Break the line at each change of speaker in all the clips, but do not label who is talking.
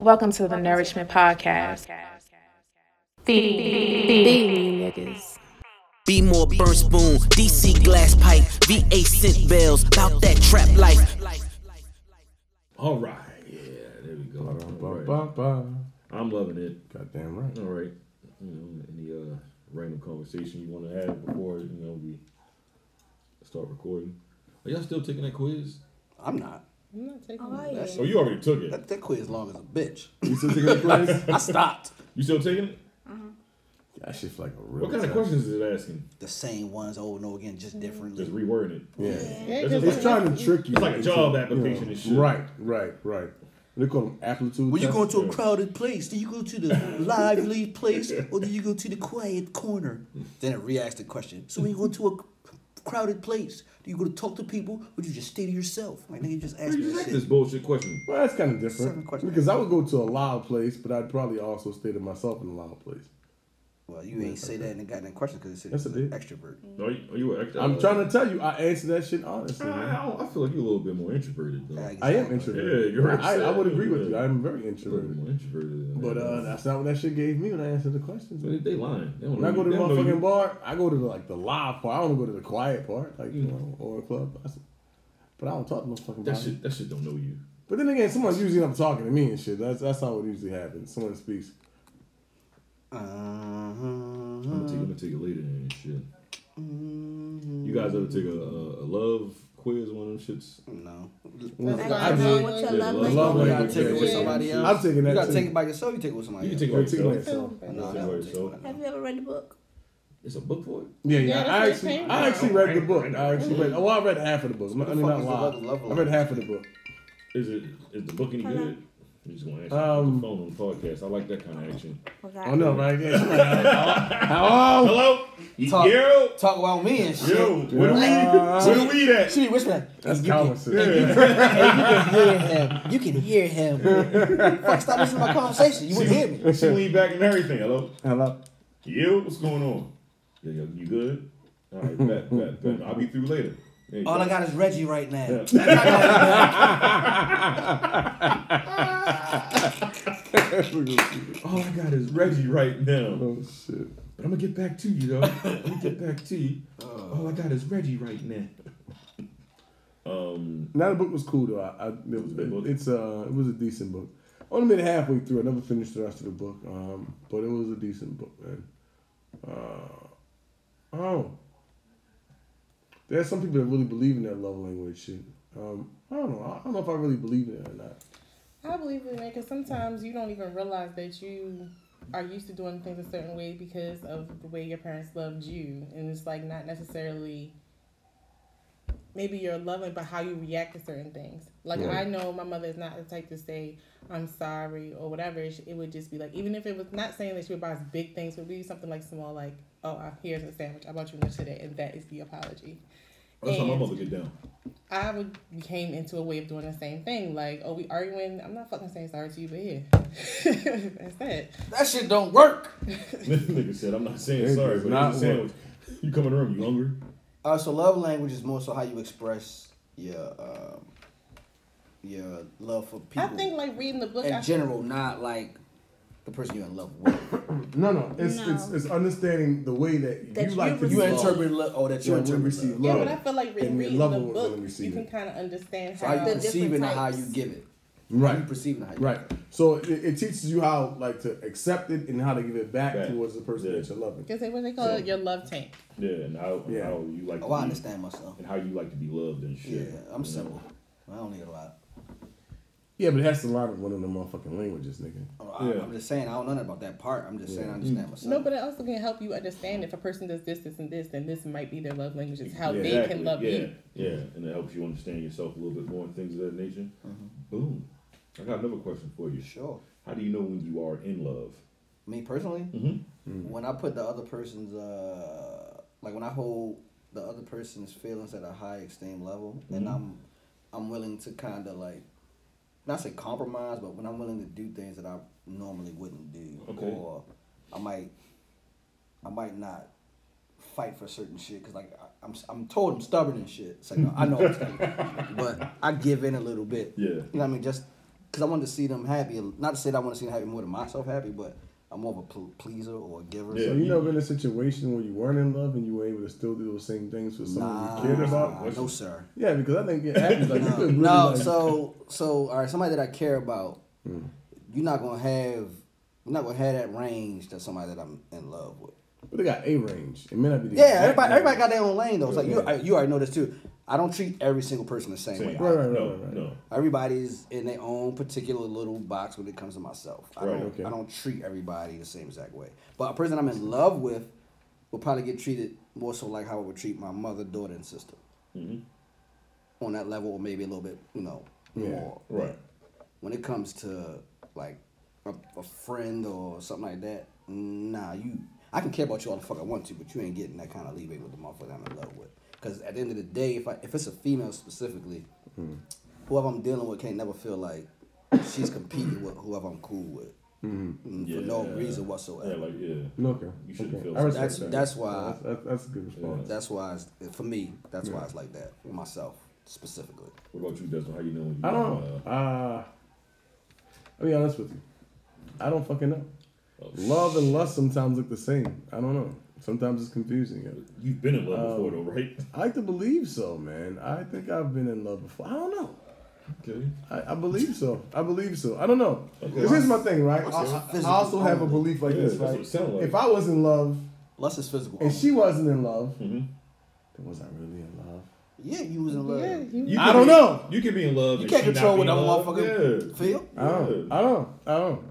Welcome to the Nourishment Podcast. Feed niggas.
Be more burn spoon, DC glass pipe, VA scent bells, about that trap life.
All right, yeah, there we go. All right. I'm loving it.
Goddamn right.
All right, you know, any uh, random conversation you want to have before you know we start recording? Are y'all still taking that quiz?
I'm not.
Oh, you already took it.
That, that quiz long as a bitch.
You still taking the quiz?
I stopped.
You still taking it?
That shit's like a real.
What kind of
test.
questions is it asking?
The same ones over and over again, just differently.
Just rewording it.
Yeah.
That's just
It's
like-
trying to trick you.
It's like a job application and shit.
Right, right, right. They call them aptitude.
When you
tests.
go to a crowded place, do you go to the lively place or do you go to the quiet corner? Then it reacts the question. So when you go to a c- crowded place, do you go to talk to people or do you just stay to yourself? Like nigga, just ask
Where you
me this
take this
shit.
bullshit question?
Well, that's kind of
Certain
different.
question.
Because I would go to a loud place, but I'd probably also stay to myself in a loud place.
Well, you ain't say that in the goddamn question because it's
Yes, I did.
an extrovert.
Are you, are you an extra?
I'm trying to tell you, I answer that shit honestly.
I,
man.
I don't- I feel like you're a little bit more introverted though.
Yeah,
I am
exactly.
introverted.
Ah. Yeah, you're
I, I would agree with you.
upset.
I'm very
A little bit
introverted.
more introverted. than
But
I am.
uh, that's not what that shit gave me when I answered the questions.
Man,
Man.
they, they lying. They don't
When I
know
go to
you- they
the
don't know
motherfucking
you.
bar, I go to the, like the live part. I don't go to the quiet part, like you know, or a club. I s- But I don't talk to
Mm.
motherfucking
That
body.
shit, that shit don't know you.
But then again, someone's usually up talking to me and shit. That's that's how it usually happens. Someone speaks.
I'm gonna
Uh-huh. Mm-hmm.
take, I'm gonna take it later and shit. You guys ever take a, a, a love quiz, one of them shits?
No.
I
know
did.
what
Yeah,
your love
love
language.
language is.
You gotta take it with
Yeah.
somebody else.
I'm taking that
You gotta
too.
take it by yourself. You take it with somebody
You can
else.
take it
Yeah,
by
take it by
yourself.
yourself.
You can
No, I
take it by
don't
yourself.
think so.
Have you ever read the book?
It's a book for it.
Yeah, yeah.
Yeah, that's
I
what
actually,
it came
I
from.
actually read the book. I actually read. oh, Well, I read half of the book. I mean,
fuck
not
is the
live.
level- level
I read
of-
half of the book.
Is it is the book any
Hello?
good? I'm just gonna ask you
Um,
put the phone on the podcast. I like that kind of action.
Okay.
Oh no, right? Yeah. she's like, Hello.
Hello? Oh. You-
Talk.
Yo,
Talk about me and shit.
yo, where
Uh,
the weed- where the weed at?
She be whispering.
That's
you, can,
conversation.
hear him. You can hear him. Fuck, stop listening to my conversation. You wouldn't hear me.
She lean back and everything. Hello?
Hello.
Yo, what's going on? Yo, yo, you good? All right, bet, bet, bet. I'll be through later. There you
All
go.
I got is Reggie right now.
All I got is Reggie right now.
oh shit.
But I'm gonna get back to you though. I'm gonna get back to you. All I got is Reggie right now.
Now the book was cool though. I, I it was,
good book.
it's uh it was a decent book. Only made it halfway through. I never finished the rest of the book. Um, but it was a decent book, man. Uh, oh, there's some people that really believe in that love language shit. Um, I don't know. I don't know if I really believe in it or not.
I believe in it because sometimes you don't even realize that you are used to doing things a certain way because of the way your parents loved you, and it's like not necessarily maybe you're loving, but how you react to certain things. Like
Right.
I know my mother is not the type to say I'm sorry or whatever. It sh- it would just be like even if it was not saying that she would buy us big things, but we do something like small, like oh I- here's a sandwich I bought you lunch today, and that is the apology.
That's how my
And-
mother get down.
I would became into a way of doing the same thing. Like, oh, we arguing. I'm not fucking saying sorry to you, but yeah, that's that.
That shit don't work.
This nigga said, I'm not saying
It
sorry,
does
but
not
it's a sandwich. You come in the room, you hungry?
Uh, so love language is more so how you express your um, your love for people
I think like reading the book. I
in general, not like the person you're in love with.
No, no. It's
No.
It's, it's understanding the way that,
That
you
you
like to be
You
receive-
loved.
interpret love. Oh, that you
Yeah, we
interpret
receive
love.
yeah,
love.
but I feel like re-
and your
reading the
lover will
book,
really receive
you can
it.
kind of understand
So
how.
how you perceive it and how you
types.
give it. How
Right.
you perceive it and how you
Right.
give it.
So it, it teaches you how like to accept it and how to give it back
Back.
towards the person
Yeah.
that you're loving.
Because they what they call it your love tank.
Yeah, and how, and
Yeah.
how you like
Oh, I
to be,
understand myself.
and how you like to be loved and
Yeah,
shit.
I'm
you know?
simple. I don't need a lot.
Yeah, but it has to line up with one of the motherfucking languages, nigga.
Oh, I,
Yeah.
I'm just saying I don't know nothing about that part. I'm just saying I understand myself.
No, but it also can help you understand if a person does this, this, and this, then this might be their love language. It's how
Yeah,
they
exactly.
can love
yeah,
you.
Yeah, and it helps you understand yourself a little bit more and things of that nature. Boom. I got another question for you.
Mm-hmm. sure.
How do you know when you are in love?
Me personally,
Mm-hmm.
Mhm.
when I put the other person's, uh, like when I hold the other person's feelings at a high extreme level,
Mm-hmm.
and I'm, I'm willing to kind of like, not say compromise, but when I'm willing to do things that I normally wouldn't do,
Okay.
or I might, I might not fight for certain shit because like I, I'm, I'm told I'm stubborn and shit. It's like I know, I'm stubborn, but I give in a little bit.
Yeah.
You know what I mean? Just because I wanted to see them happy. Not to say that I want to see them happy more than myself happy, but I'm more of a pl- pleaser or a giver.
Yeah.
So you never been in a situation where you weren't in love and you were able to still do those same things for someone you
Nah,
cared about?
Uh, no sir.
Yeah, because I think it happens. Like, you could really
no,
like, Hmm.
so so all right, somebody that I care about, you're not gonna have you're not gonna have that range that somebody that I'm in love with.
but they got a range. It may not be the
Yeah,
exact
everybody
range.
everybody got their own lane though. It's like you
Yeah.
I- you already know this too. I don't treat every single person the same, way.
Same.
Right, right, right,
no,
right, right.
no.
Everybody's in their own particular little box when it comes to myself. I
Right,
don't
okay.
I don't treat everybody the same exact way. But a person I'm in love with will probably get treated more so like how I would treat my mother, daughter, and sister.
Mm-hmm.
On that level, or maybe a little bit, you know,
Yeah,
more
Right.
when it comes to like a, a friend or something like that, nah, you. I can care about you all the fuck I want to, but you ain't getting that kind of leeway with the motherfucker I'm in love with. Because at the end of the day, if I, if it's a female specifically, whoever I'm dealing with can't never feel like she's competing with whoever I'm cool with Mm, for no
Yeah.
reason
Yeah,
whatsoever.
like yeah.
No, okay.
You shouldn't
okay.
feel
I respect
That's
that.
that's why
That's, that's, that's a good response.
that's why it's, for me that's why it's like that for myself specifically.
What about you, Dustin? How you know when you?
I don't know.
Uh,
Uh, I'll be honest with you. I don't fucking know.
Oh,
Love and lust sometimes look the same. I don't know. Sometimes it's confusing. yo.
you've been in love
Um,
before, though, right?
I like to believe so, man. I think I've been in love before. I don't know.
Okay.
I, I believe so. I believe so. I don't know. 'Cause
Okay.
here's my thing, right? I, I- I
Physical
also have a
only.
belief like
Yeah,
this,
that's what
right?
it sound like.
If I was in love
Less is physical.
and she wasn't in love,
Mhm.
then was I really in love?
yeah, you was in love.
Yeah, you,
You
I
can
don't
be-
know.
You can be in love.
You
and
can't
she not
control what
be
that
in love.
motherfucker
Yeah.
feel.
I don't.
Yeah.
I don't. I don't.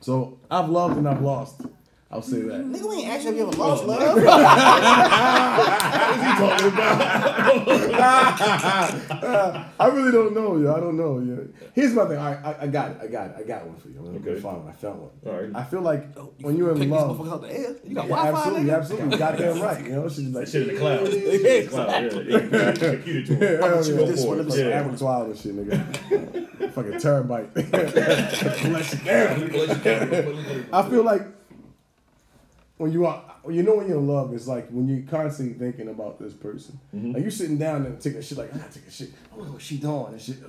So I've loved and I've lost. I'll say that.
Nigga, we ain't asked you if you ever lost love.
I really don't know, yo. I don't know, yo. Here's my thing. All right, I, I got it. I got it. I got one for you. I'm gonna
Okay.
find one. I found one.
All right.
I feel like when you're in
Oh, Pick
love,
these motherfuckers out the air. You got
yeah,
Wi-Fi,
absolutely,
nigga?
absolutely, goddamn right. You know, she's like,
That shit in the cloud. Shit in the cloud. Yeah. They computed to him.
Yeah,
What you
yeah.
go
This
for?
one,
Fucking
this
Yeah.
Apple cloud and shit, nigga. Fucking terabyte. Collection. Damn. I feel like when you are, you know, when you're in love, it's like when you're constantly thinking about this person.
Mm-hmm.
Like you're sitting down and taking a shit, like I gotta take a shit. I wonder what she doing and shit. Let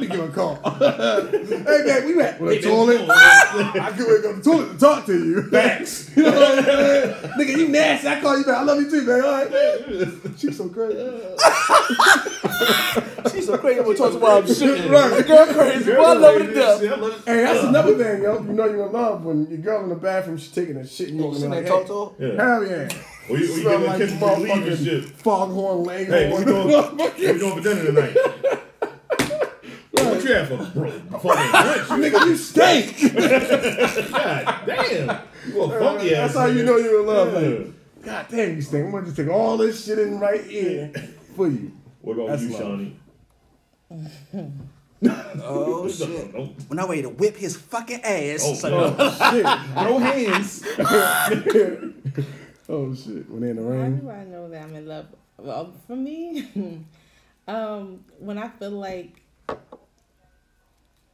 me give her a call. hey man, we back with a toilet. I can wait go to the toilet to talk to you. Thanks. you know what I'm saying? Nigga, you nasty. I call you back. I love you too, man. All right. She's so crazy.
She's so crazy. We talking about shit.
Right.
Girl crazy. Boy, I love her to death.
Hey, that's another thing, yo. You know you're in love when your girl in the bathroom, she's taking a shit and you
You
walk in
sitting
there
there
like,
talk
hey,
to her?
Yeah.
hell yeah.
Well, you, you
Smell
give
like
like a kiss before you leave and
motherfucking
shit.
foghorn leghorn.
Hey, what you doing? what you doing for dinner tonight? What you have for bro? Fucking brunch.
Nigga, you stink.
God damn. You a funky ass.
That's how you
nigga.
know you're in love.
Yeah.
Like, God damn, you stink. I'm gonna just take all this shit in right here for you.
What about
That's
you,
love.
Shawnee?
Oh, shit.
No,
When I ready to whip his fucking ass.
Oh,
so-
no hands.
Oh shit, when they in the
How
rain.
do I know that I'm in love? Well, for me, um, when I feel like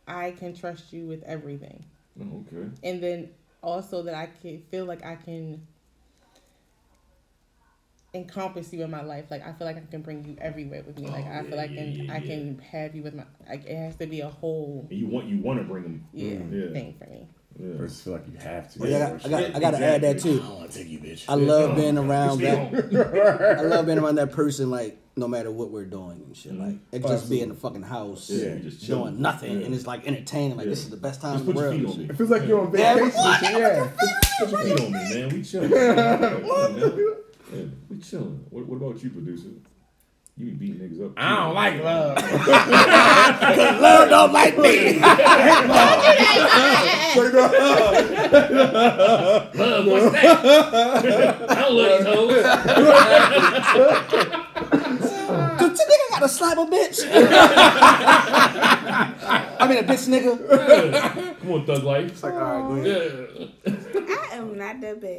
I can trust you with everything,
Oh, okay.
and then also that I can feel like I can encompass you in my life. Like I feel like I can bring you everywhere with me. Like I feel like I can
Oh, yeah,
I
yeah.
can have you with my. Like it has to be a whole
You want you want to bring them.
yeah,
Mm, Yeah.
thing for me.
Yeah.
I just feel like you have to.
I got- I got- I gotta add that too.
want to take you, bitch.
I love being
Stay
around that.
home.
I love being around that person, like, no matter what we're doing and shit. Like, it could just be in the fucking house
Yeah, you just chilling.
doing nothing.
Yeah.
And it's like entertaining. Like, this is the best time
Just
in the
put your
world.
feet
and
on
shit.
me.
It feels like you're on
Yeah.
vacation. and shit, Yeah.
Put your feet on me, man. We chilling. Yeah, yeah, we chilling. What, what about you, producer? You be beating niggas up. I don't like
Love don't like me.
love. What's that? I don't love these hoes.
Cause this nigga got to slap a bitch. I mean, a bitch nigga.
Come on, thug life. It's like, all right, yeah.
I am not that bad.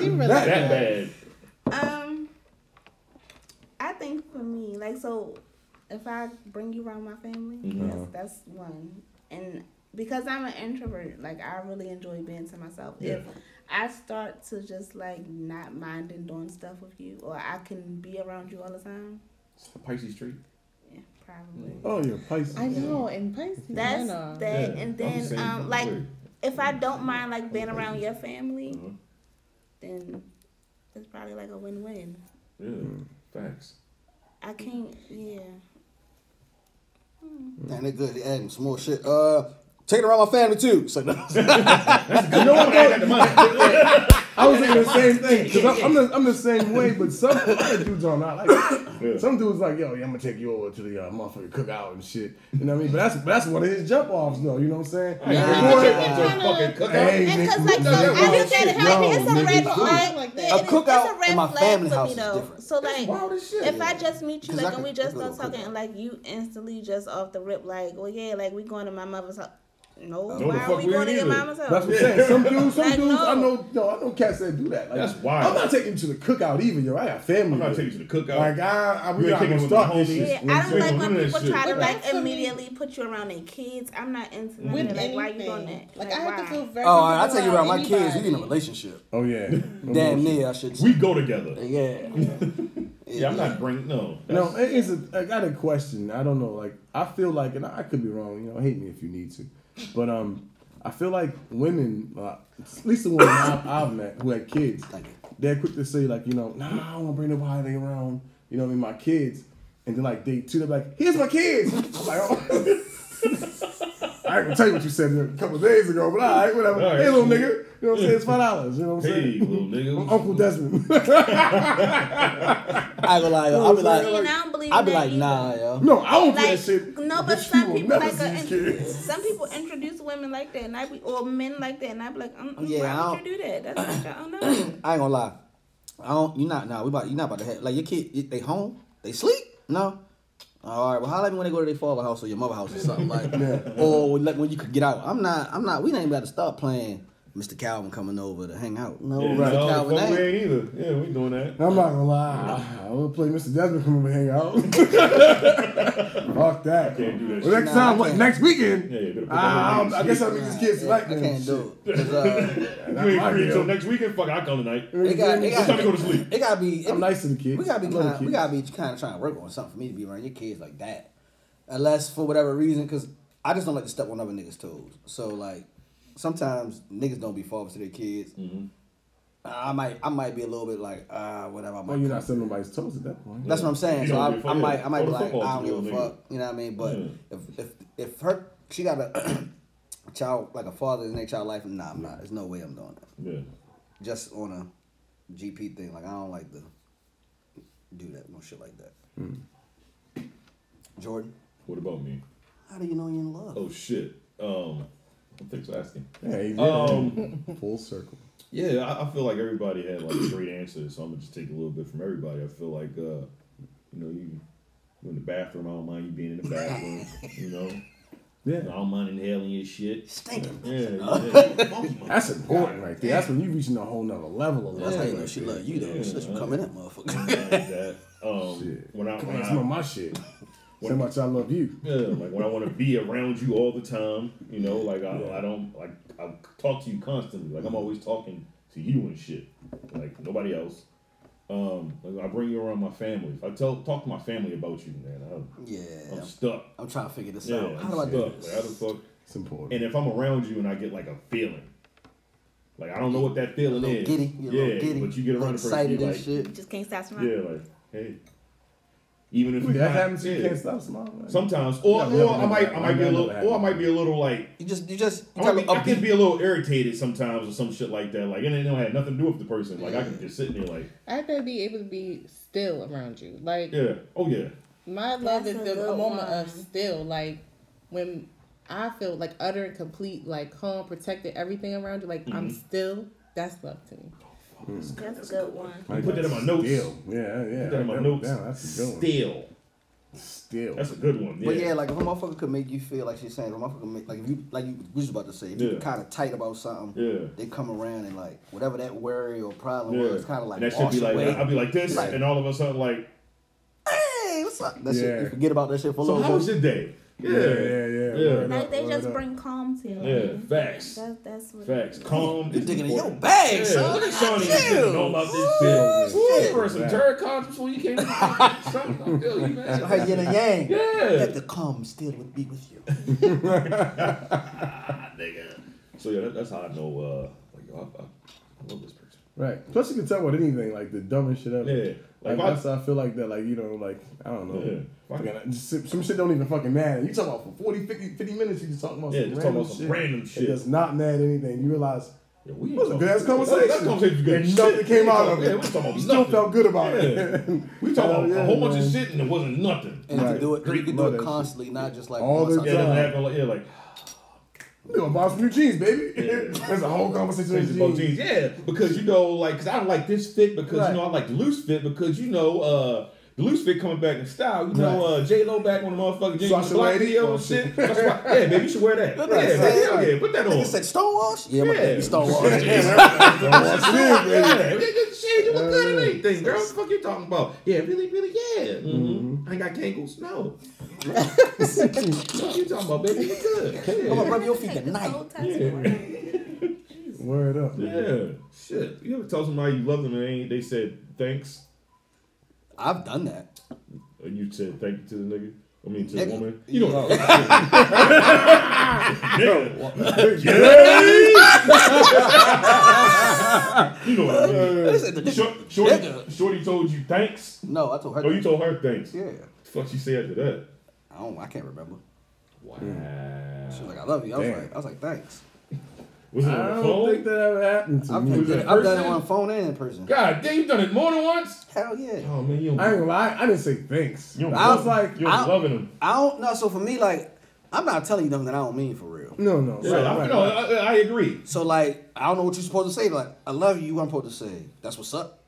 She really
That
does.
bad.
um, I think for me, like, so if I bring you around my family, yes, that's one. And because I'm an introvert, like, I really enjoy being to myself. If I start to just like not mind and doing stuff with you, or I can be around you all the time,
Pisces trait.
Yeah, probably.
Oh, you're Pisces.
I know, and Pisces.
That's
I know.
that, and then um, like if I don't mind like being around your family,
Mhm.
then it's probably like a win-win.
Yeah, facts.
I can't. Yeah.
And they good. They adding some more shit. Uh, take it around my family too. It's like, no.
You know what? though? I was thinking the same thing. Cause I'm, I'm, the, I'm the same way, but some other dudes are not like. that.
Yeah.
Some dudes like, yo, yeah, I'm gonna take you over to the uh, motherfucking cookout and shit. You know what I mean? But that's that's one of his jump offs, though. You know what I'm saying?
Nah,
Before-
but you
kinda-
fucking cookout.
Hey,
And
nigga,
cause like so,
that
I
wild
look at
shit.
it, how
Yo,
it's a
nigga,
red
cool.
flag.
Like that.
yeah,
A
it is-
cookout
it's a
in
red
my
flag
family
for
house
me
is
though.
different.
So like,
wild as shit.
if I just meet you,
'Cause I could-
like, and we
I
just
could go
start
to a
talking, and like you instantly just off the rip, like, well, yeah, like we going to my mother's house. No,
the
why
fuck
are we
we
going to
ain't
your
either.
mama's house?
That's what I'm saying. Some dudes, some
Like,
dudes, I
no.
know, no, I know cats that do that. Like,
That's wild.
I'm not taking you to the cookout either, yo. I got family.
I'm not
there.
taking you to the cookout.
Like, I, I
You
we
ain't
not
taking
gonna
with
start
my
this
homies.
shit.
Yeah,
You know what
I
I'm
don't
saying?
like when
Women
people
and
try
shit.
to
But
like
that's for me.
immediately put you around their kids. I'm not into that.
With
Like,
anything,
why you doing that?
like, I have to
why?
feel very.
oh, I take it
comfortable
around my kids. We
anybody.
in a relationship.
Oh yeah. No
Damn
bullshit.
near, I should.
We go together.
yeah.
Yeah, I'm not bringing no.
No,
That's-
it is a. I got a question. I don't know. Like, I feel like, and I could be wrong. You know, hate me if you need to, but um, I feel like women, uh, at least the women I've, I've met who had kids, they're quick to say like, you know, nah, I don't want to bring nobody around. You know, what I mean, my kids, and then like they too, they're like, here's my kids. I'm like, oh. I ain't gonna tell you what you said a couple of days ago, but all right, whatever.
All right.
Hey, little nigga, you know what I'm saying? It's five dollars. You know what I'm
Hey,
saying?
little nigga.
Uncle Desmond.
I go like, I'll be
See, and I
like,
don't believe
I'll be
that
like,
either.
nah, yo.
no, I don't do
Like
that shit.
no, but
Bitch, you
some
will
people
never
like
see
a,
these kids.
some people introduce women like that, and I be or men like that, and I be like, mm, mm,
Yeah, I
why
don't-
would you do that? That's like I don't know.
I ain't gonna lie. I don't. You not. Nah. We about. You not about to have. Like your kid. you- They home. They sleep. No. All right. Well, holla at me when they go to their father house or your mother house or something like. Or when- like when you could get out. I'm not. I'm not. We ain't about to start playing. Mr. Calvin coming over to hang out. No,
Yeah,
Mr.
no,
Calvin.
fuck,
ain't.
we ain't either. Yeah, we doing that.
I'm not gonna lie. I will play Mr. Desmond come over and hang out. Fuck that.
Can't do that
Well,
shit.
next
Nah, I
time, what,
can't.
next weekend.
Yeah, you better put that
Ah,
on
I'm-
the
I guess I'll meet
Nah,
these kids
yeah,
tonight. then.
I can't do it. 'Cause, uh,
You ain't
my
free until
deal.
next weekend. Fuck, I come tonight.
they got, they
It's
got,
time to go to sleep.
It gotta be.
I'm nice to the kids.
We gotta be
I love the
kind. We
kids.
gotta be kind of trying to work on something for me to be around your kids like that, unless for whatever reason, because I just don't like to step on other niggas' toes. So like, sometimes niggas don't be fathers to their kids.
Mm-hmm.
I might, I might be a little bit like, ah, whatever. I might
Well, you're not selling nobody's toes at that point.
that's what I'm saying.
You
So
don't
I,
give a
I
fuck.
might, I might
Throw the
be like,
football
I don't
to
give a
the nigga.
fuck. You know what I mean? But
Yeah.
if if if her, she got a child like a father in their child life. Nah, I'm not. There's no way I'm doing that
Yeah.
just on a GP thing. Like I don't like to do that no shit like that. Jordan,
What about me?
how do you know you're in love?
Oh shit. Um, thanks for asking.
Hey, yeah.
Um,
full circle.
yeah, I, I feel like everybody had like great answers, so I'm gonna just take a little bit from everybody. I feel like, uh, you know, you, you in the bathroom. I don't mind you being in the bathroom. you know,
Yeah.
I don't mind inhaling your shit.
Stinking.
Yeah, yeah.
That's important right there. That's when you're reaching a whole nother level of love.
That's how you
right
know she
there.
love you though.
Yeah,
she let you come in that motherfucker.
Something like that. Um,
Shit.
when I,
Come
when
on,
I
smell my shit. So much I love you.
Yeah, like when I want to be around you all the time, you know, like I, I don't like I talk to you constantly. Like I'm always talking to you and shit, like nobody else. Um, like I bring you around my family. If I tell talk to my family about you, man, I'm,
yeah,
I'm
I'm,
stuck.
I'm trying to figure this
Yeah,
out.
I'm
How do I do
stuck.
this?
Like, how the fuck?
It's important.
And if I'm around you and I get like a feeling, like I don't know what that feeling
little
is.
giddy, you're a
yeah,
little giddy,
but you get
little
around the person, you
excited and
like,
You
shit.
just can't stop smiling.
yeah, like hey, even if
Wait,
you
that
not-
happens. You
yeah.
can't stop smiling.
Sometimes, or,
Yeah,
or I might, I
I
might be a
never
little,
had
or I
that.
might be a little like
You just, you just, you
I,
gotta
mean,
be
I can
upbeat.
be a little irritated sometimes or some shit like that. Like, and it don't have nothing to do with the person. Like, I can just sit there, like,
I have to be able to be still around you. Like
yeah, oh yeah,
my love
That's
is
a
the
good
a moment
one.
of still. Like when I feel like utter and complete, like calm, protected, everything around you. Like I'm still. That's love to me.
That's a good one.
I put that in my notes.
Still. Yeah, yeah.
Put that in my
Damn,
notes.
That's a good one.
Still,
Still.
that's a good one. Yeah,
But yeah, like if a motherfucker could make you feel like she's saying, if a motherfucker make like if you like you was about to say, if
Yeah.
you kind of tight about something,
Yeah.
they come around and like whatever that worry or problem
yeah.
was, kind of like
and that should
wash
be like,
away.
I'll be like this,
Like-
and all of a sudden, like,
hey, what's up? That shit,
Yeah.
you forget about that shit for a
so
little
how
bit.
was your day? Yeah,
yeah, yeah.
Yeah.
Word
Like
up,
they
word
just
up.
bring calm to your
Yeah,
life.
facts.
That, that's what
Facts. Calm.
You
is
digging in your
important.
bag,
Yeah,
son.
look at Shawnee.
Chill.
He didn't know about this shit.
Ooh,
Ooh,
shit.
for some
Right.
Jared Cox before you came. in. Son, I feel you, man.
Her yin and yang.
Yeah.
Let the calm still with be with you.
Nigga. So yeah, that, that's how I know. Uh, like, yo, I, I, I love this person.
Right. Plus, you can tell with anything, like the dumbest shit ever.
Yeah.
Like,
Like,
that's
my-
how I feel like that, like, you know, like, I don't know.
Yeah.
Fucking- just- some shit don't even fucking matter. You talk about for 40, 50, 50 minutes, you just talking about
Yeah,
some
just talking
random
about some
shit.
random
It
shit.
does not matter anything. You realize
Yeah, we
it was a good ass conversation.
That conversation was good.
And
shit.
nothing came out of
Yeah,
it.
we talking about
you still
nothing.
felt good about
Yeah.
it.
We talking about
Hell
a whole
yeah,
bunch of
man.
shit and it wasn't nothing.
And you
Right.
can do it. You can
Love
do
that
it
shit.
constantly, not just like
All
once
the
I
Yeah, it
do it.
time.
doesn't happen like yeah, like
You gonna buy some new jeans, baby.
Yeah.
There's a whole conversation.
Change
about
about jeans. Yeah, because you know, like, 'cause I like this fit because
Right.
you know I like the loose fit because you know uh the loose fit coming back in style. You know uh J Lo back on the motherfucking jeans,
Sasha
with the black
Lady.
video
Oh,
and shit.
shit.
That's why, yeah, baby, you should wear that.
what I'm
yeah,
saying.
hell yeah, put that on.
Nigga said Stonewash? Yeah, my
Yeah.
baby Stonewash.
Yeah, yeah, yeah, shit, you look good in anything, girl. What the fuck Uh, you talking about? Yeah, really, really, yeah. Mm-hmm. I ain't got cankles. No. what you talking about, baby? You good?
I'm gonna
Yeah.
rub your feet
Take this whole
tonight.
test for it.
Word up. man.
yeah, shit. You ever tell somebody you love them and they, ain't- they said thanks?
I've done that.
And you said thank you to the nigga. I mean, to the
Nigga.
woman. You know, what you know what I mean.
Listen, the nigga-
Short, shorty,
Nigga.
shorty told you thanks.
No, I told her.
Oh, you told her thanks.
yeah.
Fuck, she said after that.
I don't. I can't remember.
Wow.
She was like, "I love you." I was
Damn.
like, "I was like, thanks."
Was it
I
on the
don't
phone?
think that ever happened to
I've,
me.
I've
was
done,
it
it,
in
I've done it
person?
on phone and in person.
God damn, you done it more than once.
Hell yeah.
Oh man, you don't.
I ain't gonna lie. I didn't say thanks.
You don't
I
love-
was like,
You're
I-
loving him.
I don't know. So for me, like, I'm not telling you nothing that I don't mean for real.
no, no.
Yeah,
right,
I,
right,
no,
right.
I, I agree.
So like, I don't know what you're supposed to say. Like, I love you. I'm supposed to say, "That's what's up."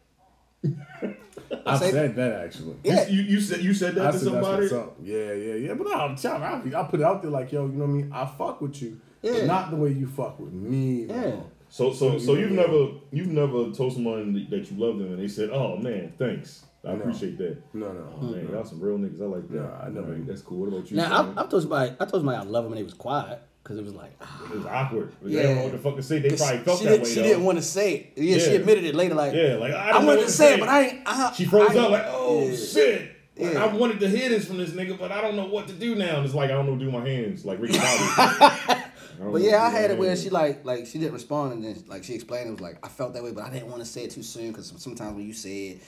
I've
say-
said that actually.
Yeah.
You, you, you said you said that
I
to
said
somebody.
that's what's up. Yeah, yeah, yeah. But no, I'm telling I'll, be- I'll put it out there like, yo, you know what I mean? I fuck with you.
Yeah.
But not the way you fuck with me.
Yeah.
So so so
you-
you've never you've never told someone that you love them and they said, "Oh man, thanks, I
No.
appreciate that."
No, no.
Oh,
Hmm.
man, y'all some real niggas. I like that.
No, I never-
Alright, that's cool. What about you?
Now
Sam?
I, I told somebody. I told somebody I love them, and they was quiet because it was like, ah.
It was awkward. They
Yeah.
don't know what the fuck to say. They probably felt
she,
that
didn't,
way.
she
though.
didn't want to say it. Yeah, she
Yeah.
admitted it later. Like,
Yeah, like I,
I
didn't know
wanted
what
to say it, but I ain't. I,
She froze
I-
up like, "Oh
yeah.
shit." Like,
Yeah.
I wanted to hear this from this nigga, but I don't know what to do now. And it's like I don't know what to do with my hands, like Ricky Bobby. I don't
But
know
yeah, I
what to do with
had
my
it where
hands.
she like like she didn't respond and then like she explained it was like I felt that way but I didn't want to say it too soon because sometimes when you say it,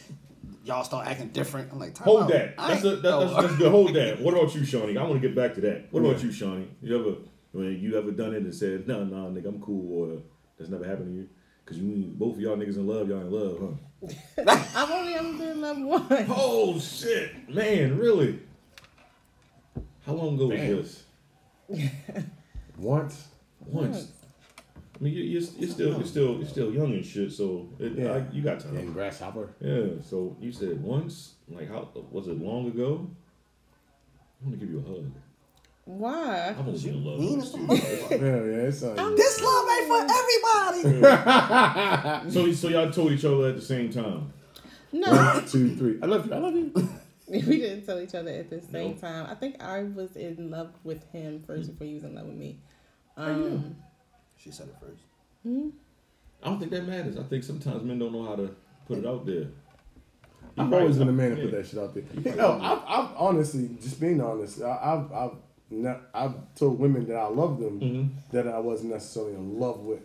y'all start acting different. I'm like time
Hold
out.
that.
"Oh, I
That's, a,
ain't-
that, that's,
oh.
that's good. Hold that. What about you, Shawnee? I want to get back to that. What about you, Shawnee? You ever when you ever done it and said, "No, nah, no, nah, nigga, I'm cool," or that's never happened to you? Cause you both of y'all niggas in love, y'all in love, huh?
I've only ever been in love once.
Oh shit, man, really? How long ago was this?
Once.
Once. I mean, you, you're, you're still you're still you're still young and shit, so it,
Yeah.
I, you got time.
And grasshopper.
Yeah, so you said once, like how was it long ago? I want to give you a hug.
Why?
I'm gonna be in love.
Mean
with
as a
you.
Yeah,
motherfucker.
yeah. It's uh,
This love ain't for everybody.
So, so y'all told each other at the same time.
No,
one, two, three. I love you. I love you.
we didn't tell each other at the same
No.
time. I think I was in love with him first before he was in love with me.
She said it first.
I don't think that matters. I think sometimes men don't know how to put it out there.
I've always been a man to put that shit out there. No, I've, I've honestly, just being honest, I, I've, I've, not, I've told women that I love them
Mm-hmm.
that I wasn't necessarily in love with.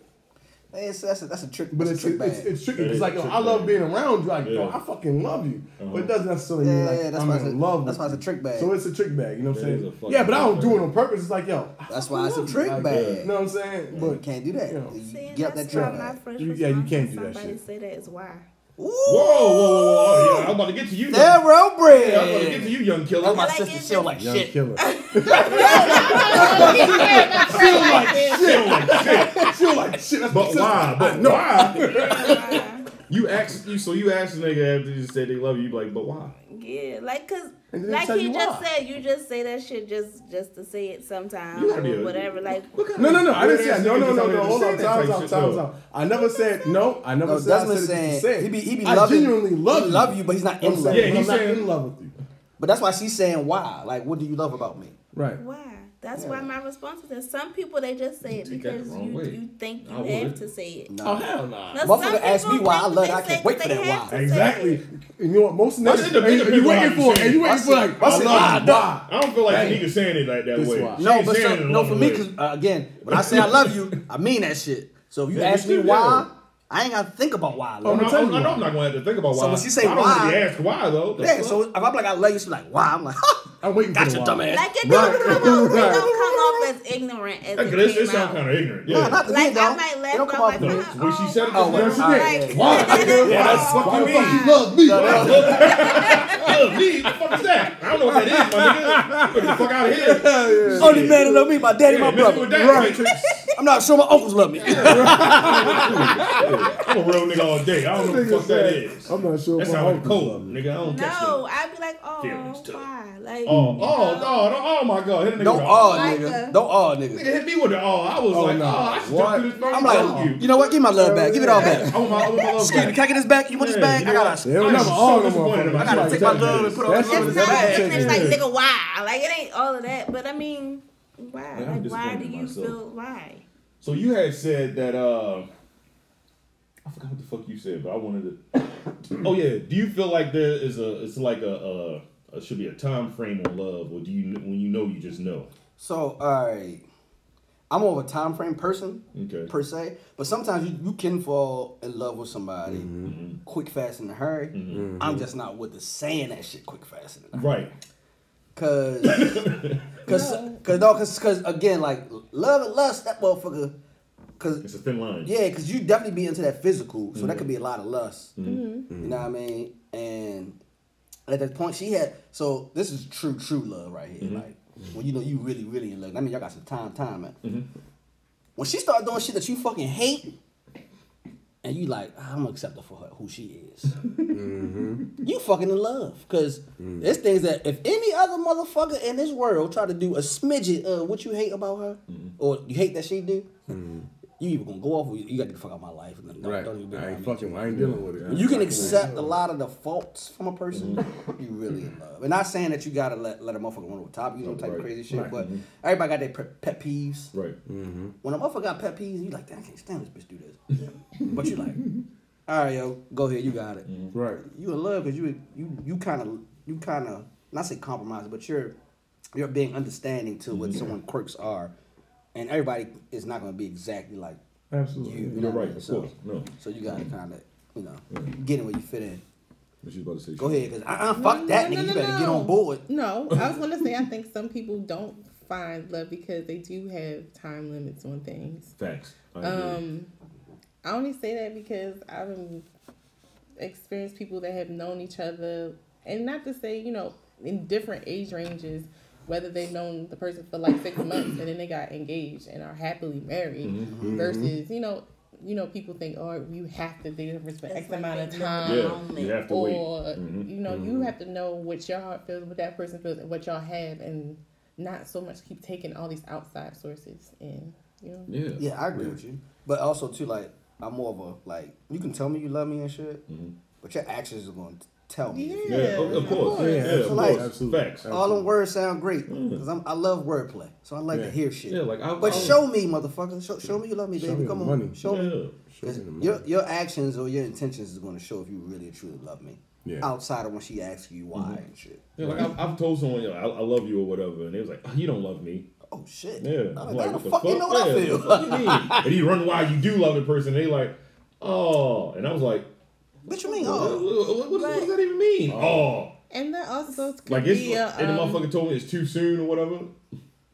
It's, that's a, that's a trick.
But it's,
that's a trick
it's, it's,
bag.
tricky.
That
It's
is
like,
a
yo,
trick
I love
bag.
being around you. Like, yo,
Yeah. Uh-huh.
I fucking love you. But it doesn't necessarily
Yeah,
mean like
yeah, that's
I'm
why
in
it's a-
love.
that's
with
why it's a
you.
trick bag.
So it's a trick bag. You know what
That
I'm
is a
saying?
fucking
Yeah, but I don't
trick
do
bag.
it on purpose. It's like, yo, I
That's why it's a
love you.
trick
Like,
bag.
You know what I'm saying?
you
But
can't do that.
you know.
You
See,
get that
that's
trick
why
bag.
my first
You- yeah, you
response
can't
when
do that
somebody
shit.
say that is why.
Ooh,
Whoa, whoa, whoa, whoa! Yeah, I'm about to get to you.
that
now.
road bread.
Yeah, I'm about to get to you, young killer.
That's my
Like,
sister.
it's
She like
Young
shit.
killer.
Feel like shit.
She was like, shit, that's my
But
sister.
why? But
No.
why?
Why?
You asked you, so you asked a nigga after you said they love you. You be like, but why?
yeah, like cause
And they
like
tell
he
you
just
why.
said, you just say that shit just just to say it sometimes
You gotta be
or
a-
whatever. Like
No, no, no. I didn't say that. No, no, no,
Niggas
no.
out
Hold
here
on.
just saying
Time's
that
out.
type
Time's
shit,
out. I never said no. I never
No,
said. I
Desmond
said it to
saying
say it.
he be he be
I
loving.
genuinely love
he
you.
love you, but he's not in
I'm
love.
saying,
Yeah,
but
he's
I'm not
saying-
in love with you.
But that's why she's saying why. Like, what do you love about me?
Right.
Why? That's
Yeah.
why my response is that some people they just say
You
it
take that the
because
wrong
you,
way.
you think
I
you have
would.
to say it.
No.
Oh hell nah.
No, some
Motherfucker asked me
people
why I
think
love
they
it. I
say
can't
it
wait
because
for
they
that
have
why.
to say
Exactly.
it.
And you know what?
What's
Most niggas,
in the
and,
big
and you
people
waiting
out
for it,
there?
and you waiting for like, I
What's in
love
my
you. Why?
I don't feel like
Dang.
nigga saying it like that
This
way.
why.
She
No,
ain't
but
saying it
some,
along
no,
the
for me,
way.
cause uh, again, when I say I love you, I mean that shit. So if you
Yeah,
ask
you
me
do, Oh,
why, I ain't gotta think about why I
I'm
love you.
not-
tell you
I know
why.
I'm not gonna have to think about why.
So when she say
I don't wanna
why-
be asked why though. The
Yeah,
fuck?
so if I'm like I love you, she's like why? I'm like, ha,
I'm waiting for
Gotcha,
the why.
dumbass.
Like it
Right.
don't, come, off, it
Right.
don't come off as ignorant as
Like,
it
this,
came
this sound
out.
kind of ignorant. Yeah.
nah, not the
Like
though.
I might
It
laugh,
don't come
but I'm
off
like,
the.
uh-uh,
When she said it,
Oh,
just
well,
now, she
alright.
did.
Yeah.
Why?
Yeah, that's fuck
Why
you
the fuck
mean.
you love me? Why the fuck you love me? The fuck is that? I don't know what that is, my nigga. Get the fuck out of here.
Only man that love me, my daddy,
Yeah,
my
messing with
brother.
that, bitch.
I'm not sure my uncles love me.
I'm a real nigga all day. I don't know what the fuck that is.
I'm not sure
That
if my
sound like
uncles
cold,
love me.
nigga. I don't catch that.
No, I'd be like,
Feelings
oh,
too.
why? Like,
Mm.
Oh, oh, oh, oh, oh my God. Hit a nigga
Don't
with a-
all
Like
nigga.
a-
Don't all
Nigga
nigga.
hit me with the oh. I was
Oh,
like,
no.
oh, I should
What?
jump through this
I'm
fucking fuck
like, you know what? Give my love back. Give it all back.
I oh, want my, I want my love
Excuse me,
back.
can I get this back? You want this back? I
They
gotta.
don't
I'm
never
so
all them
disappointed
motherfuckers.
about
I gotta
Like,
take my
that
love
is-
and put
that
on.
shit
it's
is
not
bad.
ignorant. It's like,
Yeah.
nigga, why? Like, it ain't all of that. But I mean, why?
Yeah, I'm
like, why
disappointed
do
in
you
myself.
feel why?
So you had said that uh I forgot what the fuck you said, but I wanted to Oh yeah, do you feel like there is a it's like a uh should be a time frame on love or do you kn- when you know you just know?
So, all right. I'm more of a time frame person,
Okay.
per se. But sometimes you, you can fall in love with somebody quick, fast, in a hurry. I'm just not with the saying that shit quick, fast, in a hurry.
Right.
Cause, cause, cause, no, cause, cause again, like love and lust, that motherfucker. Cause
It's a thin line.
Yeah, because you definitely be into that physical, so that could be a lot of lust. You know what I mean? And at that point, she had. So this is true, true love right here. Like when you know you really, really in love. I mean, y'all got some time, time. Man. When she started doing shit that you fucking hate, and you like, "Ah, I'm gonna accept her for her, who she is.
Mm-hmm.
You fucking in love, cause
Mm.
there's things that if any other motherfucker in this world try to do a smidget of what you hate about her,
Mm-hmm.
or you hate that she do, you either gonna go off or you, you gotta get the fuck out of my life. Don't- don't
Right.
even be
I
around
ain't
me.
fucking. I ain't dealing with it.
You can accept a lot of the faults from a person.
Mm-hmm.
You really in love. And not saying that you gotta let, let a motherfucker run over top you, no type
Right.
of crazy shit.
Right. Mm-hmm.
But everybody got their pe- pet peeves.
Right.
When a motherfucker got pet peeves, you like, damn, I can't stand this bitch do this. but you like, all right, yo, go ahead, you got it.
Mm-hmm.
Right.
You in love because you you you kind of you kind of not say compromise, but you're you're being understanding to
Mm-hmm.
what someone quirks are, and everybody is not gonna be exactly like
Absolutely.
you. you know
You're
what I
right,
mean?
of
So-
course. No. Mm-hmm.
so you gotta kind of, you know, get in where you fit in.
What you about to say?
Go ahead, cause uh-uh, fuck that, nigga. you better get on board.
No, I was gonna say I think some people don't find love because they do have time limits on things.
Facts. I agree.
Um, I only say that because I've um, experienced people that have known each other, and not to say you know in different age ranges, whether they've known the person for like six months and then they got engaged and are happily married, versus you know you know people think oh you have to date them for X
That's like
amount of
they
time
live
yeah,
in moment.
you have to
or
wait.
you know you have to know what your heart feels what that person feels and what y'all have and not so much keep taking all these outside sources and you know
Yeah.
Yeah, I agree with you. But also too, like I'm more of a like you can tell me you love me and shit, but your actions are gonna t- tell me. if you-
Yeah, of, of course.
Yeah,
Yeah, of
absolutely.
course.
Absolutely.
Facts.
All them words sound great because I'm I love wordplay, so I like
Yeah.
to hear shit.
Yeah, like, I-
but
I-
show me, motherfucker, show, show me you love me,
Show
baby.
me the
Come on,
money.
show me.
Yeah.
Show me the money.
Your your actions or your intentions is gonna show if you really truly love me.
Yeah.
Outside of when she asks you why and shit.
Yeah, like I've, I've told someone, you know, I, I love you or whatever, and they was like, oh, you don't love me.
Oh shit.
Yeah.
I'm
I'm
like, how
what
the fuck, you know what
Yeah,
I feel?
What the fuck you mean? and you run why you do love the person. They like, oh, and I was like,
What you mean?
what, what,
Oh,
what- what does that even mean? Oh,
And that also could
like it's
be a,
and the
um,
motherfucker told me it's too soon or whatever.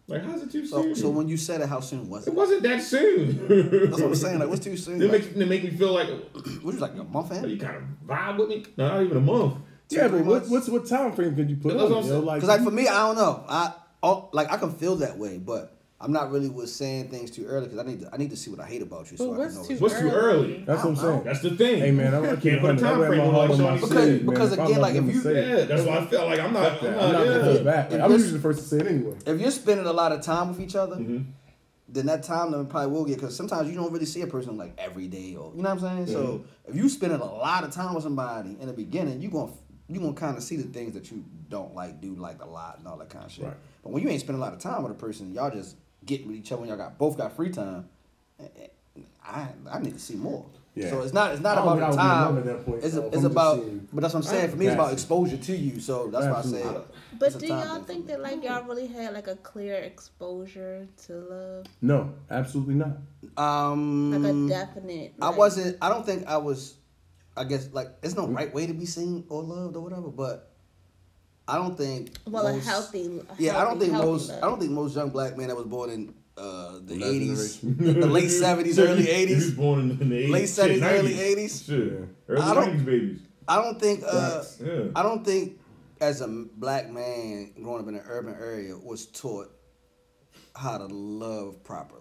Like, how's it too
so,
soon?
so when you said it, how soon was
it
it?
wasn't that soon.
That's what I'm saying. Like, what's too soon?
They
Like,
make they make me feel like, oh,
what you like a month
you
in?
kind of vibe with me. No, not even a month.
Yeah, but what,
months.
what's what time frame could you put
That's
on?
what I'm
it, yo?
saying.
Like,
Because like for me, I don't know. I oh, like I can feel that way, but I'm not really with saying things too early because I need to I need to see what I hate about you
But
so I can
what's
know.
too,
it's-
What's too early?
that's what I'm saying.
That's the thing.
Hey man, I, I
can't put a time frame on like Shawnee said.
Because- because again, like, if you-
yeah, that's why I feel like I'm not. I'm
I'm
not,
not
yeah.
gonna go back. Like,
If
I'm
this-
usually the first to say it anyway.
If you're spending a lot of time with each other.
Mm-hmm.
Then that time limit probably will get because sometimes you don't really see a person like
Mm-hmm.
every day or you know what I'm saying. So if you spending a lot of time with somebody in the beginning, you gonna you gonna kind of see the things that you don't like, do like a lot, and all that kind of shit.
Right.
But when you ain't spending a lot of time with a person, y'all just get with each other. When y'all got both got free time. eh, eh, I I need to see more.
Yeah.
So it's not it's not
I don't
about the
think I would
time.
be numb at that point,
it's
though, if
it's
I'm just
about
seeing-
but that's what I'm saying. For me, it's about
Absolutely.
exposure to you. So that's why I say.
Absolutely.
it's
But
a
do
time
y'all
thing for
think
me.
that like y'all really had like a clear exposure to love,
No, absolutely not.
Um,
like a definite?
I
like-
wasn't. I don't think I was. I guess like it's no right way to be seen or loved or whatever, but I don't think.
Well, a
most-
healthy. a
Yeah, I don't
healthy,
think
healthy
most. I
love.
don't think most young black men that was born in uh, the
That
eighties,
generation.
the late seventies, early
He was
eighties.
born in the 80s.
Late
Shit,
70s, early
90s.
80s.
Shit. Early
I don't-
90s babies.
I don't think. Uh,
Facts, yeah.
I don't think as a black man growing up in an urban area was taught how to love properly.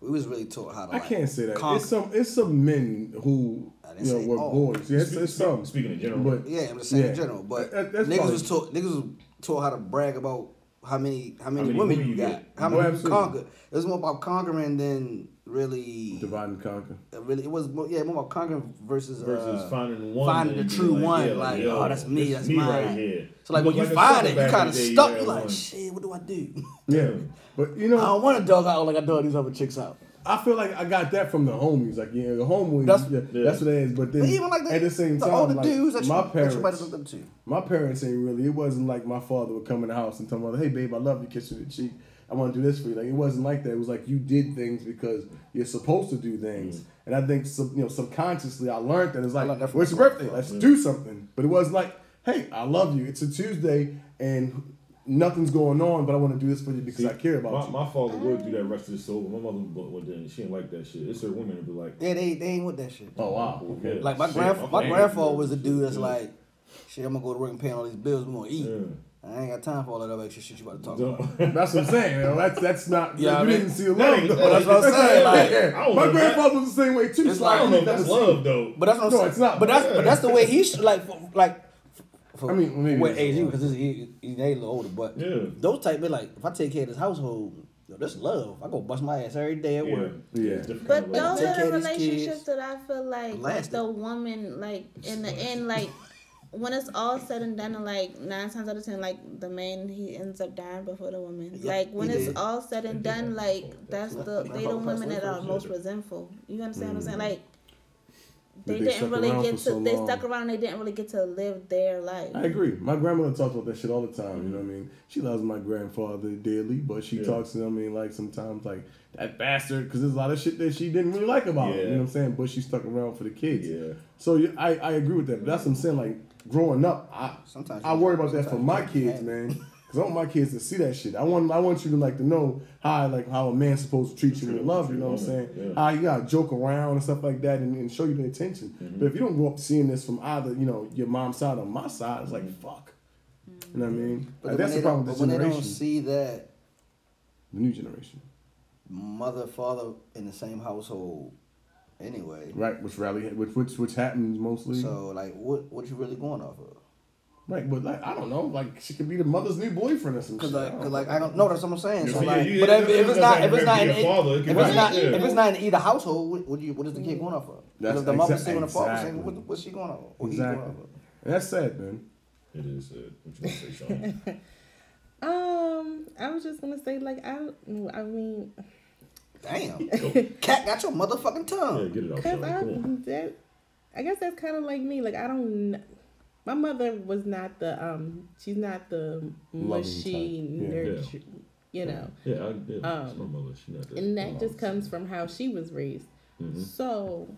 We was really taught how to.
I
like,
can't say that.
conquer.
It's some it's some men who
I didn't
you know
say
were
all.
boys. Yeah, it's,
Speak-
it's some.
speaking in general.
but
Yeah, I'm just saying in
Yeah.
general. But
That- that's
niggas
probably-
was taught niggas was taught how to brag about how many how many,
many
women,
women
you
you
got,
get.
how
Oh,
many you
absolutely.
conquer. It was more about conquering than really,
divide and conquer.
really. It was more, yeah more about conquering versus
Versus
uh,
finding one.
finding
and
the
be
true one.
yeah,
like
yo,
oh, that's me, that's
me
mine.
right here.
So like when you
Because like a
find it, you
sucker
kind
back in
of
the day,
stuck.
you
You
had
like
one.
shit. What do I do?
Yeah, but you
I
know,
don't want to dog out like I dog these other chicks out.
I feel like I got that from the homies. Like yeah, the homies.
That's-
That's, yeah,
Yeah.
that's what it is. But then
But even like the,
at the same
the
time,
older
like,
dudes that you,
my
that you might
parents,
have looked up to.
my parents ain't really. It wasn't like my father would come in the house and tell my mother, "Hey, babe, I love you, kiss you on the cheek. I want to do this for you." Like it wasn't like that. It was like you did things because you're supposed to do things. And I think sub, you know subconsciously I learned that it's like,
learned that from
"What's your
my
birthday? Let's do something." But it was like, "Hey, I love you. It's a Tuesday and nothing's going on, but I want to do this for you because I care about
my,
you."
my father would do that rest of his soul, but my mother would, would didn't. She didn't like that shit. It's her women that be like,
Yeah, they they ain't with that shit.
oh wow. Okay.
Like my
Shit,
grandf-
my
my grandfather
family.
was the dude that's
Yeah.
like, shit, I'm gonna go to work and pay all these bills. We gonna eat.
yeah.
I ain't got time for all that other extra shit you about to talk
Don't-
about.
That's what I'm saying. You know, that's that's not.
Yeah,
you
I mean,
didn't see a love. though.
that's what I'm saying, like,
I don't
my
know that.
grandfather was the same way too.
It's
so
like-
I don't know if
ain't
that's
never
love though.
But that's what I'm
No,
saying.
it's not.
But that's but that's the way he should like for, like. For,
I mean, maybe
what
that's
age
the
he
one.
because he he they a little older, but
Yeah.
those type men like if I take care of this household, yo, that's love. I go bust my ass every day at
Yeah.
work.
Yeah.
It's different
But
kind of
those
love.
Take
are
care
the
of these
relationships
kids.
that I feel like, like
Lasted.
the woman, like in the end, like when it's all said and done, and like nine times out of ten, like the man he ends up dying before the woman.
Yeah,
like when
he
it's
did.
all said and done, like that's the they the women that are most resentful. You understand what I'm saying?
Mm-hmm.
Like
That
they
they
didn't
stuck
really
around
get to
for so
they
long.
stuck around. They didn't really get to live their
I
life.
agree. My grandmother talks about that shit all the time. You know what I mean? She loves my grandfather dearly, but she
Yeah.
talks. You know what I mean? Like sometimes, like that bastard, because there's a lot of shit that she didn't really like about. him, You
Yeah.
know what I'm saying? But she stuck around for the kids.
Yeah.
So yeah, I I agree with that. But that's what I'm saying. Like growing up, I
Sometimes
I
you-
worry about that for
sometimes
my
you
kids,
can't.
man. Cause I want my kids to see that shit. I want I want you to like to know how like how a man's supposed to treat you in love. You know what I'm saying?
Yeah.
How you gotta joke around and stuff like that and, and show you the attention.
Mm-hmm.
But if you don't grow up seeing this from either you know your mom's side or my side, it's like
Mm-hmm.
fuck. You know what I mean?
Mm-hmm. But
Like,
when
that's
they
the problem with
don't- but
this
when they don't
generation,
see that
the new generation,
mother father in the same household, anyway.
right? Which rally, which which which happens mostly,
So like, what what you really going off of?
right? But like I don't know, like she could be the mother's new boyfriend or some
Cause
shit.
like,
I don't
cause
know.
like I don't know. That's what I'm saying. So
Yeah,
like,
you-
but if, if it's
that's
not,
like
if it's not, in, e,
being a father, it
if
can
it's
be-
not,
yeah.
if it's not in either household, what, what, do you, what is the kid going off of?
That's
Because if the mother's
exact-
single, the father's single,
exactly.
what, what's she going off? Of? What he
exactly.
going off of?
And that's sad, man.
It is. Uh, what you gonna say, Sean?
Um, I was just gonna say like I, I mean,
Damn, cat got your motherfucking
yeah,
tongue.
get it off, Sean.
cause I,
Come on.
that, I guess that's kind of like me. Like I don't. kn- My mother was not the um. She's not the
Loving
mushy
type. Yeah.
nurture. You know.
Yeah, I, yeah it's
Um,
my mother. She not that.
and that just comes from how she was raised.
Mm-hmm.
So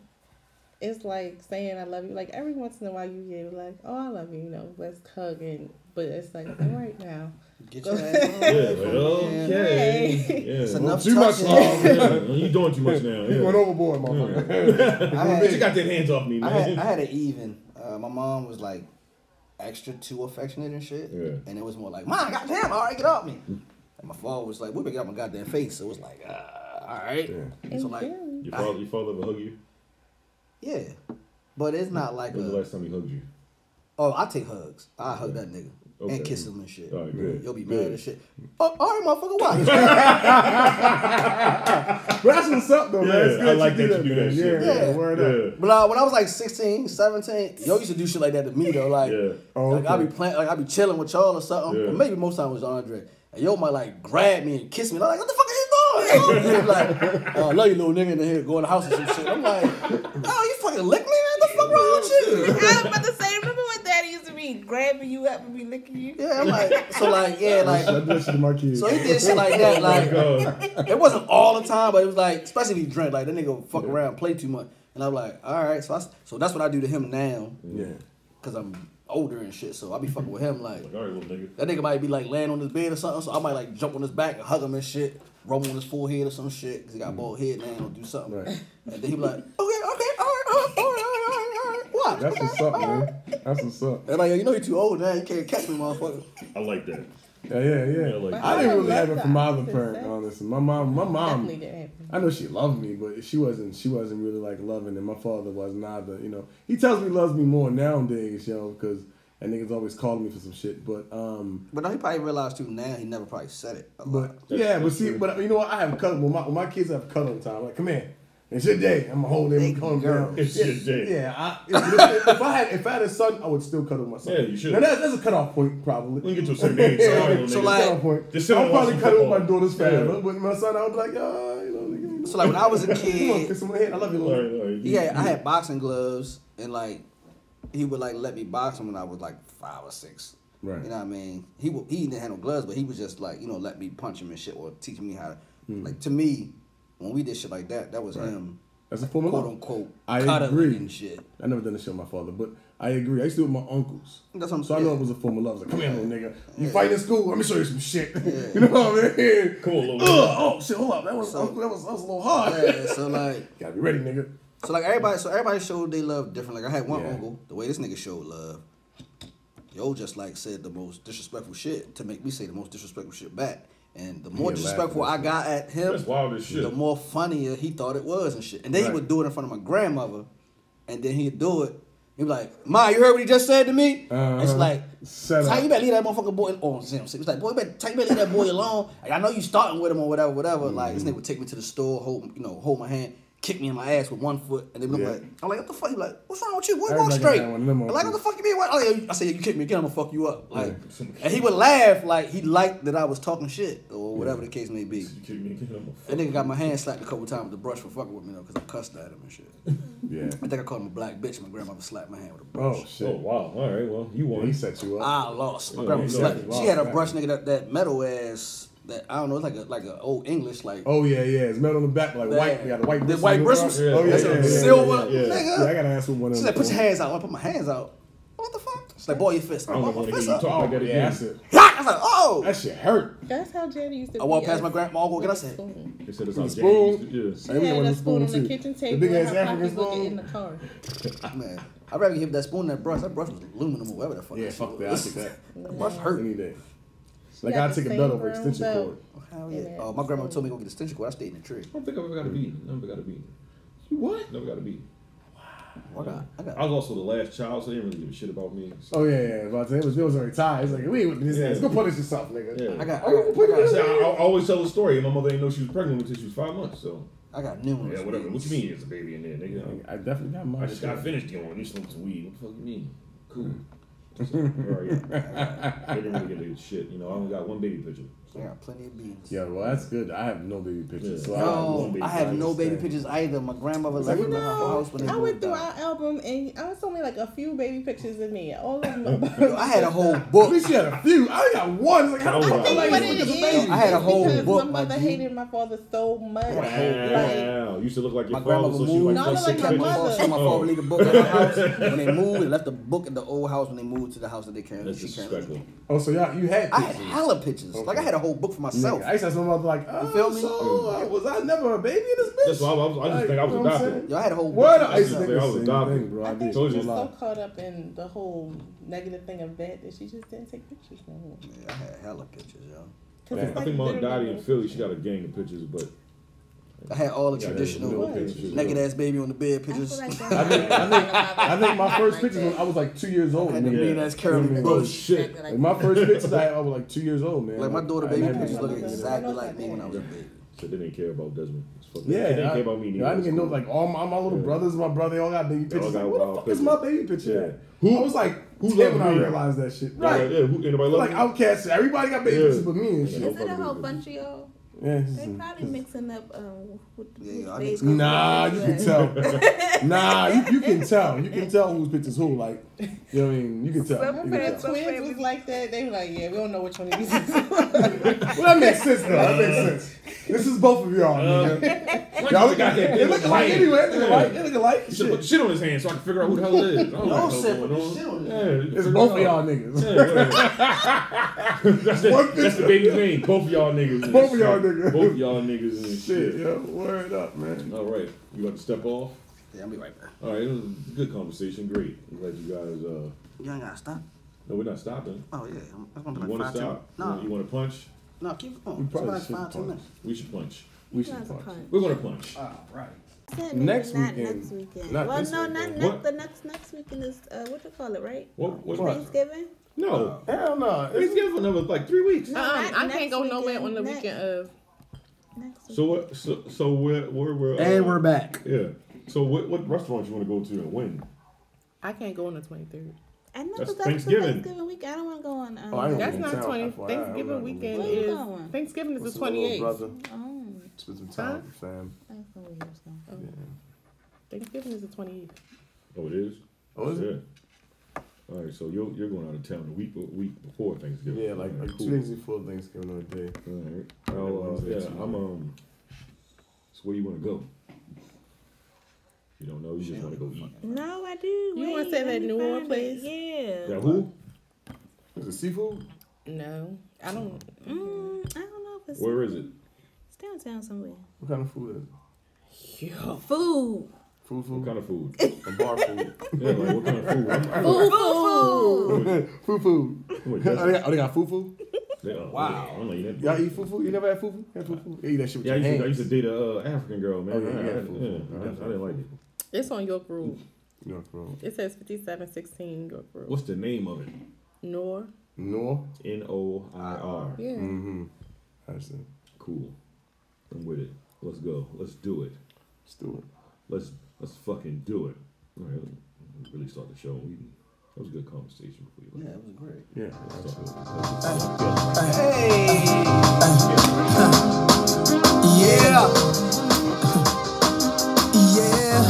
it's like saying I love you. Like every once in a while, you get like, "Oh, I love you," you know, let's hug and. But it's like all right now.
Get your ass
Yeah,
on.
like, okay. Yeah.
It's
Well, oh,
enough
too much
touching.
love.
yeah, you doing too much now.
He went
Yeah.
overboard, motherfucker.
I
Bitch, you
had,
got that hands off me,
I had,
man.
I had an even. Uh, my mom was like extra too affectionate and shit,
Yeah.
and it was more like, "Mom, goddamn, all right, get off me." And my father was like, "We get out my goddamn face," so it was like, uh, "All right." So like,
yeah.
Your father, your father ever hug you?
yeah, but it's not like
When was the
a.
last time he hugged you?
Oh, I take hugs. I hug that nigga.
Okay.
and kiss them and shit.
All right, good.
You'll be mad
good.
as shit. Oh, all right, motherfucker, why?
But that's what's up though, man. It's
Yeah,
good
I like
you
that you do that
man.
shit.
Yeah,
Yeah.
yeah, word up.
but uh, when I was like 16, 17, y'all used to do shit like that to me though. Like,
Yeah.
Oh,
like I'd be
okay.
playing, like I'd be chilling with y'all or something.
Yeah.
Or maybe most time it was Andre. And y'all might like grab me and kiss me. And I'm like, what the fuck are you doing? And they be like, oh, I love you, little nigga in the head, go in the house and some shit. I'm like, oh, you fucking lick me, man? The fuck wrong with you?
I was about to say, remember when daddy used to be grabbing you up and be licking you?
Yeah, I'm like, so like, yeah,
I
like,
do that shit to my kids.
so he did shit like that,
my
like,
God.
it wasn't all the time, but it was like, especially if he drank, like that nigga would fuck around, and play too much, and I'm like, all right, so I, s- so that's what I do to him now,
yeah.
cause I'm older and shit, so I be fucking with him like.
Like, all right, little nigga.
That nigga might be like laying on his bed or something, so I might like jump on his back and hug him and shit, rub him on his forehead or some shit, because he got bald head now or do something.
Right.
And then he be like, okay, okay, all right, all right, all right, all right, all right, all right. What?
That's what's up, man. That's what's up.
And like, yo, you know you're too old now, you can't catch me, motherfucker.
I like that.
Yeah, yeah, yeah.
Yeah, like-
I didn't really have it from my other
That's
parent,
it.
honestly. My mom, my
Um,
mom.
Definitely didn't happen.
I know she loved me, but she wasn't. She wasn't really like loving, and my father wasn't either. You know, he tells me he loves me more nowadays, yo, because that nigga's always calling me for some shit. But um,
But now he probably realized too now he never probably said it. a lot.
but yeah, but see, but you know what? I have cuddle when my when my kids have cuddle time. Like, come here, it's your day. I'm gonna hold him, and calm him down.
It's
yeah,
your day.
Yeah, I, if, if I had if I had a son, I would still cuddle my son.
Yeah, you should.
Now that's, that's a cutoff point, probably.
We can get to a certain age. So, all right, little
So,
nigga.
like-
Cutoff point.
Just sit
I'll
and watch
probably
some
cuddle
football.
my daughter's forever,
Yeah.
but my son, I would be like, ah, you know. nigga,
So like when I was a
Come on,
kid,
kiss him on the head. I love you,
all
little.
right, all right.
yeah, I had boxing gloves and like he would like let me box him when I was like five or six.
Right.
You know what I mean? He would, he didn't have no gloves, but he was just like you know let me punch him and shit or teach me how to
Hmm.
like to me when we did shit like that that was him
That's a form of
quote
love.
unquote
I
cuddling
agree.
and shit.
I never done this shit with my father, but I agree. I used to do it with my uncles.
That's what I'm
so I know
saying.
it was a form of love. It's like, come here, little nigga. You fight in school? Let me show you some shit. you know what I mean?
Come on, little
Ugh,
nigga.
oh shit, hold up. That was
So-
that was that was a little hard.
Yeah, so like
Gotta be ready, nigga.
so like everybody so everybody showed they love different. Like I had one
Yeah.
uncle the way this nigga showed love. Yo just like said the most disrespectful shit to make me say the most disrespectful shit back. And the more
Yeah, laugh
disrespectful
at
I got at him,
That's wild as shit.
the more funnier he thought it was and shit. And then he
Right.
would do it in front of my grandmother, and then he'd do it. He'd be like, "Ma, you heard what he just said to me?" It's
Uh-huh.
like,
Shut
"Ty,
up."
you better leave that motherfucking boy on Zim. It's like, boy, you better, Ty, you better leave that boy alone. Like, I know you starting with him or whatever, whatever. Like
Mm-hmm.
this nigga would take me to the store, hold you know, hold my hand, kick me in my ass with one foot, and then I'm
Yeah.
like, I'm like, what the fuck? He like, what's wrong with you? Boy, walk
Everybody got
straight.
that one of them
I'm like, what the
motherfuckers.
fuck you mean? What? Oh, yeah. I said, you kick me again, I'm gonna fuck you up. Like, and he would laugh like he liked that I was talking shit or whatever the case may be.
You kick me again, I'm a
That nigga got my hand slapped a couple times with the brush for fucking with me though, cause I cussed at him and shit.
Yeah.
I think I called him a black bitch. My grandmother slapped my hand with a brush.
Oh
Oh
shit.
wow! All right, well, you won.
He set you up.
I lost. My grandmother
you
slapped.
Oh, lost.
She had a
Lost,
brush, nigga. That, that metal ass. That I don't know. It's like a like a old English like.
Oh yeah, yeah. It's metal on the back, like
that-
white. We got a white.
The
bristle
white
on the
bristles.
back. Oh yeah,
That's
yeah,
a
yeah,
silver
yeah, yeah.
nigga.
Yeah, I gotta ask him one of
She's
them.
like, put your hands out. I put my hands out. What the fuck? She's like, boy, your fist. I
I don't
walk
know
my
if
fist
you
up.
talk like that
Yeah,
again.
that's it.
I was like, oh.
That shit hurt.
That's how Jenny used to.
I walked
be
past
us
my grandma, Uncle,
with
can I
a
say?
spoon.
They said it's how
spoon?
James used
I
She
mean,
had
one
a
of the
spoon on
spoons,
the
too.
kitchen
The
table.
big
and
ass
her
African
pocketbook
spoon.
In the car.
Man, I'd rather give that spoon than that brush. That brush was aluminum or whatever the fuck.
Yeah,
that shit
fuck that. I
was.
took that.
That brush hurt.
Any day. Like
got
I
the
take a
same
belt over
brown
extension
belt.
cord.
Hell
Yeah,
yeah.
man.
Oh, my grandma told me to go get extension cord. I stayed in the tree.
I don't think I've ever got a beating. Never got a beating. You what? Never got a beating.
I got, I got
I was also the last child, so they didn't really give a shit about me. So,
Oh yeah, yeah. But it was it was already tied. It's like we ain't with this.
Yeah.
Let's go punish yourself, nigga.
yeah.
I got, I
Oh, put
got, I
I,
it
got,
said, I, I always tell the story. My mother didn't know she was pregnant until she was five months. So
I got numerous.
yeah, whatever. What
beats.
you mean? There's a baby in there, nigga.
I definitely got mine.
I just got finished dealing. You smoked some weed. What the fuck you mean? Cool. So, alright. They didn't really give a shit. You know, I only got one baby picture.
I got plenty of beans.
Yeah, well that's good. I have no baby pictures.
Yeah.
So I have one
No,
baby
I have no baby
understand.
pictures either. My grandmother left me in her house when they
I went
moved
through
out.
our album and I was only like a few baby pictures of me. All of them.
Yo, I had a whole
At
book.
least you had a few. I only got one. It's like, how
I
the
think
fuck am I
what
gonna
it
look at the
is,
baby?
I had a
it's
whole
because
book,
My
my
mother
G.
hated my father so much. Like,
Wow. You used to look like your
My
father,
grandmother
so she
moved.
like
No, I
I
look
six
like my
my
pictures.
father.
mother.
My
Oh.
father leave the book at her house when they moved. They left the book at the old house when they moved to the house that they currently.
That's
she currently lives
disrespectful.
in.
Oh, so y'all you had
I
pictures.
had hella pictures. Like I had a whole book for myself.
Nigga, I used to ask my mother like, oh,
feel me?
so uh, was I never a baby in this bitch?
That's why I was- I just think I was
you know what I'm
adopted.
saying?
Yo, I had a whole
What?
book.
I used to
They
think the
all
same
adopted.
thing, bro.
I
I
think
did.
she
Told
was
you.
so caught up in the whole negative thing of that that she just didn't take pictures no more.
Yeah, I had hella pictures, yo.
I think mom died in Philly. She got a gang of pictures, but
I had all the
Yeah,
traditional
there's no pictures,
naked
no.
ass baby on the bed
I
pictures.
feel like
I think, I think, I think my first pictures when I was like two years old.
And the
nigga.
mean ass
You know what I
Carolyn
mean?
Bush.
Shit.
Like, my first pictures I had, I was like two years old, man.
Like my daughter
I
baby
didn't have
pictures
no-
look exactly
Yeah.
like me when I was a baby.
So they didn't care about Desmond. It's fucked up.
Yeah,
they didn't
I,
care about me.
yeah, I didn't even know.
That's
Like all my, my little
Yeah.
brothers, my brother, they all got baby
They all
pictures.
got
like, where the
wild
fuck is
pictures.
my baby picture?
Yeah.
At?
Who-
I was like,
who
who
loved
when I
me?
realized that shit?
cool. Like,
Right.
yeah, who, anybody love
Like
me?
outcasts, everybody got baby
Yeah.
pictures but me and
Yeah.
shit.
Is it a whole bunch of y'all?
Yeah. this
They
is-
probably mixing up um with
Yeah, I
babies.
mix up.
Nah, you can tell. nah, you, you can tell. You can tell whose pictures who. Like, you know what I mean? You can tell.
Some
You
of
can
it-
tell.
Twins was like that. They were like, yeah, we don't know which one of these is.
Well, that makes sense though. That makes sense. This is both of y'all. nigga. y'all look
got
like
that
it. Look alike
bitch.
anyway. It
Yeah.
look alike. It look alike.
Shit, put
Shit.
shit on his hand so I can figure out who the hell it is. I don't
No
like what's
shit,
going
put
on.
shit on his
Yeah,
hand.
figure
It's
it
both of
out.
y'all niggas.
Yeah, whatever. that's, the, that's the baby's name. Both of y'all niggas. and
Both of y'all
shit.
niggas.
Both of y'all niggas and
Shit,
shit.
yo, word up, man.
All right, you about to step off?
Yeah, I'll be right back.
All right, it was a good conversation. Great. I'm glad you guys. uh
You ain't gotta stop.
No, we're not stopping.
Oh yeah, I'm- it's gonna
You
be like
want to
five ten.
stop? You
No,
want- You want to punch?
no, keep it
We
going. It's
probably
like
should
five ten
pause.
minutes.
We should punch.
We
You
should
guys are
punch.
fun.
We're gonna punch.
All right.
Said
Next
maybe not
weekend.
Next weekend.
Not
well,
this
no,
weekend.
not
What?
next. The next next weekend is uh, what you call it, right?
What? What?
What?
Thanksgiving.
No.
Hell no.
He's
It's-
giving for another like three weeks.
No,
Um,
not
I
next
can't go nowhere
weekend,
on the
next-
weekend of.
Next weekend.
So what? So, so where? Where we're?
And we're back.
Yeah. So what? What restaurant you want to go to and when?
I can't go on the 23rd.
I know
That's
because that's
Thanksgiving.
Thanksgiving. Thanksgiving week. I don't want to go on. Um,
Oh, I ain't
That's
Yeah,
not
town,
20.
FYI, I'm not
Thanksgiving
gonna
do
weekend
that.
is.
Where you going?
Thanksgiving is
What's
the
up, little
28th.
brother?
oh,
Spend some time with your fam.
that's the way it was going.
Oh. Thanksgiving is the 28th.
Oh, it is.
Oh, is it?
Yeah. All right. So you're you're going out of town the week week before Thanksgiving.
Yeah, like,
All right,
like two days before Thanksgiving or a day.
All right. I'll,
Like
uh,
Wednesday,
yeah,
Tuesday.
I'm um. So where you want to go? You don't know. You just want to go eat.
No, I do.
You
Wait,
wanna say
let
that
me
New Orleans
find
place?
it. Yeah.
Now who?
Is it seafood?
No, I don't.
Mm, I don't know if it's.
Where is it?
It's downtown somewhere.
What kind of food is it?
Yo.
Food.
Food,
What
food,
kind of food?
a bar food.
yeah, like what kind of food? I'm, I'm,
Food. Food.
food, food.
I'm with
Oh, they
Desmond.
got, oh, they got food, food.
They- oh,
Wow.
I don't know. You never-
Y'all eat food, food. You never had food, food? Had food, food. They eat that shit with
Yeah, I
your
used, to, I
hands.
used to date a uh, African girl, man.
Oh, yeah,
I,
yeah,
I-
fool.
yeah, I didn't- I didn't like it.
It's on York Road.
You know, bro.
It says 5716 York Road.
What's the name of it?
Nor?
No.
N O I R.
Yeah.
Mm-hmm. I understand.
Cool. I'm with it. Let's go. Let's do it.
Let's do it.
Let's let's fucking do it. All right, let's really start the show. We, that was a good conversation before you
Yeah,
left.
it was great.
Yeah.
Let's start.
Yeah. Yeah.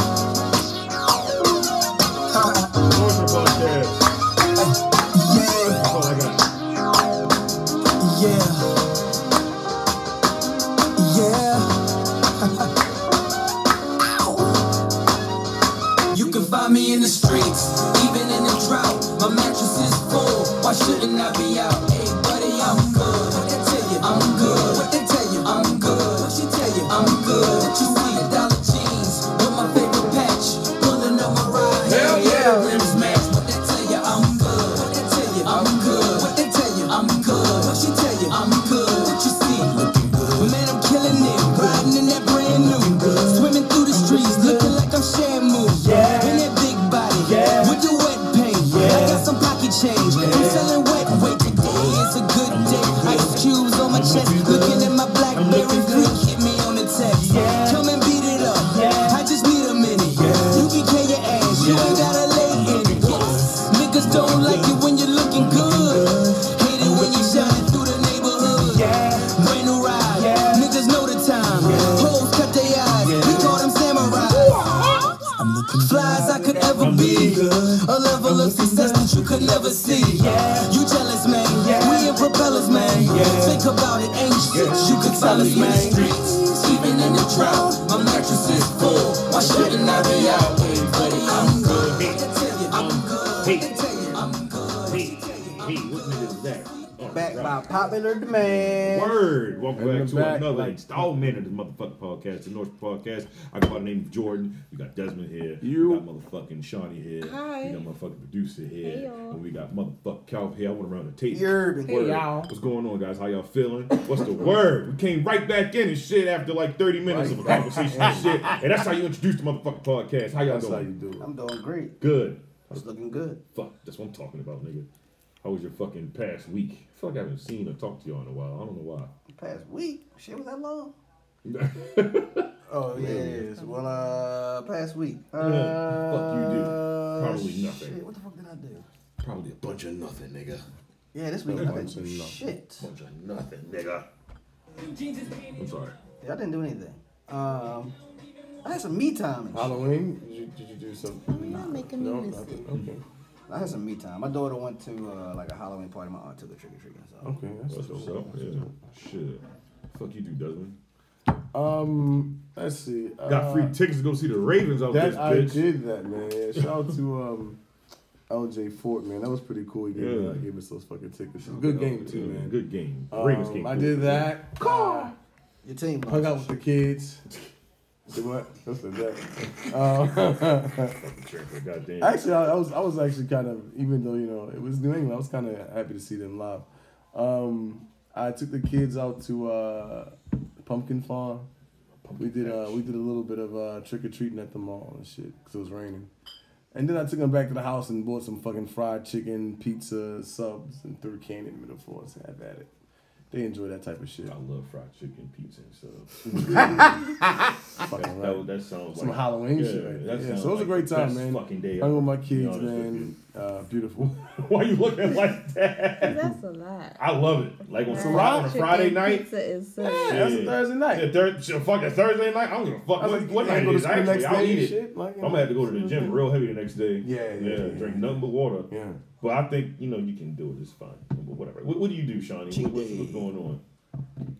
Torture podcast.
Yeah.
That's all I got.
Yeah. Yeah. Ow. You can find me in the streets, even in the drought. My mattress is full. Why shouldn't I be out? Hey, buddy, I'm good. What they tell you? I'm good. What they tell you? I'm good. What she tell you? I'm good. What you see? Dollar jeans with my favorite patch. Pulling up my ride. Hell yeah. Rims match. What they tell you? I'm good. What they tell you? I'm good. What they tell you? I'm good. What she tell you? I'm good. What you see? Looking good. Man, I'm killing it. Riding in that brand new. Swimming through the streets, looking like I'm Shamu. Yeah. In that big body. Yeah. With the wet paint. Yeah. I got some pocket change. I'm selling wet weight today. It's a good day. Ice cubes on my chest. Looking at my blackberry freak. Hit me on the text. Yeah. Come and beat it up. Yeah. I just need a minute. Yeah. You can carry your ass. You ain't gotta lay in it. Yes. Niggas don't like it when you're looking good. Hate it when you shining through the neighborhood. Brand new ride. Niggas know the time. Hoes cut their eyes. We call them samurai. Flies I could ever be. A level of success that you could never see. You jealous, man. We in propellers, man. Think about it, ain't shit. You could tell us, man. Even in the drought, my mattress is full. Why shouldn't I be out? Hey, buddy, I'm good. They tell you I'm good. They tell you I'm good.
Hey, what nigga is that? All right.
back by popular demand.
Word. Welcome
In
back
the
to
back,
another
like-
installment of this motherfucking podcast, the North Podcast. I go by the name of Jordan. We got Desmond here.
You-
We got motherfucking Shawnee here.
Hi.
We got motherfucking producer here.
Hey, y'all.
and we got motherfucking Calv here. I went around the tape.
Yerb.
Hey,
Word.
y'all.
What's going on, guys? How y'all feeling? What's the word? We came right back in and shit after like 30 minutes of a conversation and shit. And that's how you introduce the motherfucking podcast. How y'all
That's how you
doing?
do it.
I'm doing great.
Good.
It's looking good.
Fuck, that's what I'm talking about, nigga. How was your fucking past week? I feel like I haven't seen or talked to y'all in a while. I don't know why.
Past week, shit was that long.
Oh
Yeah, yes. Well, uh, past week. Uh,
fuck you do. Probably nothing.
Shit, what the fuck did I do?
Probably a bunch of nothing, nigga.
Yeah, this week I didn't
Bunch of
do
nothing.
shit.
Bunch of nothing, nigga. I'm sorry.
Yeah, I didn't do anything. Um, I had some me time. And shit.
Halloween? Did you, did you do
Why
something?
you not making
No,
me miss it?
nothing. Okay.
I had some me time. My daughter went to uh, like a Halloween party. My aunt took her trick or treating. So
Okay, that's
What's
what's
up?
up.
Yeah. Shit. Fuck you do, Desmond.
Um, let's see. Uh,
Got free tickets to go see the Ravens out this
That I
bitch.
did that, man. Yeah, Shout out to um, LJ Fort, man. That was pretty cool. He gave,
Yeah.
uh, gave us those fucking tickets. Good game too, man.
Good game. Ravens game.
Um, I
cool.
did that. Uh,
your team
hung
lost.
out with the kids. Did what? That's the that. Um,
Goddamn.
Actually, I, I was I was actually kind of even though you know it was New England, I was kind of happy to see them live. Um, I took the kids out to uh, Pumpkin Farm. We did uh, we did a little bit of uh, trick or treating at the mall and shit because it was raining. And then I took them back to the house and bought some fucking fried chicken, pizza, subs, and threw candy in the middle for us and have at it. They enjoy that type of shit.
I love fried chicken, pizza, and stuff.
Fucking
That,
right.
was- that sounds
Some
like
Halloween shit
that
right there. Yeah,
sounds
so it was a
like
great
the
time,
best
man.
Fucking day.
Hung
ever,
with my
to be
kids,
honest with
man. Uh, beautiful.
you. Why you looking like that?
That's a lot.
I love it. Like on,
Fried
Friday, on a
chicken
Friday night.
Pizza is sick.
Yeah, that's a
Yeah.
Thursday night.
Yeah, thir- shit, fuck that Thursday night. I don't give a fuck
I was
what, what
like, you
night
can't go
it
to
is.
school the
Actually,
next
I'll
day
eat
and
it.
shit, like, you
I'm gonna have to go to the
know.
gym real heavy the next day.
Yeah, yeah, yeah.
drink nothing but water.
Yeah.
But I think you know you can do it. It's fine. Whatever. What, what do you do, Shawnee? What,
Cheat
what's,
day.
what's going on?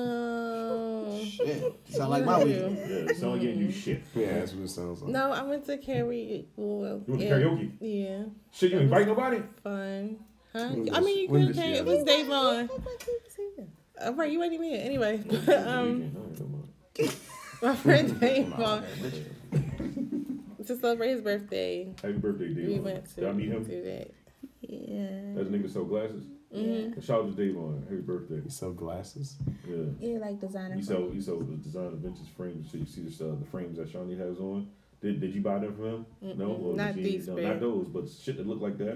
Um,
Shit, sound like my week.
Yeah, it's not getting you shit.
Yeah, that's what it sounds like.
no, I went to karaoke. Well,
You went to
yeah,
karaoke?
Yeah,
Shit, you invite nobody?
fun. Huh?
When
I
was-
mean, you
when
could
was
have
she
came. It
out?
was day long.
That's my favorite season.
Uh, right, you ain't even here anyway. um,
Weekend, all right, never mind.
my friend Davon to celebrate his birthday.
Happy birthday, Dave.
We went to
Did I meet him?
do that.
Yeah.
Mm-hmm.
That nigga sell glasses.
Mhm.
Shout out to Dave on happy birthday.
You sell glasses?
Yeah.
Yeah, like designer.
You sell you sell the design of vintage frames. So you see this, uh, the frames that Shawnee has on. Did, did you buy them from him? No,
Mm-mm,
Well,
not
she-
these
no,
big.
not those, but shit that look like that.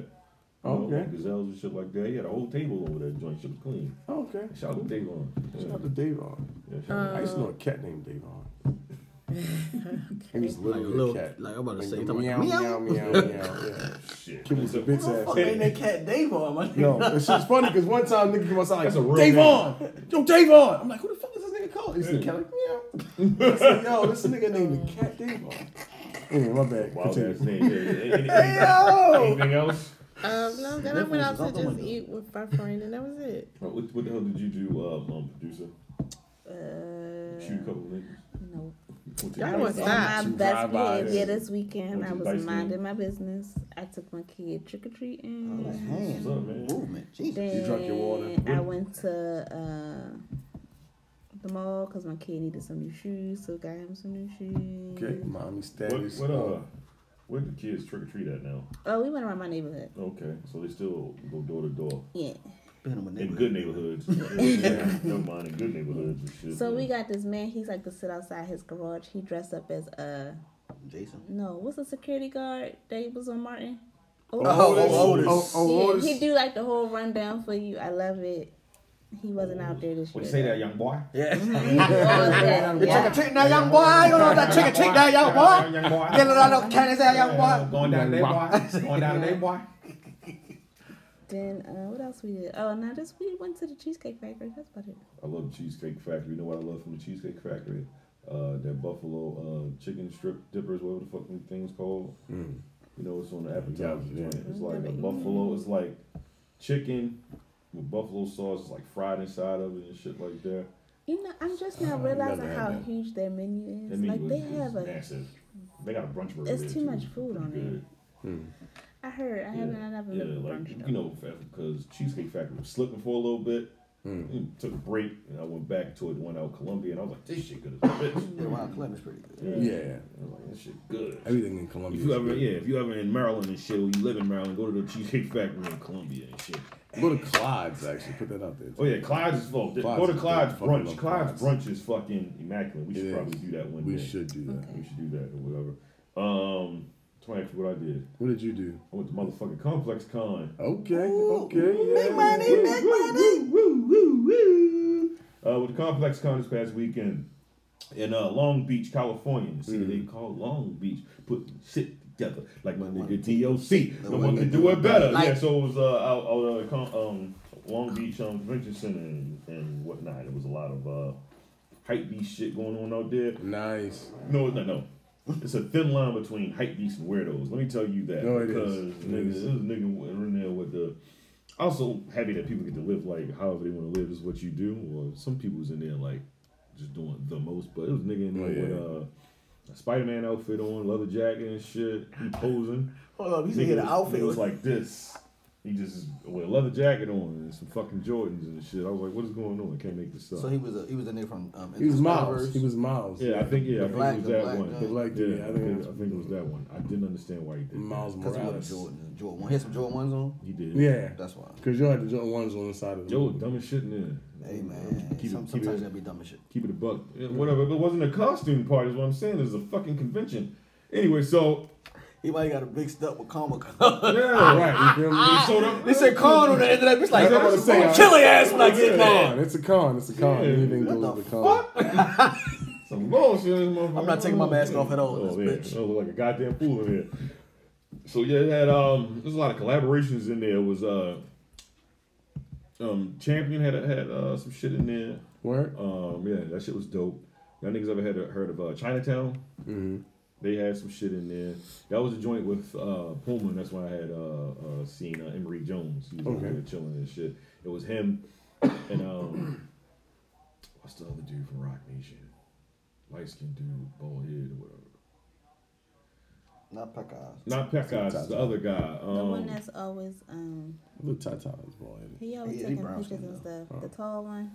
You know,
Okay.
like gazelles and shit like that. He had a whole table over there. Joint shit was clean.
Oh, okay.
Shout out to Davon.
Shout
Yeah.
out to Davon.
Yeah, shout out
I used to know a cat named Davon. He was literally
Like a
a
little-
cat.
like I'm about to
Like
say,
the
you talking
meow,
about
meow, meow, meow, Yeah.
to- shit.
Kid was a
That's
bitch ass.
Fuck, ain't that cat Davon, my
No, it's just funny because one time nigga came outside like,
That's a real
Davon! Yo, Davon! I'm like, who the fuck is this nigga called? He said,
Yeah.
cat like, meow. I said, yo, this nigga named the cat Davon. Anyway, my
a
bad.
Wild ass
Continue.
name. Yeah, yeah. Any-
Hey,
any-
yo!
Anything else?
Um, no, then I went out
Difference
to
is out
just
the
eat with my friend, and that was it.
Uh, What, what the hell did you do, um, um, producer? Shoot a
Uh,
couple niggas.
no.
Went to
Y'all
the
was
dice-
not-
my
Some
best
drive-bys.
behavior this
Went
weekend.
to
I
the
was
dice game.
minding my business. I took my kid trick or treating.
Hand
What's up, man?
movement. Jesus.
Then
You drunk your water.
I went to uh, the mall because my kid needed some new shoes, so got him some new shoes.
Okay, mommy
What,
status.
what, uh, where the kids trick or treat at now?
Oh, we went around my neighborhood.
Okay, so they still go door to door.
Yeah.
Been in my
In
neighborhood.
good neighborhoods. yeah. Don't mind in good neighborhoods and shit.
So
man.
we got this man. He's like to sit outside his garage. He dressed up as a
Jason.
no. What's the security guard that was on Martin?
Oh, oh,
oh, oh, oh,
yeah,
Otis.
he do like the whole rundown for you. I love it. He wasn't out there this year.
What you say
though.
there, young boy?
Yeah.
Yeah.
You trick or treat now, young boy. You don't know about trick or treat now, young boy.
Young boy.
Get it out of candies there, young
Yeah,
boy.
Going down there, boy. Going down there, boy.
Then uh, what else we did? Oh, now this we went to the Cheesecake Factory. That's about it.
I love the Cheesecake Factory. You know what I love from the Cheesecake Factory? Uh, that buffalo uh, chicken strip dippers, whatever the fucking thing's called. You know, it's on the appetizer
Yeah.
joint. It's like a
Mm-hmm.
buffalo. It's like chicken with buffalo sauce. It's like fried inside of it and shit like that.
You know, I'm just now
Uh,
realizing
never had
how
that.
huge their menu is.
That menu
like they
is, is
have a.
massive. They got a brunch burger.
It's
there,
too much food
Pretty
on
good.
there. I heard. I haven't. I haven't
Yeah,
been
like
brunch,
you
though.
know, because Cheesecake Factory was slipping for a little bit.
Hmm.
and Took a break, and I went back to it. Went out Columbia, and I was like, "This shit good as a bitch."
Yeah, wow, Clem is pretty good.
Yeah.
I was like, "This shit good."
Everything in
If
Columbia.
you
is
ever,
good.
yeah, if you ever in Maryland and shit, or you live in Maryland, go to the Cheesecake Factory in Columbia and shit.
Go to Clyde's actually. Put that out there.
Oh yeah, Clyde's is full. Go
Clyde's
to
is
Clyde's
fucking
brunch.
love
Clyde's
Clyde's.
brunch is fucking immaculate. We
It
should
is.
probably do that one
We
day.
should do that.
We should do that or whatever. Um, trying to ask you what I did.
What did you do?
I went to motherfucking Complex Con.
Okay. okay. Yeah.
Make money, make money.
Woo woo woo. Uh, with the Complex Con this past weekend in uh, Long Beach, California. The city they call Long Beach, putting shit together like my nigga DOC. No, one could do it better.
Like-
yeah, so it was uh, out, out uh, con- um, Long Beach um, Convention Center and, and whatnot. It was a lot of uh, hype beast shit going on out there.
Nice.
No, no, no. It's a thin line between hype beasts and weirdos. Let me tell you that.
No, it is.
because
It
nigga,
is.
this nigga went in there with the. Also happy that people get to live like however they want to live is what you do. Well, some people's in there like just doing the most, but it was a nigga in there
Oh, yeah.
with uh, a Spider Man outfit on, leather jacket and shit. He posing.
Hold up, you
Nigga
see the
was-
outfit
nigga was
was like
like this. He just with a leather jacket on and some fucking Jordans and shit. I was like, what is going on? I can't make this up.
so he was a he was a nigga from um,
He was
Into
Miles.
Spider-Verse.
He was Miles.
yeah, I think yeah, I
The
think
black-
it was
the
that
black
one.
guy.
The black dude,
yeah, I
I think
think,
that's-
I think it was that one. I didn't understand why he did.
Miles
Cause he wore the
Morales.
Jordan, Jordan one. He had some Jordan ones on.
That. He did.
Yeah.
That's why.
Cause you had the Jordan ones on the side of the
Yo, dumbest shit in there.
Hey man,
Keep it-
some,
keep
sometimes
it-
that be dumb as shit.
Keep it a buck. Yeah, Whatever. But it wasn't a costume party. Is what I'm saying. It was a fucking convention. Anyway, so
He might have got it mixed up with Comic Con.
yeah,
Right. You feel me?
He showed up.
they said con on the end of that bitch like,
That's what I'm saying.
kill your ass when I get there.
Con. It's a con. It's a con.
Yeah.
Anything
What
goes
the
with a con.
Some bullshit. in this motherfucker.
I'm not taking my mask off at all,
Oh
this
man,
bitch.
I look like a goddamn fool in here. So yeah, it had um, there's a lot of collaborations in there. It was uh, um, Champion had had uh some shit in there.
Word.
Um, yeah, that shit was dope. Y'all niggas ever had heard of uh, Chinatown?
Mm-hmm.
They had some shit in there. That was a joint with uh, Puma, and that's why I had uh, uh, seen uh, Emery Jones. He was over
Okay.
there chilling and shit. It was him and um, what's the other dude from Rock Nation? Light skinned dude, bald head or whatever.
Not Pekka.
Not Pekka, it's the other guy.
The one
Um,
that's always um
The Tata is boy.
he always
He- he
taking
brown
pictures
skin,
and stuff. The tall one.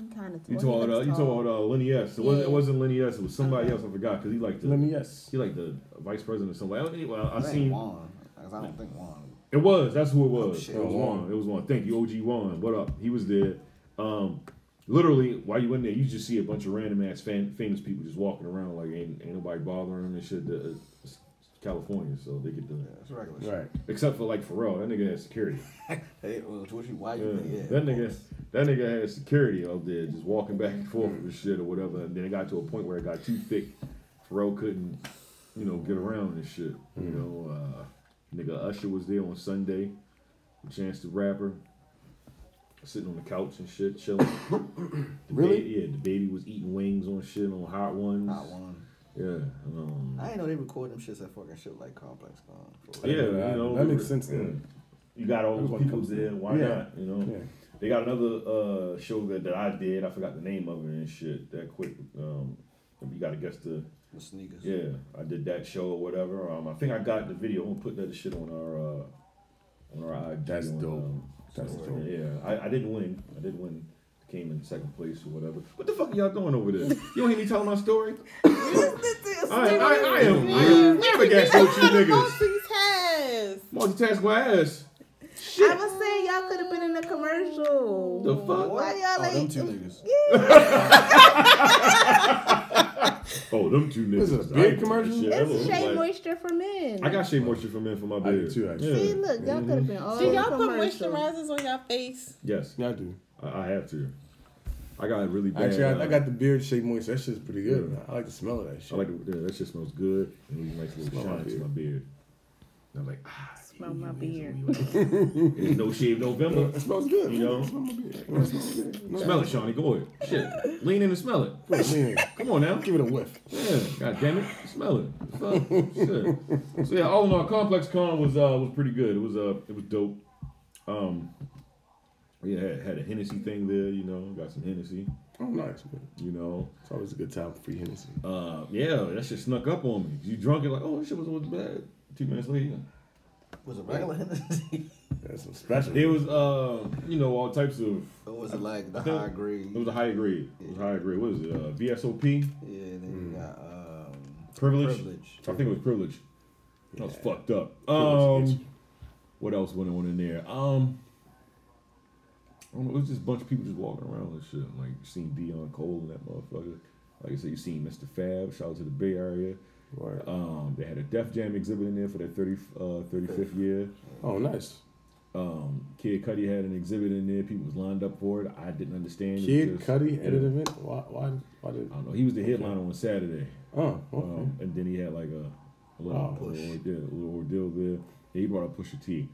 He kind of
you told uh, you told uh, Lenny S. It wasn't it
Yeah.
wasn't Lenny S. It was somebody else. I forgot because he like
Let
the
me yes.
he like the vice president or somebody. I- Well, I
I seen
seen
Juan. 'cause I don't think Juan.
It was. That's who it was.
Oh, shit.
It was
Oh,
Juan. It was Juan. Thank you, OG Juan. What up? He was there. Um, literally, while you in there, you just see a bunch of random ass fan, famous people just walking around like ain't, ain't nobody bothering them and shit. The- uh, It's California, so they get done.
Yeah, it's regular shit.
Right.
Except for like Pharrell, that nigga had security.
Hey, well, Georgie, why
Yeah.
you yeah.
That nigga, that nigga had security out there just walking back and forth and shit or whatever. And then it got to a point where it got too thick. Pharrell couldn't, you know, get around and shit. You know, uh, nigga Usher was there on Sunday. Chance the rapper sitting on the couch and shit, chilling. The
Really?
ba- yeah, the baby was eating wings on shit on hot ones.
Not Juan.
Yeah. Um,
I ain't know they record them shits at fucking shit like Complex Con. For
yeah,
real.
you know
That
we
makes
were-
sense,
yeah.
then.
You got all those
Everybody
people
comes
there.
in.
Why
Yeah.
not? You know.
Yeah.
They got another uh, show that, that I did. I forgot the name of it and shit. That quick. Um, you gotta guess the
The sneakers.
yeah. I did that show or whatever. Um, I think I got the video. I'm gonna put that shit on our uh, on our IG.
That's
on,
dope.
um,
That's
so,
dope.
Yeah, I, I didn't win. I did win. Came in second place or whatever. What the fuck are y'all doing over there? You don't hear me telling my story? I, I, I am. I am flabbergasted with you niggas.
Multitask.
Multitask my ass.
I was saying y'all could have been in a commercial.
The fuck?
Why y'all
Oh, them
like?
two niggas.
Oh, them two niggas.
Is it a
I
beard
ain't-
commercial?
shit, that
It's
look
shea
like-
moisture for men.
I got shea moisture for men for my
I
beard.
do too, actually.
See,
Yeah.
look, y'all could have been all
Do y'all put
commercial.
moisturizers on y'all face?
Yes,
Yeah, I do.
I, I have to. I got really bad.
Actually, I, I
uh,
got the beard shaped moist. That shit's pretty good.
Yeah.
man. I like the smell of that shit.
I like it. Yeah, that shit smells good. And it nice little
Smell my
shine to
beard.
my beard. And I'm like, ah,
Smell my beard.
it's no shave November.
it smells good.
You know?
Smell my beard. It smells good. No,
Smell it, Shawnee. Go ahead. Shit, lean in and smell it.
come on, man.
Come on now.
Give it a whiff.
Yeah, god damn it, smell it. Fuck, shit. So yeah, all in all, Complex Con was uh was pretty good. It was uh it was dope. Um, yeah, had, had a Hennessy thing there. You know, got some Hennessy.
Oh, nice.
You know,
It's always a good time for you, Hennessy.
uh, yeah, that shit snuck up on me. You drunk it like, oh, that shit was was bad. Two minutes later,
Was it regular Hennessy?
That's some special.
It was, uh, you know, all types of.
or was it like the
I think-
high grade?
It was a higher grade. It was a higher grade. What is it? Uh, VSOP?
Yeah, then
Mm.
you got um,
Privilege?
privilege.
I think it was privilege. I was fucked up.
Privilege
Um,
gets
what else went on in there? Um, I don't know. It was just a bunch of people just walking around and shit. Like you seen Dion Cole and that motherfucker. Like I said, you seen Mr. Fab. Shout out to the Bay Area.
Word.
Um, they had a Def Jam exhibit in there for their 30, uh, 35th year.
Oh, nice.
Um, Kid Cudi had an exhibit in there. People was lined up for it. I didn't understand. It Uh,
Kid
just-
Cudi at an
Yeah.
event. Why? Why? Why did?
I don't know. He was the headliner on Saturday.
Oh, okay.
Um, and then he had like a, a little,
Oh,
a
push.
little, ordeal, a little ordeal there. Yeah, he brought up Pusha T.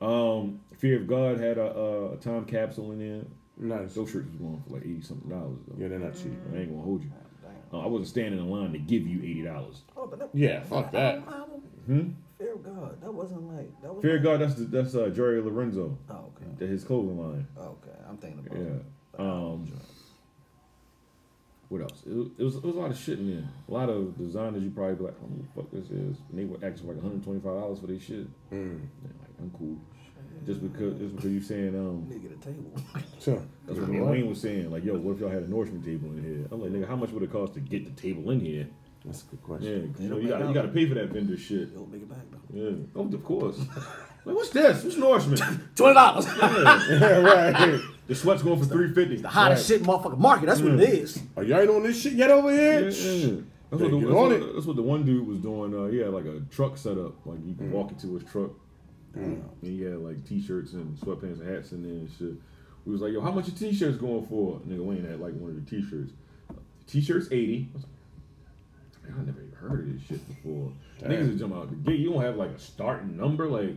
Um, Fear of God had a, a, a time capsule in there.
Nice.
Those shirts was going for like eighty something dollars. Though.
Yeah, they're not cheap.
I ain't gonna hold you.
Damn.
Uh, I wasn't standing in line to give you eighty dollars.
Oh, but that,
Yeah, fuck that.
Album,
Hmm?
Fear of God. That wasn't like that was.
Fear of God.
like,
That's the, that's uh, Jerry Lorenzo.
Oh, okay.
that- His clothing line.
Okay, I'm thinking about.
Oh, Yeah.
it.
Um, what else? It, was- it was it was a lot of shit in there. A lot of designers you probably be like, oh, fuck this is. And they were asking for like one hundred twenty five dollars for their shit.
Mm.
Yeah, like, I'm cool. Just because just because you saying um
Need to get a table.
Sure.
that's what me and Wayne was saying, like, yo, what if y'all had a Norseman table in here? I'm like, nigga, how much would it cost to get the table in here?
That's a good
Yeah,
question.
so you gotta you gotta pay for that vendor shit.
You'll make it back though.
Yeah. Oh, of course. Like, what's this? What's Norseman?
Twenty dollars.
Yeah.
Yeah, right.
The sweat's going for three fifty.
Hottest shit, motherfucking market. That's what it is.
Are y'all ain't on this shit yet over
Yeah, yeah.
here?
That's, what the,
Get
that's,
on
what,
it.
that's what the one dude was doing. Uh, he had like a truck setup. Like you
Mm.
can walk into his truck. And he had like t-shirts and sweatpants and hats in there and shit. We was like, yo, how much your t-shirts going for? Nigga Wayne had like one of the t-shirts. T-shirts eighty. I was like, Man, I never even heard of this shit before. Niggas would jump out the gate. You don't have like a starting number, like.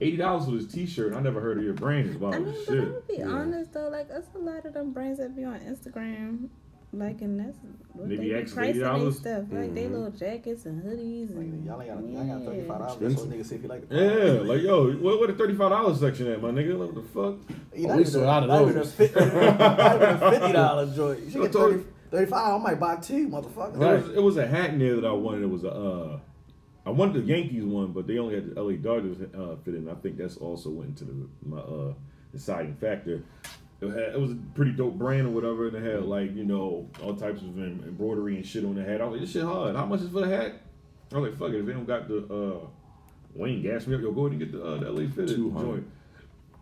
Eighty dollars for this T-shirt. I never heard of your brand. It's about
I mean,
this
but I'm
shit.
gonna be honest though, like it's a lot of them brands that be on Instagram, like and that's what
Maybe
they be
extra
pricing they
$80?
stuff, like they
Mm-hmm.
little jackets and hoodies and
Y'all ain't got, y'all got thirty five dollars.
Expensive.
So nigga, see if you like it.
Yeah, like yo, what what a thirty five dollars section at my nigga? Like, what the fuck?
You
Oh, we sold out of those.
Fifty dollars joint. You
I
get
told
30, 35 I might buy two, motherfucker.
There was, it was a hat in there that I wanted. It was a, uh, I wanted the Yankees one, but they only had the LA Dodgers uh, fit in. I think that's also went into the my uh, deciding factor. It, had, it was a pretty dope brand or whatever, and it had like you know all types of em- embroidery and shit on the hat. I was like, this shit hard. How much is for the hat? I was like, fuck it. If they don't got the uh, Wayne gas me up, yo, go ahead and get the, uh, the LA fit in
200.
joint.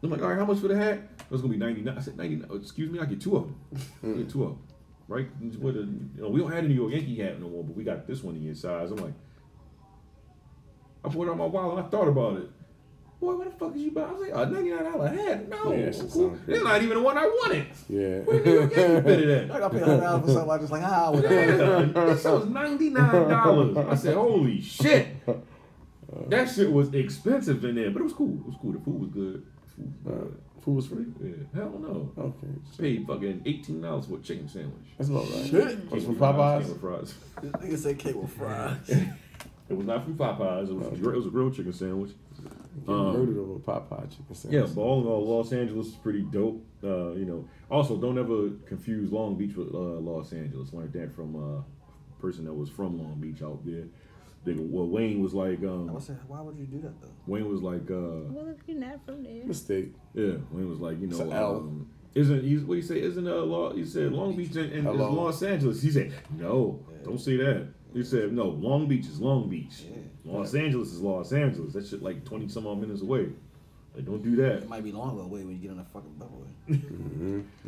I'm like, all right, how much for the hat? It's gonna be ninety nine. I said ninety nine. Excuse me, I get two of them.
Mm.
I get two of them, right? With a, you know, we don't have the New York Yankee hat no more, but we got this one in your size. I'm like, I put it on my wallet and I thought about it. Boy, what the fuck is you buy? I was like, a ninety nine dollar hat? No,
Yeah,
yeah,
that
cool.
sounds good.
That's not even the one I wanted. Where New
Yeah.
York Yankee fit it
I
at?
got paid hundred dollars for something. I just like ah, whatever.
Yeah, this shit was ninety nine dollars. I said, holy shit. That shit was expensive in there, but it was cool. It was cool. The food was good. Food was good.
Food was free.
Yeah, hell no.
Okay.
Paid fucking eighteen dollars for a chicken sandwich.
That's about right.
Shit.
Was from
It
Popeyes.
was fries.
This nigga said cake with fries.
It was not from Popeyes. It was, it was a grilled chicken sandwich.
Getting murdered over a Popeye chicken sandwich.
Yeah, but all in all, Los Angeles is pretty dope. Uh, you know, also don't ever confuse Long Beach with uh, Los Angeles. Learned that from uh, a person that was from Long Beach out there. They, well, Wayne was like,
I
um,
said, why would you do that though?
Wayne was like, uh,
well if you're not from there.
Mistake.
yeah, Wayne was like, you know,
It's a L.
um, isn't he, what he say? Isn't uh, law? He said Long Beach and, and is
Hello.
Los Angeles. He said, no, don't say that. He said, no, Long Beach is Long Beach. Los Angeles is Los Angeles. That shit like twenty some odd minutes away. Like, don't do that.
It might be longer away when you get on the fucking bubble.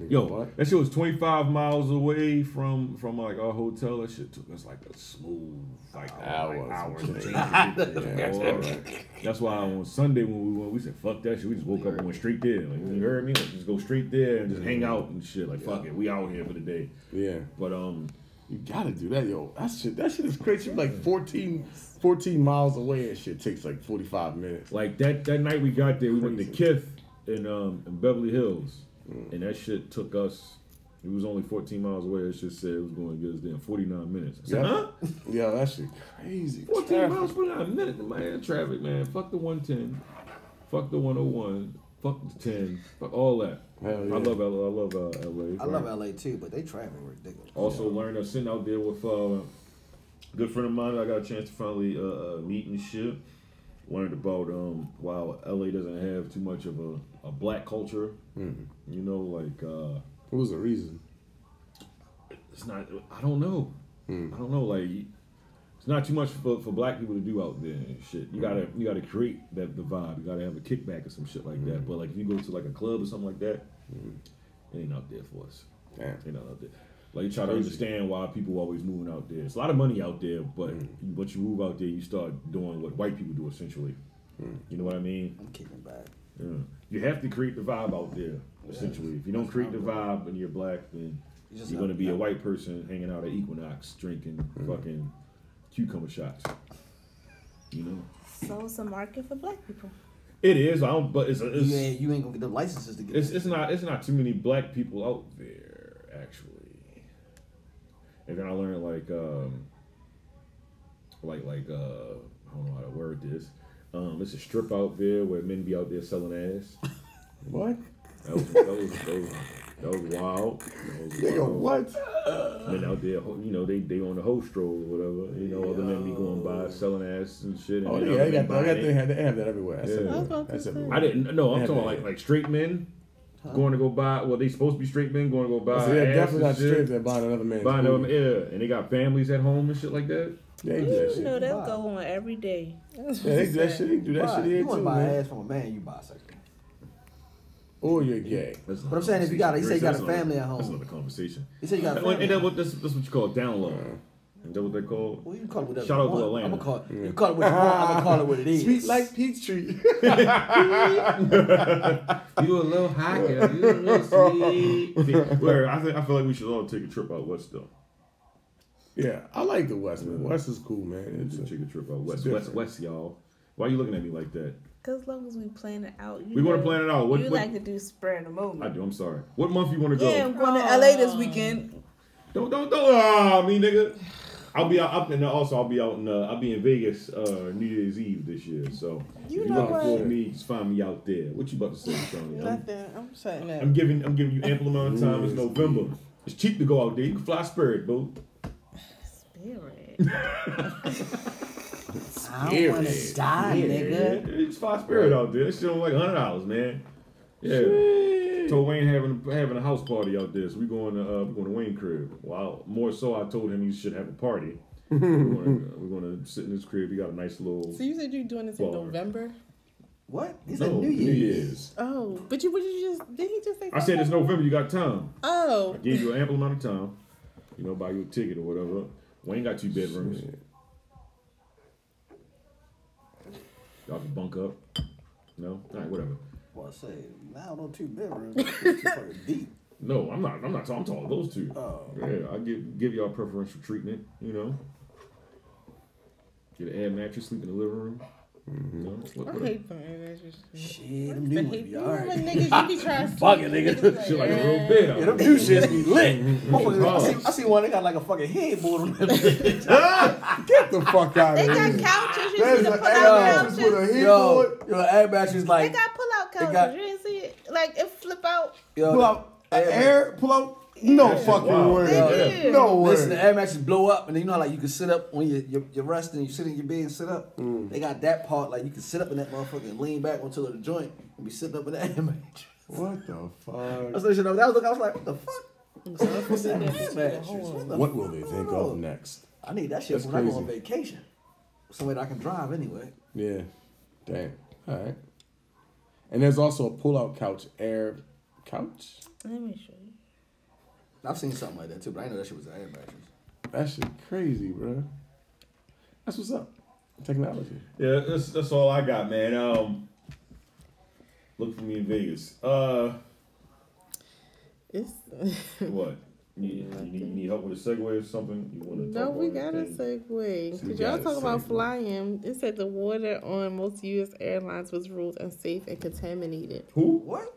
Yo,
What?
that shit was 25 miles away from from like our hotel. That shit took us like a smooth like hour,
Hour
like
or
hour and
some
change.
shit.
Yeah, all right. That's why on Sunday when we went, we said fuck that shit. We just woke up and went straight there. Like you heard me, like just go straight there and just hang out and shit. Like fuck it, we out here for the day.
Yeah.
But um,
You gotta do that, yo. That shit, that shit is crazy. You Like 14, 14 miles away and shit takes like 45 minutes.
like that that night we got there, we went to Kith in um in Beverly Hills,
Mm.
and that shit took us. It was only 14 miles away. That shit said it was going to get us there in 49 minutes. I said,
Yeah.
huh?
Yo, that shit crazy.
14
Traffic.
miles per hour, minute, man. Traffic, man. Fuck the 110. Fuck the 101. Fuck the 10. Fuck all that.
Hell yeah.
I love LA. I love uh, LA.
I love LA too, but they travel ridiculous.
Also learned, I'm sitting out there with uh, a good friend of mine. that I got a chance to finally uh, uh, meet and shit. learned about um, while LA doesn't have too much of a, a black culture, you know, like uh,
What was the reason?
it's not. I don't know. I don't know. Like it's not too much for, for black people to do out there and shit. You gotta you gotta create that the vibe. You gotta have a kickback or some shit like that. But like if you go to like a club or something like that, it ain't out there for us.
Damn.
They not out there. Like you try to understand why people always moving out there. It's a lot of money out there, but you- once you move out there, you start doing what white people do essentially. You know what I mean?
I'm kicking back.
Yeah. You have to create the vibe out there essentially. If you don't create the vibe and you're black, then
You just
you're gonna
have-
be a white person hanging out at Equinox drinking fucking cucumber shots. You know,
So it's a market for black people.
it is. I don't, but it's a,
You
it's,
ain't, you ain't gonna get the licenses to get
it's
it.
it's not it's not too many black people out there actually. And then I learned like um like like uh I don't know how to word this. Um, it's a strip out there where men be out there selling ass.
What?
That was that was, that was, that was wild. That was
Nigga,
wild.
what?
Men out there, you know, they they on the hoe stroll or whatever. You know, other men be going by selling ass and shit. And
Oh,
then
yeah,
other
they
men
got, that-
buying
they,
it.
have, they have that everywhere. That's
Yeah.
everywhere.
I was about to
That's
say.
everywhere.
I didn't. No, I'm
Yeah,
talking about
they-
like like straight men going to go buy. Well, they supposed to be straight men going to go buy.
So they're
ass
definitely
and
not
shit,
straight if they're buying another man's
Buying
food.
them, yeah, and they got families at home and shit like that.
They do that shit.
they'll go on every day.
Yeah, they do that shit. They do that
Why?
shit
you
here
want
too,
to buy
man.
ass from a man, you bisexual.
Or you're gay.
That's
But I'm saying if you got a- you say you got a family at
That's
home.
another conversation.
You say you got a
That- and
family.
that what that's, that's what you call download. Is that what they call?
Well, you can call it whatever.
Shout
you
out to
want.
Atlanta.
I'm gonna call it. You call it what you want. I'm gonna call it what it is.
Sweet like Peachtree.
You a little hot girl. You a little sweet. Where I think I feel like we should all take a trip out west though.
yeah, I like the West, man. West is cool, man. It's
Just
a,
take a trip out west,
different.
west, west, y'all. Why you looking at me like that?
Cause as long as we plan it out, you
We wanna
know,
plan it out. What-
you
what-
like to do spur of the
I
moment. Oh,
do. I'm sorry. What month you want to go?
Yeah, I'm going to LA this weekend.
Don't don't don't. Ah, me nigga. I'll be out. Up and also I'll be out in. Uh, I'll be in Vegas uh, New Year's Eve this year. So
You
if
know
you're looking
what?
for me, just find me out there. What you about to say, Tony? I'm,
Nothing. I'm shutting up.
I'm giving. I'm giving you ample amount of time. It's November. It's cheap to go out there. You can fly Spirit, boo.
Spirit.
I don't want to die, nigga.
Yeah, It's five spirit out there. That shit on like hundred dollars, man. Yeah. Told Wayne having having a house party out there, so we going to uh, we going to Wayne crib. Wow. More so, I told him he should have a party. we're, going to, we're going to sit in his crib. He got a nice little
So you said you're doing this in
Well,
November?
What? He
No,
said New Year's.
Oh, but you, what did you just, did he just say
I said it's
something?
November. You got time.
Oh,
Give you an ample amount of time. You know, buy you a ticket or whatever. Wayne got two bedrooms. Y'all can bunk up. No, all right, whatever.
Well, I say now no two bedrooms. It's too far deep.
No, I'm not. I'm not talking to all those two.
Oh.
Yeah, I give give y'all preferential treatment. You know, get an air mattress, sleep in the living room. You know, Mm-hmm. what,
I
what
hate them. That's just
Shit, them
the
new ones
hate.
be
You know
alright.
when niggas, you be trying to
Fuck it, nigga.
niggas
shit like a
eh.
real bed. out
Yeah, them
there.
new shits be lit.
Pause.
Motherfuckers, I, see, I see one that got like a fucking headboard on it.
Get the fuck out
They
of
got
here.
couches. You
There's
see the
an
pull
ass
out
with a
couches.
Yo,
headboard.
yo, everybody's just
They
like,
got pull out couches.
got-
you didn't see it? Like it flip out.
yo,
Pull out a air, pull out. No fucking
Wow.
word.
Yeah.
No word.
Listen, the air mattress blow up, and then you know, how, like you can sit up when you you're, you're resting, you sit in your bed and sit up. They got that part, like you can sit up in that motherfucker and lean back onto the joint and be sitting up in the air mattress.
what the
I
fuck?
was listening, I was looking, I was like, what the fuck? What's that air mattress? the
What will they
fuck
think
going
of
on?
next?
I need that shit
That's
when I go on
crazy.
vacation. Somewhere that I can drive anyway.
Yeah. Damn. All right. And there's also a pull-out couch, air couch.
Let me show you.
I've seen something like that too, but I know that shit was an air mattress.
That shit crazy, bro. That's what's up. Technology.
Yeah, that's that's all I got, man. Um, look for me in Vegas. Uh,
It's,
what? You, you need, you need help with a segue or something? You want to
no,
talk
we
about
got a
anything?
segue.
So we
Did y'all
got a
talk about
segue.
flying? It said the water on most U.S. airlines was ruled unsafe and contaminated.
Who?
What?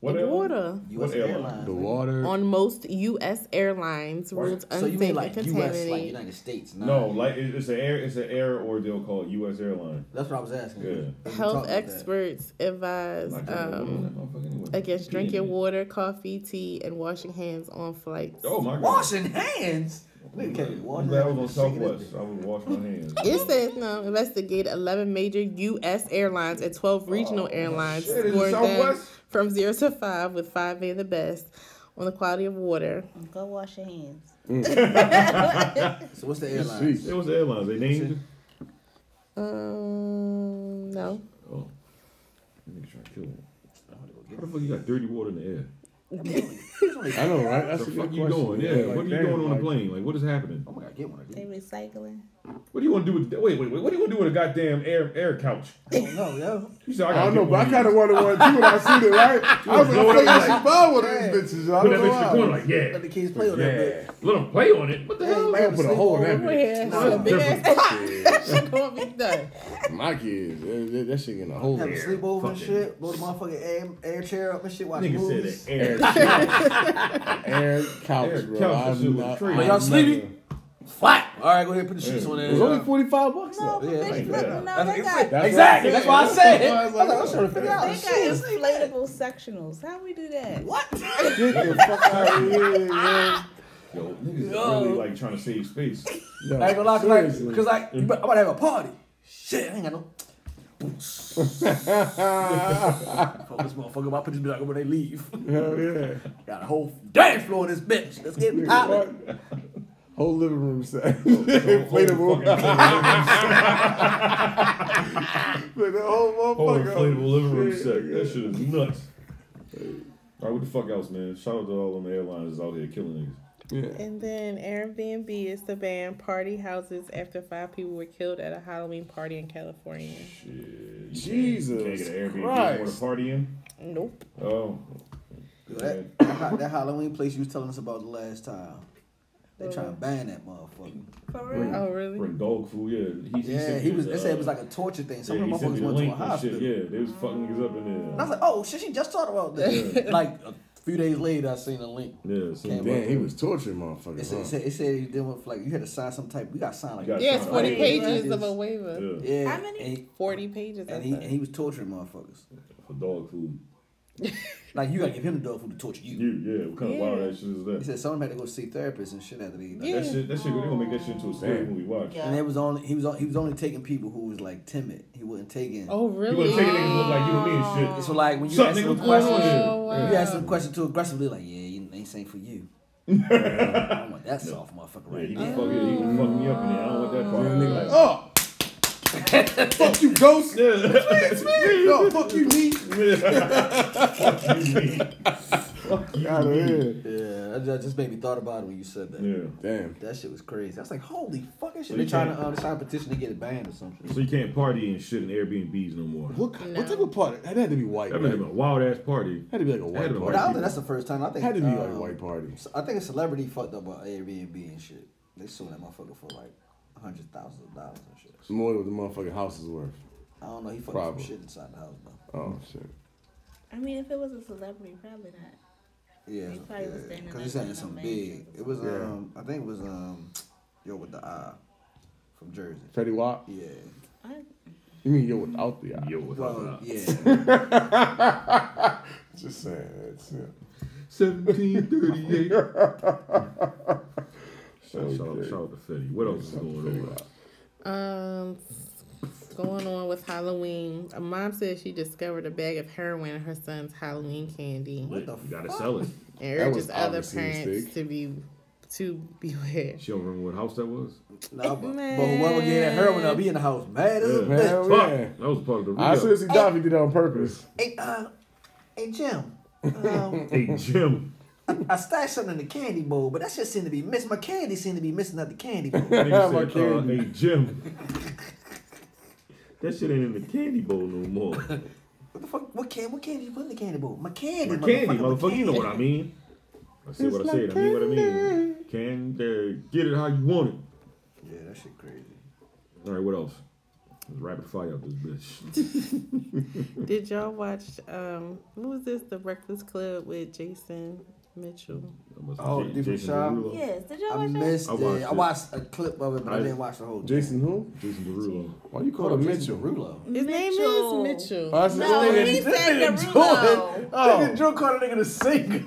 What
The
airline?
water.
U.S.
What airline?
Airlines.
The water.
on most U.S. airlines
Right.
ruled
So you
unsafe
mean
and
like U.S. like
contaminated.
United States? not-
No, like it- it's an air, it's an air ordeal called U.S. airline.
that's what I was asking.
Yeah.
We
Health
talked about that.
experts advise um, against drinking water, coffee, tea, and washing hands on flights.
Oh my god!
Washing hands. Look at it.
I'm
Washing
glad I
hands.
was on Southwest. I would wash my hands.
It says no. Investigate 11 major U.S. airlines and 12 regional airlines,
Oh, shit, is it
scoring them
Southwest?
from zero to five, with five being the best on the quality of water.
Go wash your hands.
So what's the airline?
Jeez.
It was airlines. They named. it.
Um, no.
Oh, nigga trying to kill him. How the fuck you got dirty water in the air?
I know, right? That's
What the
a good
fuck you
question.
doing? Yeah,
like,
what are you
damn,
doing on
like,
the plane? Like, what is happening?
Oh my god, get one of
They
these.
recycling.
What do you want to do with? Wait, wait, wait. What do you want to do with a goddamn air air couch?
I don't know, yo.
You said I,
I
gotta
don't know,
get
but I
one
kind of wanted one too when I seen it, right? I was like, I
blow
think
it up
I should buy one of these bitches. yo. I
Put
don't
that bitch
know
in the corner,
why.
like yeah,
Let the kids play on that
yeah.
bit.
Let them play on it. What the hell?
I gotta put a hole in that bitch.
That's different.
gonna be done.
My kids, that, that- that shit getting a hole
Have a
in.
sleepover and
Fucking-
shit. Blow the motherfucking air, air chair up and shit. Watch
Nigga said
movies.
that air.
Air couch,
Air
bro.
couch, that
I'm
shit was
not-
crazy.
I'm
Y'all sleepy?
never-
Flat. All right, go ahead. Put the sheets on there.
It was only forty five bucks
No,
though.
Oh, but
yeah,
bitch,
like
look,
that.
no,
That's
they
what
got,
I'm saying.
they got
what
Exactly, that's what I said.
I was like, I was trying to figure out.
inflatable sectionals. How we do that?
What?
Get the fuck out of here, yo.
Yo, niggas
Yo.
are really like trying to save space.
Yo,
I ain't gonna lie, cause like,
seriously.
'cause like,
Mm.
I'm about to have a party. Shit, I ain't got no. Fuck this motherfucker. My put this bitch like when they leave.
Hell yeah.
Got a whole dance floor in this bitch. Let's get it poppin'.
Fuck. Whole living room set. Inflatable. Like, the whole
Whole
motherfucker.
inflatable living room set. That shit is nuts. All right, what the fuck else, man? Shout out to all them airlines that's out here killing niggas.
Yeah.
And then Airbnb is to ban party houses after five people were killed at a Halloween party in California.
Shit.
Jesus
Can't get an Airbnb want to
Christ.
party in?
Nope.
Oh.
That, that, that Halloween place you was telling us about the last time. They trying to ban that motherfucker.
For
Bring,
real?
Oh, really?
Bring dog food, yeah. He,
Yeah,
sent
he
me
was.
the,
They said it was
uh,
like a torture thing. Some
Yeah, he
of
sent
them
me the
motherfuckers went to a
link and
hospital.
shit. Yeah, they was fucking niggas up in
And I
there.
was like, oh shit, she just thought about that. like a few days later, I seen the link.
Yeah, so
Can't
Damn, he was torturing
It said, it
motherfuckers. Huh?
said, it said you did with, like you had to sign some type. We got signed like
You gotta
Yeah, it's
sign
40
up.
pages
Yeah.
of a waiver.
Yeah,
yeah.
How many?
And he,
40 pages
and
of
he, and
that.
he was torturing motherfuckers.
for dog food.
Like you gotta give him the dog food to torture you.
You, yeah, what kind of wild ass shit is
He
that?
said someone had to go see therapists and shit after they.
Yeah.
That shit, that shit, they gonna make that shit into a scary movie. Watch.
And it was only he was on- he was only taking people who was like timid. He wasn't taking.
Oh,
You gonna
really?
take a nigga who look like you and me and shit.
So like when you
Suck,
ask
nigga,
him a
what's going
question,
on here?
Oh, wow.
you ask him a question too aggressively, like yeah, you ain't saying for you. I don't want that soft motherfucker
Yeah,
right
you
now.
can fuck, yeah, you can fuck me up in there. I don't want that part. Nigga, like,
Oh!
Oh!
fuck you, ghost! No, fuck you, me!
Fuck you, me. Fuck you,
Out of
me.
here.
Yeah, that- that just made me thought about it when you said that.
Yeah.
Damn.
That shit was crazy. I was like, holy fucking
So
shit. They
you
trying to
can't-
um, they trying to petition to get it banned or something.
So you can't party and shit in Airbnbs no more.
What, ki- what type of party? That had to be white.
That
Right?
would have been a wild ass party.
had to be like a
had to
white party.
be
But I
white.
don't think that's the first time. I think
Had to be like a
um,
white party.
I think a celebrity fucked up about Airbnb and shit. They suing that motherfucker for like hundred thousand dollars and shit.
More than what the motherfucking house is worth.
I don't know. He fucked
Probably.
some shit inside the house though.
Oh, shit.
I mean, if it was a celebrity, probably not.
Yeah,
He probably was standing
because
up
he
in
said
the
something
mansion.
big. It was
Yeah.
um, I think it was um, yo with the eye from Jersey.
Fetty Wap?
Yeah.
I,
You mean yo without the eye?
Yo, what's
Well,
up?
yeah.
Just saying. That's it.
1738. Shout
Okay.
out shout out to Fetty. What else is going on?
Um, what's going on with Halloween? A mom says she discovered a bag of heroin in her son's Halloween candy,
Lit.
the
You gotta sell it.
and
That
urges
was
other
obviously a
parents
mistake.
to be to beware.
She don't remember what house that was?
Nah, but, but whoever gave that heroin up, he in the house mad as a
Yeah.
bitch.
Hell
Fuck.
yeah.
That was part of the
I
real.
seriously doubt he did that on purpose.
Hey, uh, hey Jim. Um,
Hey, Jim.
I stashed something in the candy bowl, but that shit seemed to be missing. My candy seemed to be missing out the candy bowl.
Nigga
My
said, uh,
candy.
hey, Jim. That shit ain't in the candy bowl no more.
What the fuck? What can? What candy you put in the candy bowl? My candy,
My candy,
motherfucker.
motherfucker. You know what I mean. I said what I said. I mean what I mean. Can uh, get it how you want it.
Yeah, that shit crazy.
All right, what else? Rapid fire up this bitch.
Did y'all watch um what was this? The Breakfast Club with Jason Mitchell.
I must-
Oh,
Ja-
different
Jason
shop?
Derulo.
Yes, did y'all
I
watch that?
missed
I
it.
watched
I
it.
watched a clip of it, but I,
I-
didn't watch the whole.
Jason who?
Jason Derulo.
Why you call him
Jason
Mitchell?
Derulo.
His
Mitchell.
name is Mitchell.
Oh, that's his
No,
name.
he
This
said
nigga
Derulo.
Oh.
Drew called a nigga to sing.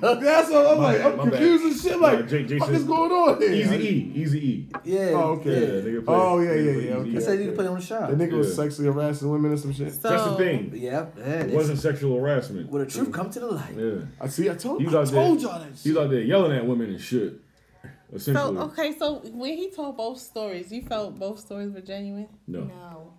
That's what I'm
My
like.
bad,
I'm
my bad.
confused as shit. Like,
Nah, J-
what
Jason-
is going on here?
Easy E. Easy E.
Yeah.
Oh,
Yeah,
okay.
nigga play.
oh, yeah, yeah,
nigga play
yeah.
Easy
Okay.
He said you
E.
put it on the shop.
That nigga was
Yeah.
sexually harassing women or some shit.
That's the
So-
thing.
Yep. Yeah,
It
this-
wasn't sexual harassment.
Will the truth come to the light?
Yeah.
I see. I told
He's
I
out there.
told y'all that shit.
He's out there yelling at women and shit. Essentially.
So okay, so when he told both stories, you felt both stories were genuine.
No.
No.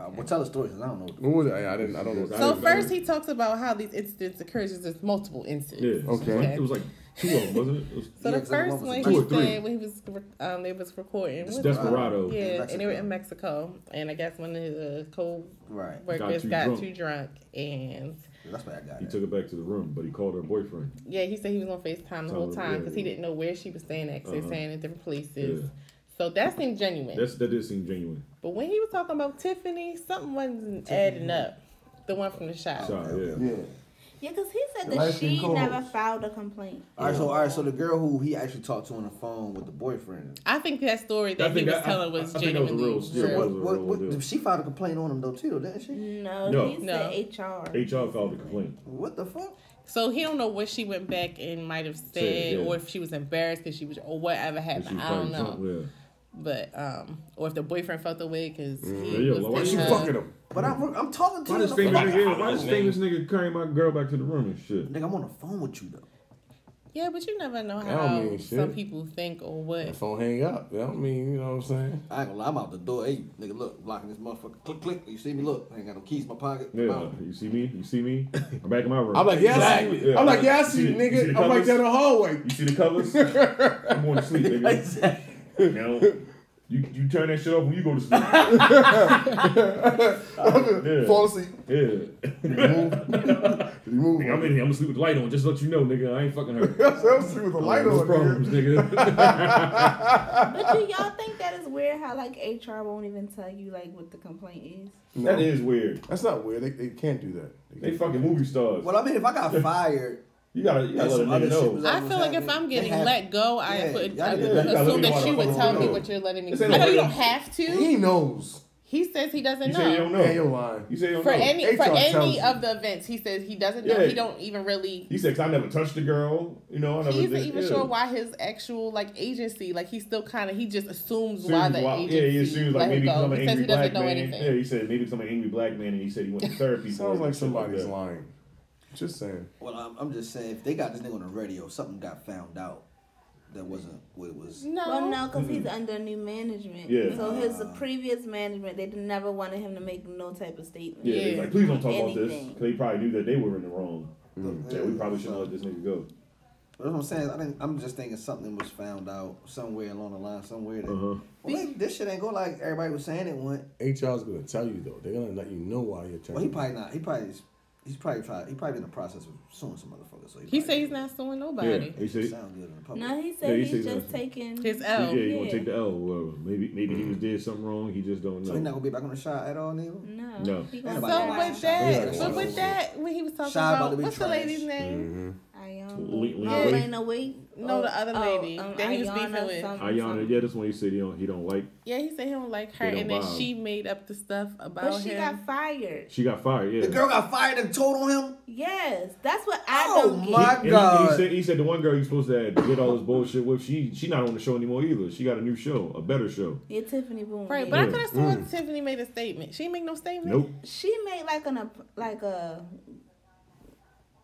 Uh, well, tell the story 'cause I don't know.
What was that? I didn't. I don't know.
I
So
didn't-
first he talks about how these incidents occur. There's multiple incidents.
Yeah. it's
Okay.
like- It was like two of them, wasn't it? It was-
So
Yeah,
the
'cause the
first
one was
one
in
Two or
he
three.
said when he was um they was recording
It's
what-
Desperado.
yeah,
In
and they were in
Mexico.
Mexico, and I guess one of his uh,
Right.
co-workers got, too,
too
drunk.
drunk.
and
That's what I got.
He
at.
took it back to the room, but he called her boyfriend.
yeah, he said he was on Facetime the whole
Oh,
time
yeah,
because he
yeah.
didn't know where she was staying at. 'cause they were
Uh-huh.
staying at different places.
Yeah.
So that seemed genuine.
That's that did seem genuine.
but when he was talking about Tiffany, something wasn't adding up. The one from the shop.
Child, yeah.
Yeah.
Yeah, because he said
The
that
lights been
she
cold.
never filed a complaint.
All right, so all right, so the girl who he actually talked to on the phone with the boyfriend.
I think that story that he
think
was
that- I-
telling was
I think that was a
genuinely
real story.
real.
What,
was a
what,
real
what,
deal.
she filed a complaint on him though too, didn't she?
No,
No.
he
No.
said HR.
HR filed a complaint.
What the fuck?
So he don't know what she went back and might have said,
yeah.
or if she was embarrassed because she was, or whatever
that she
happened.
was
I don't
probably
know.
drunk,
But um, or if the boyfriend felt the way because
Mm-hmm. Yeah,
he
yo,
was
why
dating
you
her.
fucking him.
But I'm I'm talking to
Why
you.
this
on the
famous
phone.
nigga? yeah, Why this famous nigga carrying my girl back to the room and shit?
Nigga, I'm on the phone with you though.
Yeah, but you never know
That don't
how
mean
some
shit.
people think or what.
If don't hang up, that don't mean you know what I'm saying.
I ain't gonna lie, I'm out the door. Hey, nigga, look, blocking this motherfucker. Click, click. You see me? Look, I ain't got no keys in my pocket.
Yeah,
Wow.
you see me? You see me? I'm back in my room.
I'm like, yeah, I
Exactly.
see you. I'm like, yeah, I see you,
the- see
nigga.
the
I'm right
covers?
down the hallway.
You see the covers? I'm going to sleep, nigga. Now, you, you turn that shit off when you go to sleep. yeah.
Fall asleep.
Yeah.
You move.
Nigga, I'm in here. I'm going to sleep with the light on. Just to let you know, nigga. I ain't fucking her.
That's what I'm sleeping with the light
What's
on. nigga.
problems, nigga?
But do y'all think that is weird how like HR won't even tell you like what the complaint is?
that is weird.
That's not weird. They, they can't do that.
They fucking movie stars.
Well, I mean, if I got fired,
You gotta, you gotta
That's
let a
some
nigga
other shit was
know.
up.
I feel like if I'm
They
getting
have-
let go, I
Yeah,
would,
y'all
I would
gotta-
you gotta
assume
let me
that you
know
would
how
tell
to
me
know.
what you're letting me.
This ain't
I
no
know you
real-
don't have to.
he knows.
He says he doesn't
You say you
know.
don't
Man, you're
know.
lying.
You say you don't
For
know.
any for
HR tells
any
you.
of the events, he says he doesn't know.
Yeah.
He don't even really.
He said, "Cause I never touched the girl. You know, I never
He isn't
did."
even
yeah.
sure why his actual like agency. Like he still kind of he just assumes
Soon
why
as
the
why-
agency
yeah, he assumed like
let him
maybe because
go.
I'm an angry black
He says he doesn't know
man. Yeah,
anything.
he said maybe because I'm an angry black man, and he said he went to therapy. for
Sounds
it and
like
shit like
somebody's
that.
lying. Just saying.
well, I'm, I'm just saying, if they got this nigga on the radio, something got found out that wasn't what it was.
Well,
No,
no, because he's under new management.
Yeah.
So his previous management, they never wanted him to make no type of statement.
Yeah, he's
Yeah.
like, please don't talk about this.
Anything.
Because they probably knew that they were in the wrong. Yeah, we probably
should
shouldn't let this nigga go.
That's what I'm saying. I think, I'm just thinking something was found out somewhere along the line, somewhere that
Uh-huh.
well, maybe this shit ain't go like everybody was saying it went.
HR's gonna tell you though. They're gonna let you know why you're
Well, he
turning.
probably not. He probably is, he's probably tried, he probably in the process of suing some motherfucker. So
he
probably-
said he's not suing
Yeah,
nobody.
he said, he-
sound good in the public.
No, he said
Yeah, he
he's
said
just
that.
taking.
His
yeah,
L.
he gonna
yeah.
take the L. Or whatever. Maybe, maybe he was did something wrong. He just don't
so he's not
know.
gonna be back on the shot at all, nigga.
No.
No.
He gonna
Nobody Right.
die.
So with
Yeah,
that,
that's
but
what I'm
with that, when he was talking
Shy about
about
to be
what's the
trash.
lady's name?
Mm-hmm. Le-
Ayana.
Le-
um, No,
Le-
Lena Wade.
No, the other lady that he was beefing
Ayana
with.
something,
Ayana,
something.
yeah, that's when he said he don't, he don't like.
Yeah, he said he don't like her,
They don't
and then
vibe.
she made up the stuff about
But she
him.
got fired.
She got fired. Yeah.
The girl got fired and told on him.
Yes, that's what I
Oh,
don't
my-
get.
And he- He,
God.
said, he said the one girl you supposed to get all this bullshit with, she she not on the show anymore either. She got a new show, a better show.
Yeah, Tiffany Boone.
Right,
yeah.
but I
Yeah. Mm.
could have sworn Tiffany made a statement. She didn't make no statement.
Nope.
she made like an app- like a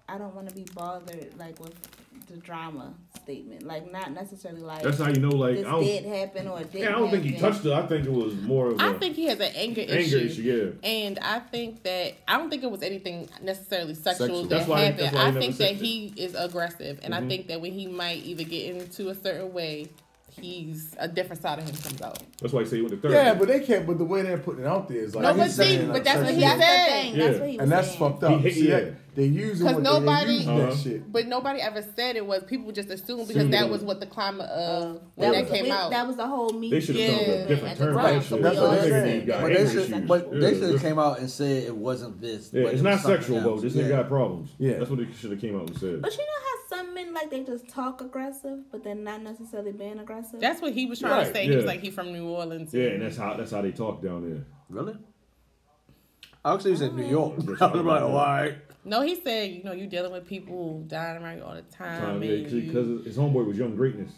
I don't want to be bothered like with the drama statement, like not necessarily like
That's how you know. Like
this
I don't,
did happen or it didn't.
yeah, I don't think he
happen.
touched her. I think it was more of a
I think he has an anger,
anger
issue.
issue. Yeah.
And I think that I don't think it was anything necessarily sexual,
Sexual.
that
That's why-
happened.
that's why I
I
never
think
said
that he is aggressive, and I think that when he might either get into a certain way he's a different side of him comes out.
That's why you say you went to therapy.
Yeah, but they can't. But the way they're putting it out there is like.
No,
he's
but see,
saying, like,
but that's what
certain
he
shit.
That's
said.
the thing. That's what he was
and that's
saying.
fucked up.
He-
See,
yeah.
that- They using
'Cause
what
nobody-
they use
Uh-huh.
that shit.
But nobody ever said it was. People just assumed because
Assumed
that
it was.
was what the climate of when
That,
that,
was,
came
we-
out.
that was the whole me.
They should have
Yeah.
come to a different
At the
term.
time,
Right.
so
That's
we
what
all
they're
said
saying.
it.
got
But they
anger
should,
issues.
but
Yeah,
they should have
that's-
came out and said it wasn't this.
Yeah, it's
but it was
not
something
sexual,
else.
bro. This
yeah.
nigga got problems.
Yeah.
That's what they should have came out and said.
But you know how some men like they just talk aggressive, but they're not necessarily being aggressive.
That's what he was trying to
Right,
say. He was
yeah.
like, he from New Orleans.
Yeah, and that's how that's how they talk down there.
Really? I actually said New York.
Yes,
I was like,
I know.
why?
no, he said, you know, you dealing with people dying around you all the time. and you-
because his homeboy was Young Greatness.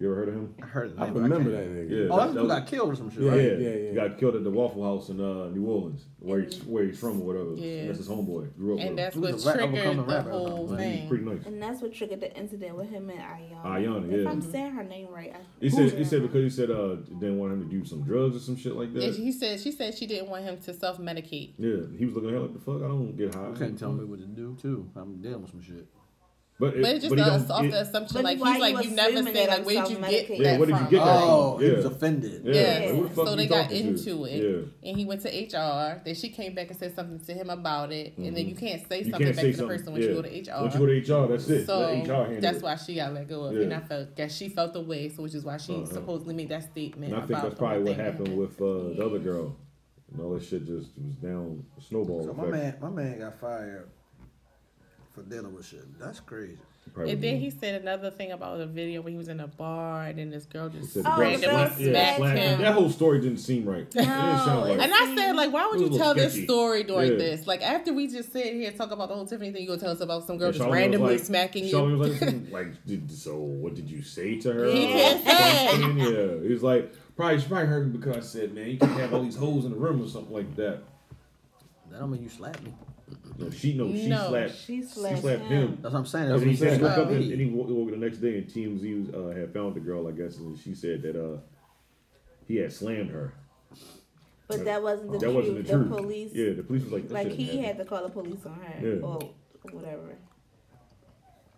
You ever heard of him?
I heard the
I
name, but
remember that
can't-
nigga.
Oh, that's who got killed or some shit,
Yeah,
right?
yeah,
yeah, yeah.
He got killed at the Waffle House in uh, New Orleans, where he's where he's from or whatever.
Yeah.
That's his homeboy. Grew up with.
and
him.
that's
He was
what
a rap- overcome
triggered
the
the
rap album.
whole
Like, he's
thing.
pretty nice.
And that's what triggered the incident with him and Ayana.
Ayana,
If
yeah.
I'm saying her name right, I
He said he said because he said uh didn't want him to do some drugs or some shit like
And
that.
he said, she said she didn't want him to self medicate.
yeah, he was looking at her like the fuck. I don't get high.
You can't tell me what to do too. I'm dealing with some shit.
But, it,
But it's just
he
the
don't-
off
it-
the assumption,
But
like
why
he's like
you
you never
assuming
said
that
like
I'm
where'd you get
self-medicating?
that
Yeah, where did you
from?
get that?
Oh, he
Yeah.
was offended.
Yeah.
Yeah.
Like, who the fuck
so
you
they got
talking to?
into it,
Yeah.
and he went to HR. Then she came back and said something to him about it, and then you can't say
Mm-hmm. You
something
can't
back
say
to the
something.
person when
yeah.
you go to HR.
Once you go to HR, that's it.
so
Let HR handle
that's
it.
why she got let go of,
Yeah.
it. and I felt that she felt the way, so which is why she
Uh-huh.
supposedly made that statement.
And I think
about
that's
the
probably
whole
what
thing
happened
happening.
with uh, the other girl. And all that shit just was down snowball.
So my
effect.
man, my man got fired for dealing with shit. That's crazy.
Probably
And then he said another thing about a video when he was in a bar, and then this girl just
said the
Oh,
girl
randomly
girl
slapped- yeah,
smacked
smacked
him.
him.
That whole story didn't seem right. it didn't sound
No,
right.
And I said, like, why would
It was
you
a
tell this
sketchy.
story during
Yeah.
this? Like, after we just sit here and talk about the whole Tiffany thing, you gonna tell us about some girl
And
just
Charlamagne was
randomly
like-
smacking you?
Charlamagne was like, like, did, so what did you say to her?
He
Like,
can't say.
something? Yeah, he was like, probably she probably heard me because I said, man, you can't have all these hoes in the room or something like that.
That don't mean you slapped me.
No, she no, she
No,
slapped, she
she slapped
slapped
him.
him.
That's what I'm saying.
And
That's what
he
I'm
said
saying.
he woke up and,
Me.
and he woke, woke up the next day and TMZ was, uh, had found the girl, I guess, and she said that uh, he had slammed her.
But that wasn't the
that
truth.
wasn't the,
the
truth.
police,
Yeah, the police was like, that
like
shouldn't
he
happen.
had to call the police on her
Yeah.
or whatever.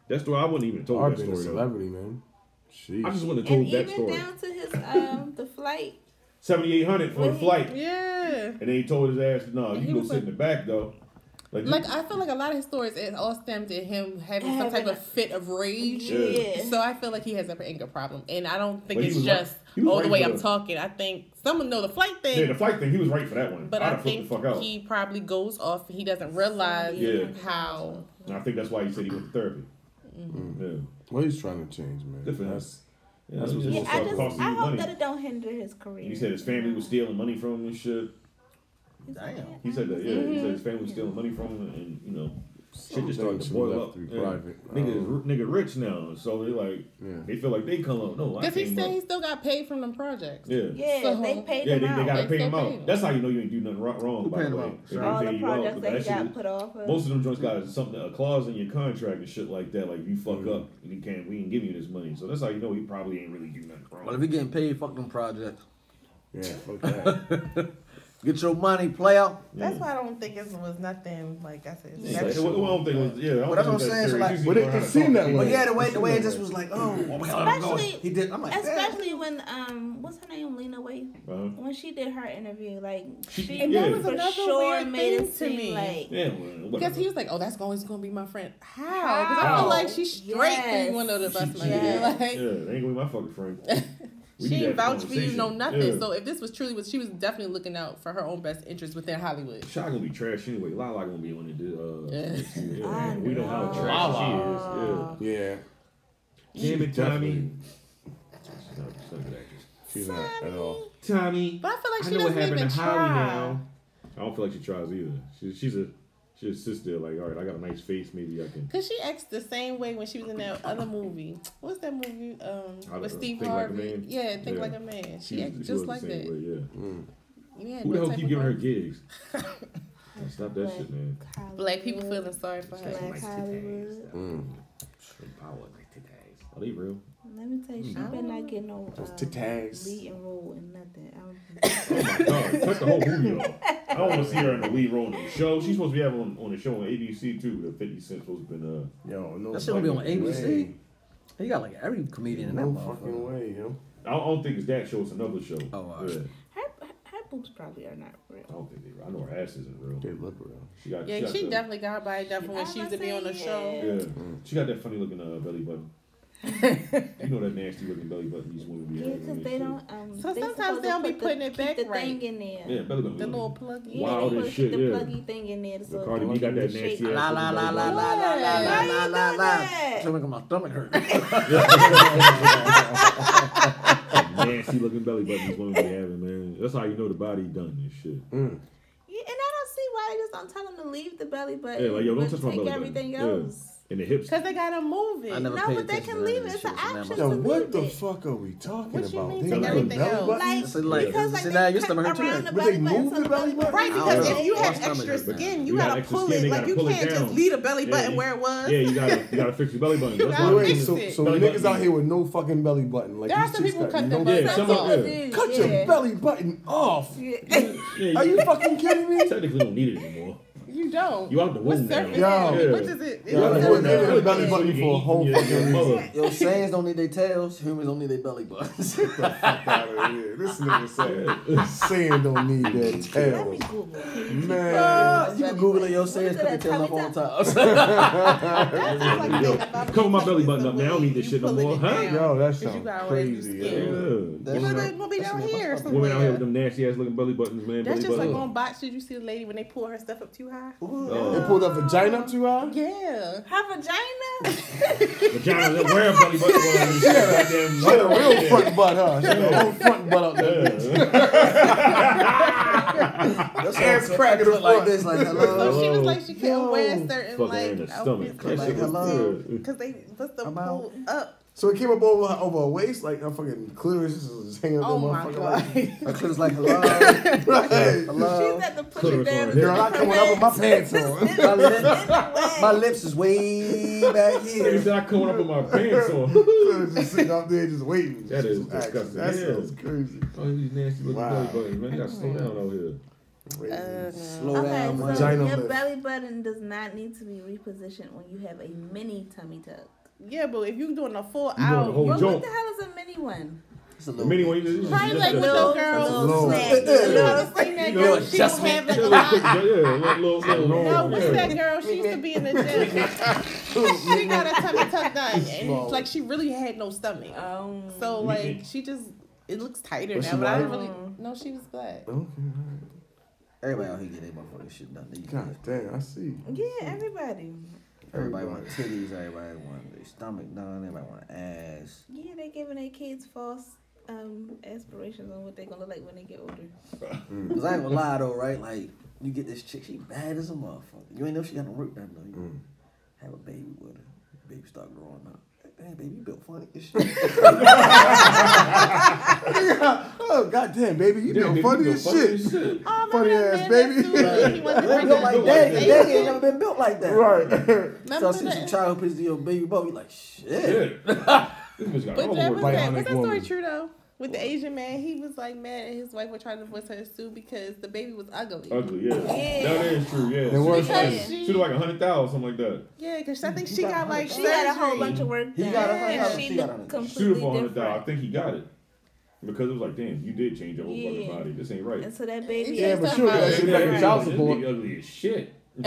That story, I wouldn't even have told
I've
that
been a
story. Though.
celebrity, man.
I just wouldn't
Jeez.
have
And
told that
even
story.
down to his um the flight.
7800 for the flight.
Yeah.
And then he told his ass, no, you
he
can go
was
sit in the back, though. Like,
Like, I feel like a lot of his stories, it all stemmed in him having some type of fit of rage.
Yeah.
Yeah.
So I feel like he has an anger problem. And I don't think
But he
it's
was right-
just,
he was
oh,
right
the way
for
I'm
the-
talking. I think someone know the flight
yeah,
thing.
the flight thing, he was right for that one.
but
I'd
I
have flipped
think
the fuck out.
he probably goes off. He doesn't realize
Yeah.
how.
And I think that's why he said he went to therapy. Yeah.
What he's trying to change, man.
Good for him.
That's-
Yeah,
That's what's
Yeah,
supposed
start
I
Well,
just
costing
I
you
hope that it don't hinder his career.
He said his family was stealing money from him and shit.
Damn.
He said that, yeah. He said his family was stealing money from him, and, and, you know, shit just started
things
to
should be
boil
left
up.
to be
Yeah.
private.
Nigga, is,
Um,
ri- nigga rich now, so they like
Yeah.
they feel like they come up. No, I
Because he
came
said
up.
he still got paid from them projects.
yeah,
Yeah,
So-
they paid
yeah. They,
him
they
out.
gotta
They
pay
still
him
pay
out.
him.
That's how you know you ain't do nothing wrong. wrong by
paid
the
him
way,
out?
If they
All
All
pay
the
you out,
projects
but
that he
shit
got
is-
put off of.
most of them joints got something a clause in your contract and shit like that. Like if you fuck
Mm-hmm.
up, you can't. We ain't give you this money. So that's how you know he probably ain't really do nothing wrong.
Well, if you getting paid, fuck them projects.
Yeah, fuck that.
Get your money, player.
That's why I don't think it was nothing like I said.
Yeah, it, wa- it, wa- I don't think it was- yeah, I don't think
But that's what I'm saying,
it was that
so,
serious.
like,
You just
but it-
learn how
it
to
seemed
talk
that
to
way.
people.
But yeah, the way the way it just
Especially-
was like, oh, well, we gotta go.
Especially-
He did. I'm like, especially.
Especially when um what's her name Lena Waithe
Uh-huh.
when she did her interview like
She-
she
And that was
for
another
sure
weird
made
thing
it
to
seem
me.
like
Yeah, well,
Because
whatever.
he was like, "Oh, that's always gonna be my friend." How? Because I
How?
feel like she straight
Yes.
through one of the bus. Like,
yes.
like
Yeah, they ain't gonna be my fucking friend. We
she
need
ain't
that
vouch for
conversation.
you, no nothing.
Yeah.
So if this was truly what she was definitely looking out for her own best interest within Hollywood.
Shot gonna be trash anyway. Lala gonna be on it. Uh,
Yeah.
next year. yeah.
I
we know how
know.
trash she
Yeah.
is. Yeah. Damn it, Tommy.
Definitely.
She's not- she's not a good actress.
She's not at all.
Tommy,
But I feel like
I
she
know what
doesn't
happened
even
to Holly
try.
now. I don't feel like she tries either. She, she's a she's a sister. Like, all right, I got a nice face. Maybe I can.
Cause she acts the same way when she was in that other movie. What's that movie? Um,
don't
with
know.
Steve
Think Like a
Harvey.
Man?
Yeah, think
Yeah.
like a man. She,
She's-
acts
she was
just
the
like
same
that.
way, yeah.
Yeah,
Who
no
the hell
type
keep
of
giving her
vibe.
gigs? Stop that shit, man.
Hollywood,
Black people feeling sorry for her.
Black Hollywood.
Mm.
Mm.
Are they real?
Let me tell you, she
Mm-hmm.
better not get
Oh.
no uh,
tic-tacs.
leading role in nothing. I'm,
Oh my god, cut the whole movie off. I don't want to see her in the lead role in the show. She's supposed to be having on, on the show on ABC too. The Fifty Cent supposed to been uh.
Yo, no.
That shit gonna be on
fucking
ABC?
way.
He got like every comedian in that
No
motherfucker.
fucking way, yo.
I don't, I don't think it's that show. It's another show.
Oh, wow.
yeah.
Her, her boobs probably are not
I
real.
Oh,
don't think they. I know her ass isn't real.
They look real.
She got.
Yeah,
got
she
the-
definitely got her body down from when
I
she used to be
must
on the
say,
show.
Yeah, she got that funny looking uh, belly button. you know that nasty looking belly button these women be
Yeah,
having.
because
and
they
shit.
don't. Um,
So
they
sometimes
supposed to
they don't be
put the-
putting it
keep
back
the
right.
Thing in there.
Yeah, belly button.
The little
looking.
plug.
Yeah,
Wild
they
as
put
shit,
the
yeah.
pluggy thing in there. So
Cardi B got that nasty ass.
La la la la la la la la
Why
you
la
doing
la la.
that?
Trying to make my stomach hurt.
nasty looking belly button these women be having, man. That's how you know the body done and shit.
Yeah, and I don't see why they just don't tell them to leave the belly button.
Yeah, like yo, don't
but
touch my
take
belly button.
everything
Yeah.
else.
And the hips.
Because they got to move it.
I never
No,
paid
Oh, but they
attention
can
to
leave
that
it. It's
shit,
an
so now my
option.
stomach-
Yo,
Just
what
leave
the
it.
fuck are we talking
What you
about?
mean
They
to
got
everything
belly
else?
buttons?
Like,
So, like,
because like
so
they
now your
cut
stomach hurt too.
around the
But they
belly button,
move
so
the belly button?
Right,
I
because
don't know.
if you
My
have
stomach
extra
is bad.
skin, you,
You got
gotta
extra
pull
skin,
it.
they
Like
gotta
you
pull it
can't just
down.
leave the belly
Yeah,
button
you-
where it was.
Yeah, you gotta you gotta fix your belly button. That's
gotta
why-
Wait,
fix
wait, so,
it.
so
Belly
niggas
button.
out here with no fucking belly button. Like
There
you
are some
just
people
got
cut
no-
their butt
Yeah,
Some
some
off.
of-
people
yeah.
do.
Cut
yeah.
your belly button off.
Yeah.
Yeah,
Are
you
you fucking kidding me?
technically don't need it anymore.
You don't.
You out the
What
womb now.
surface
Yeah.
is it?
Yeah.
What is it?
Yeah,
It's
I
not
wouldn't have
surface.
a belly button for a whole
Yeah,
fucking
yeah,
reason.
mother.
Yo, Saiyans don't need their tails. Humans don't need their belly buttons.
outta here. This nigga saying saying don't need that
Let me
tail.
Google.
Man,
Ah, you can Google it. Yo, Saiyans cut their tails off all the time.
That's just like saying if I was
Cover my
touching
belly button
the
up now. I don't
weed,
need this
you
shit no
pulling
more,
it
huh?
down.
yo, that
'Cause you
sounds
got all that
crazy.
extra
yo.
skin.
Yeah.
That's
Look,
not-
like, we'll be
that's
down
not-
here
Women out here
somewhere.
with them nasty ass looking belly buttons, man.
That's
belly
just like
button. uh,
on bots. Did you see the lady when they pull her stuff up too high?
They pulled that vagina up too high.
Yeah.
Her vagina?
Vagina, that wear a belly button on. She had a goddamn-
She had a real front butt, huh? She had a real front butt up there.
Yeah.
That's
Ass
what I'm
crack in the
saying. like
front.
this, like hello.
So she
Oh,
was like she couldn't
Yo.
wear certain
Fucking
like
in the stomach. That
like,
shit was
hello.
good.
because they what's the
I'm
pull up?
So it came up over her, over her waist, like her fucking clearance is hanging up.
Oh
there,
my
motherfucker,
god.
I could like hello,
Like, right.
hello.
She's at the put
Clitoris
it down.
on
Girl, I coming up with my pants on.
My lips, my
My
lips is way back
He
here.
said I coming up with my pants on.
Clearance just sitting out there just waiting.
That is
Just action.
disgusting.
That
Yeah.
sounds crazy.
All these nasty looking
Wow.
belly buttons, man. You gotta slow down out here.
Crazy.
Slow
Okay,
down,
so
man.
Vagina
your
lift.
belly button does not need to be repositioned when you have a mini tummy tuck.
Yeah, but if you're doing a full
doing a
out,
whole
you-
But what
Jolt.
the hell is a mini one?
It's a
The
little
mini
bit.
one, you just-
Probably
just-
like
just-
little
Little-
girls.
little
slack.
You
Yeah.
ever seen that
You know,
girl? She don't
adjustment.
have like a
Little quick- yeah,
lot.
little- little- little-
No, what's
yeah.
that girl? She used to be in the gym. she got her tummy tucked done, and
Small.
like she really had no stomach.
Um,
So like
Mhm.
she just it looks tighter
Was
now,
she
but I didn't
white?
really. No, she was black.
Everybody out here get their motherfucking shit done. They-
God damn, I see.
Um, yeah, everybody.
Everybody want titties. Everybody want their stomach done. Everybody want ass.
Yeah, they giving their kids false um, aspirations on what they're gonna look like when they get older.
Cause I ain't gonna lie though, right? Like you get this chick, she bad as a motherfucker. You ain't know she got no work done though. You have a baby with her. Baby start growing up. Hey, baby, you built funny as shit.
Oh god damn, baby, you
Yeah,
been
baby,
funny
you
as
funny
shit.
as shit.
Oh, remember
Funny
that
ass
man that
baby.
sued her? He wanted to
They
bring
built
her
like
back.
that. Your daddy ain't never been built like that.
Right.
So I
Remember
see some
that?
child pictures of your baby boy. We like shit.
Shit. This bitch got
But
all
that
the
was
work.
Bionic
that. Was that story
woman.
true though? With the Asian man, he was like mad at his wife for trying to force her to sue because the baby was ugly.
Ugly, yeah.
Yeah.
That is true, yeah. She
was
was like,
true.
she was like 100,000, something like that.
Yeah, because I think she got like
She had a whole
surgery.
bunch of work
He
done.
got a- he got a-
and
she
she
got a-
Shoot
looked completely
for 100,000. I
different.
think he got it. Because it was like, damn, you did change your whole fucking
Yeah.
body. This ain't right.
And so that baby.
Yeah, but sure,
somebody-
that shit back in child
This
support.
nigga ugly as shit.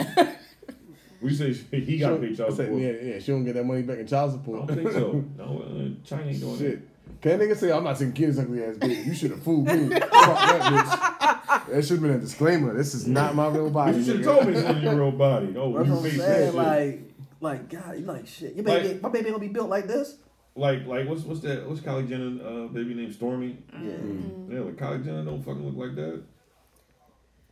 we say he got to pay
I
child
said,
support.
yeah, yeah, she don't get that money back in child
I
support.
don't think so. No, uh, China ain't doing
Shit.
it.
Can that nigga say, I'm not taking kids ugly ass baby? You should have fooled me. Fuck that bitch. That should have been a disclaimer. This is not my real body.
But you should have
nigga.
told me this wasn't your real body. Oh,
That's
you
what I'm
face that shit.
saying. Like, like God, you like shit. Your baby,
Like-
my baby gonna be built like this.
Like, like what's what's that? What's Kylie Jenner uh, baby named Stormy?
Mm.
Yeah.
Mm-hmm.
Yeah, like Kylie Jenner don't fucking look like that.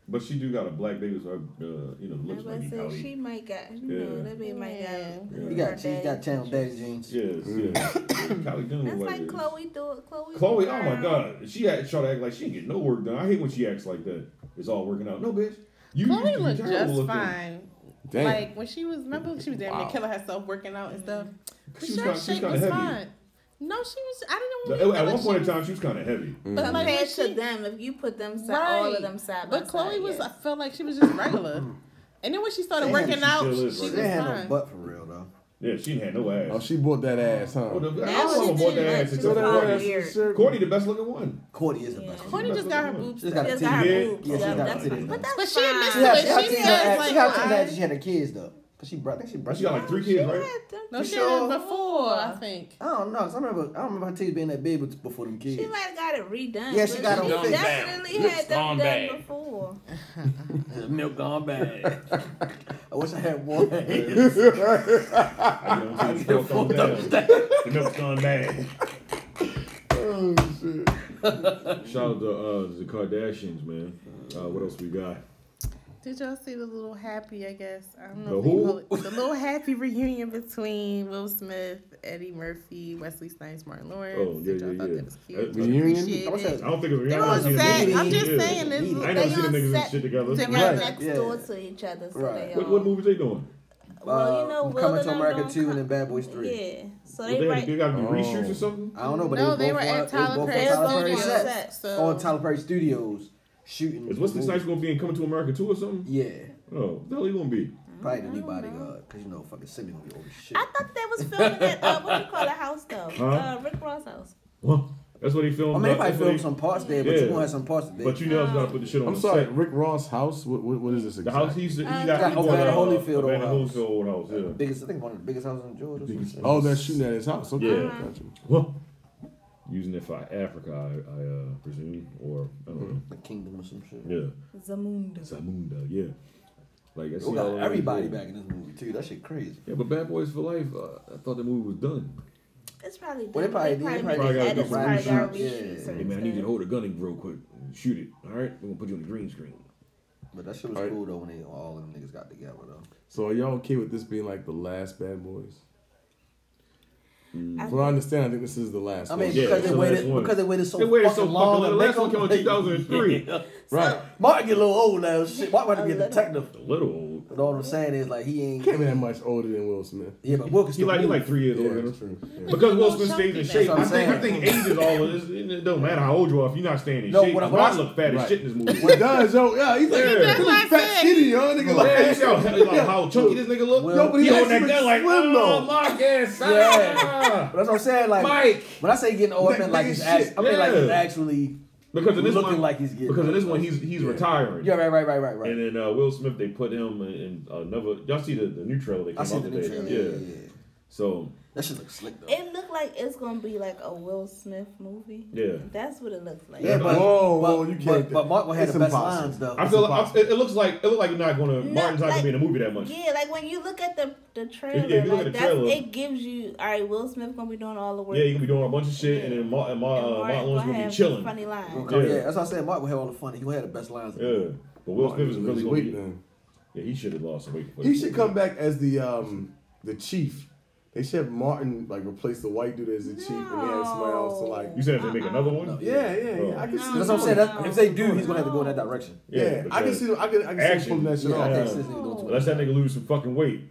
But she do got a black baby, so her, uh, you know looks
But
like
so
Kylie.
she might got, you
Yeah.
know, that baby might got.
You got, she got channel daddy jeans.
Yes, yes. Kylie Jenner
That's
look like
like
this.
Chloe do it. Chloe.
Chloe, oh my
Brown.
god, she act, try to act like she ain't get no work done. I hate when she acts like that. It's all working out. No, bitch. You
Chloe
used to be
looked
terrible
just
looking.
fine.
Damn.
Like when she was, remember she was damn near
Wow.
killing herself, working out and stuff. But
She was
her
kinda- she was
shape
kinda
was
heavy.
fine. No, she was. I
At
didn't want to.
at one point in time, she was kind of heavy.
Compared
Like, when
to
she-
them, if you put them si- all
Right.
of them side by side,
But Chloe was.
yeah.
I felt like she was just regular. And then when she started
Damn,
working
she
out,
Mm. still
she
is
was
She didn't have no
fine.
butt for real though.
Yeah, she didn't have no ass.
Oh, she bought that ass, huh?
Oh, the- I don't
That was
know about
too
that
much.
ass. It's
It was
a
all
Courtney.
weird.
Sir-
Courtney, the best looking one.
Cordy is the
Yeah.
best.
Corny just got her boobs.
She's got
Just
a
got
titty.
her
Yeah.
boobs.
Yeah, she
yeah,
got
that's
titty
fine.
though.
But that's
But she admits
fine.
to
Yeah,
it.
she got
She
titties
says,
that she got titties
like,
that she had her kids though. Cause she brought, I think she brought.
She got like three kids, right?
no, she
sure?
had it before, I think.
I don't know. 'cause I remember, I don't remember her titties being that big with- before them kids.
She might have got it redone.
Yeah, she
but
got them
She
fixed.
definitely
Lips
had
gone
them done
bad.
before.
Milk gone bad. I wish I had one. Uh,
I get on to the milk gone bad. The milk's gone bad.
Oh shit.
Shout out to uh, the Kardashians, man. Uh, what else we got?
Did y'all see the little happy? I guess I don't
The
know. if you
who?
call it- The little happy reunion between Will Smith, Eddie Murphy, Wesley Snipes, Martin Lawrence.
Oh, yeah,
Did y'all
yeah,
thought
yeah.
that was
Uh,
cute?
reunion?
Appreciate
I wish
it.
I
I-
don't think it was.
They're
I
on
haven't seen them
set.
niggas
I'm
in
just
years.
saying, this
I
little,
ain't
they
never seen them
on
niggas in
set.
shit together.
They
Right.
Right.
Next
Yeah.
door to each other. So
Right.
they
What,
all-
what movie they doing?
Well, you know,
Uh,
Will
Coming
and
to
them
America
don't
two
come-
and then Bad Boys three.
Yeah. So
Well,
they,
they,
right.
they got to be
Oh.
reshoots or something?
I don't know, but
No,
they,
they
both on-
were at
they was
Tyler
both
Perry
on Tyler Perry
Studios.
sets.
So
On Tyler Perry Studios shooting.
Is Wesley
the
Snipes
movie.
going to be in Coming to America 2 or something?
Yeah,
Oh, the hell he going to be?
probably the new bodyguard, cause you know fucking Sydney gonna be old as shit.
I thought they was filming at uh, what do you call the house though?
Huh?
Uh, Rick Ross house.
Huh? That's what he filmed.
I mean, they
uh,
probably
that's what
filmed
he-
some parts there, but you
Yeah.
gonna have some parts that they.
But you know, he's got to put the shit on
I'm
the
sorry,
set.
Rick Ross house. What what, what is this
The
exactly?
house he's, he got, he
got
got
Evander
uh,
Holyfield
Evander
old house.
Holyfield old house, yeah.
biggest, I think one of the biggest houses in Georgia. or some shit.
Oh, they're shooting at his house. Okay,
Yeah.
Uh-huh.
got you.
Well, using it for Africa, I, I uh, presume, or I don't know.
the Kingdom or some shit.
Yeah,
Zamunda.
Zamunda. Yeah, like I
We
see all
got
that
everybody
shit.
back in this movie too. That shit crazy.
Yeah, but Bad Boys for Life. Uh, I thought the movie was done.
It's probably
Well, they probably did. They
probably
made
gotta do
edits,
some
probably got
reshoots.
reshoots
Yeah.
certain
Hey man, I need you to
stuff.
hold a gun and real quick. Shoot it. All right, we're gonna put you on the green screen.
But that shit was
Right.
cool though when they all them niggas got together though.
So are y'all okay with this being like the last Bad Boys?
I
Mm.
From what I understand, I think this is the last.
I
one.
mean,
Yeah,
because
it's
they
the
waited
last one.
because they waited so
They waited so
fucking
fucking
long.
long. The
to
last
make
one came out
them-
in 2003.
right?
Mark get a little old now. Shit, Mark wanted to be a
A little.
detective.
A little old.
But all I'm saying is like he ain't.
He can't be that much older than Will Smith.
Yeah, but Wilkins
He
still
like he
move.
like three years
Yeah,
older than
that's
us.
true. Yeah.
Because Will Smith stays in shape.
That's what
I think,
I'm
I
saying.
think age is all of this. It don't matter how old you are if you're not staying in
No,
shape.
what I-
Because
what I-
I look fat as
right.
shit in this movie.
What does yo? Yeah, he's like,
Yeah.
yeah.
That's
he
what I
looks fat,
said.
skinny, yo. Nigga, like,
Yeah, you see how, like, how chunky this nigga look?
Well-
Yo, but he
he on
actually
that gun like,
slim,
oh,
though."
my ass.
Yeah.
ah."
But that's what I'm saying. Like
Mike.
when I say getting old, I mean
Nigga,
like he's
shit.
act- I mean like
Yeah.
he's actually.
Because in this
Looking
one,
like he's getting-
because in this one, he's he's retiring.
Yeah, right, right, right, right, right.
And then uh, Will Smith, they put him in, in another. Y'all see the, the new trailer that
I
came
see
out
the new
today?
trailer.
Yeah.
Yeah, yeah, yeah.
So
That shit looks slick though.
It looked like it's gonna be like a Will Smith movie.
Yeah.
That's what it looks like.
Yeah, but
Whoa,
but,
whoa, you can't-
But, but Mark will have
it's
the best
impossible.
lines though.
I feel like
impossible.
it, it looks like it look like you're not gonna
No,
Martin's not gonna
like-
be in the movie that much.
Yeah, like when you look at the the trailer,
if you look
like
at the
that's
trailer-
it gives you all right. Will Smith gonna be doing all the work.
Yeah, you gonna be doing a bunch of shit, and then Ma, and Ma,
And
uh,
Martin
Martin Lawrence
gonna
gonna
have
be chilling.
Funny line.
Okay,
Yeah.
yeah, that's what I said. Mark will have all the funny. He will have the best lines.
Yeah, but Will Smith is really gonna
weak,
be-
man.
Yeah, he should have lost weight. for
He
this
should
movie.
come back as the um the chief. They should have Martin like replace the white dude as the chief, and they have somebody else to like.
You said Oh. if they make another one?
Yeah, yeah, yeah. I can see.
That's what I'm saying. That's, if they do, he's gonna have to go in that direction.
Yeah, I can
because-
see. Them, I can. I can see
Action.
them pulling that shit
Yeah, I
off.
think this nigga going to.
Unless that nigga lose some fucking weight.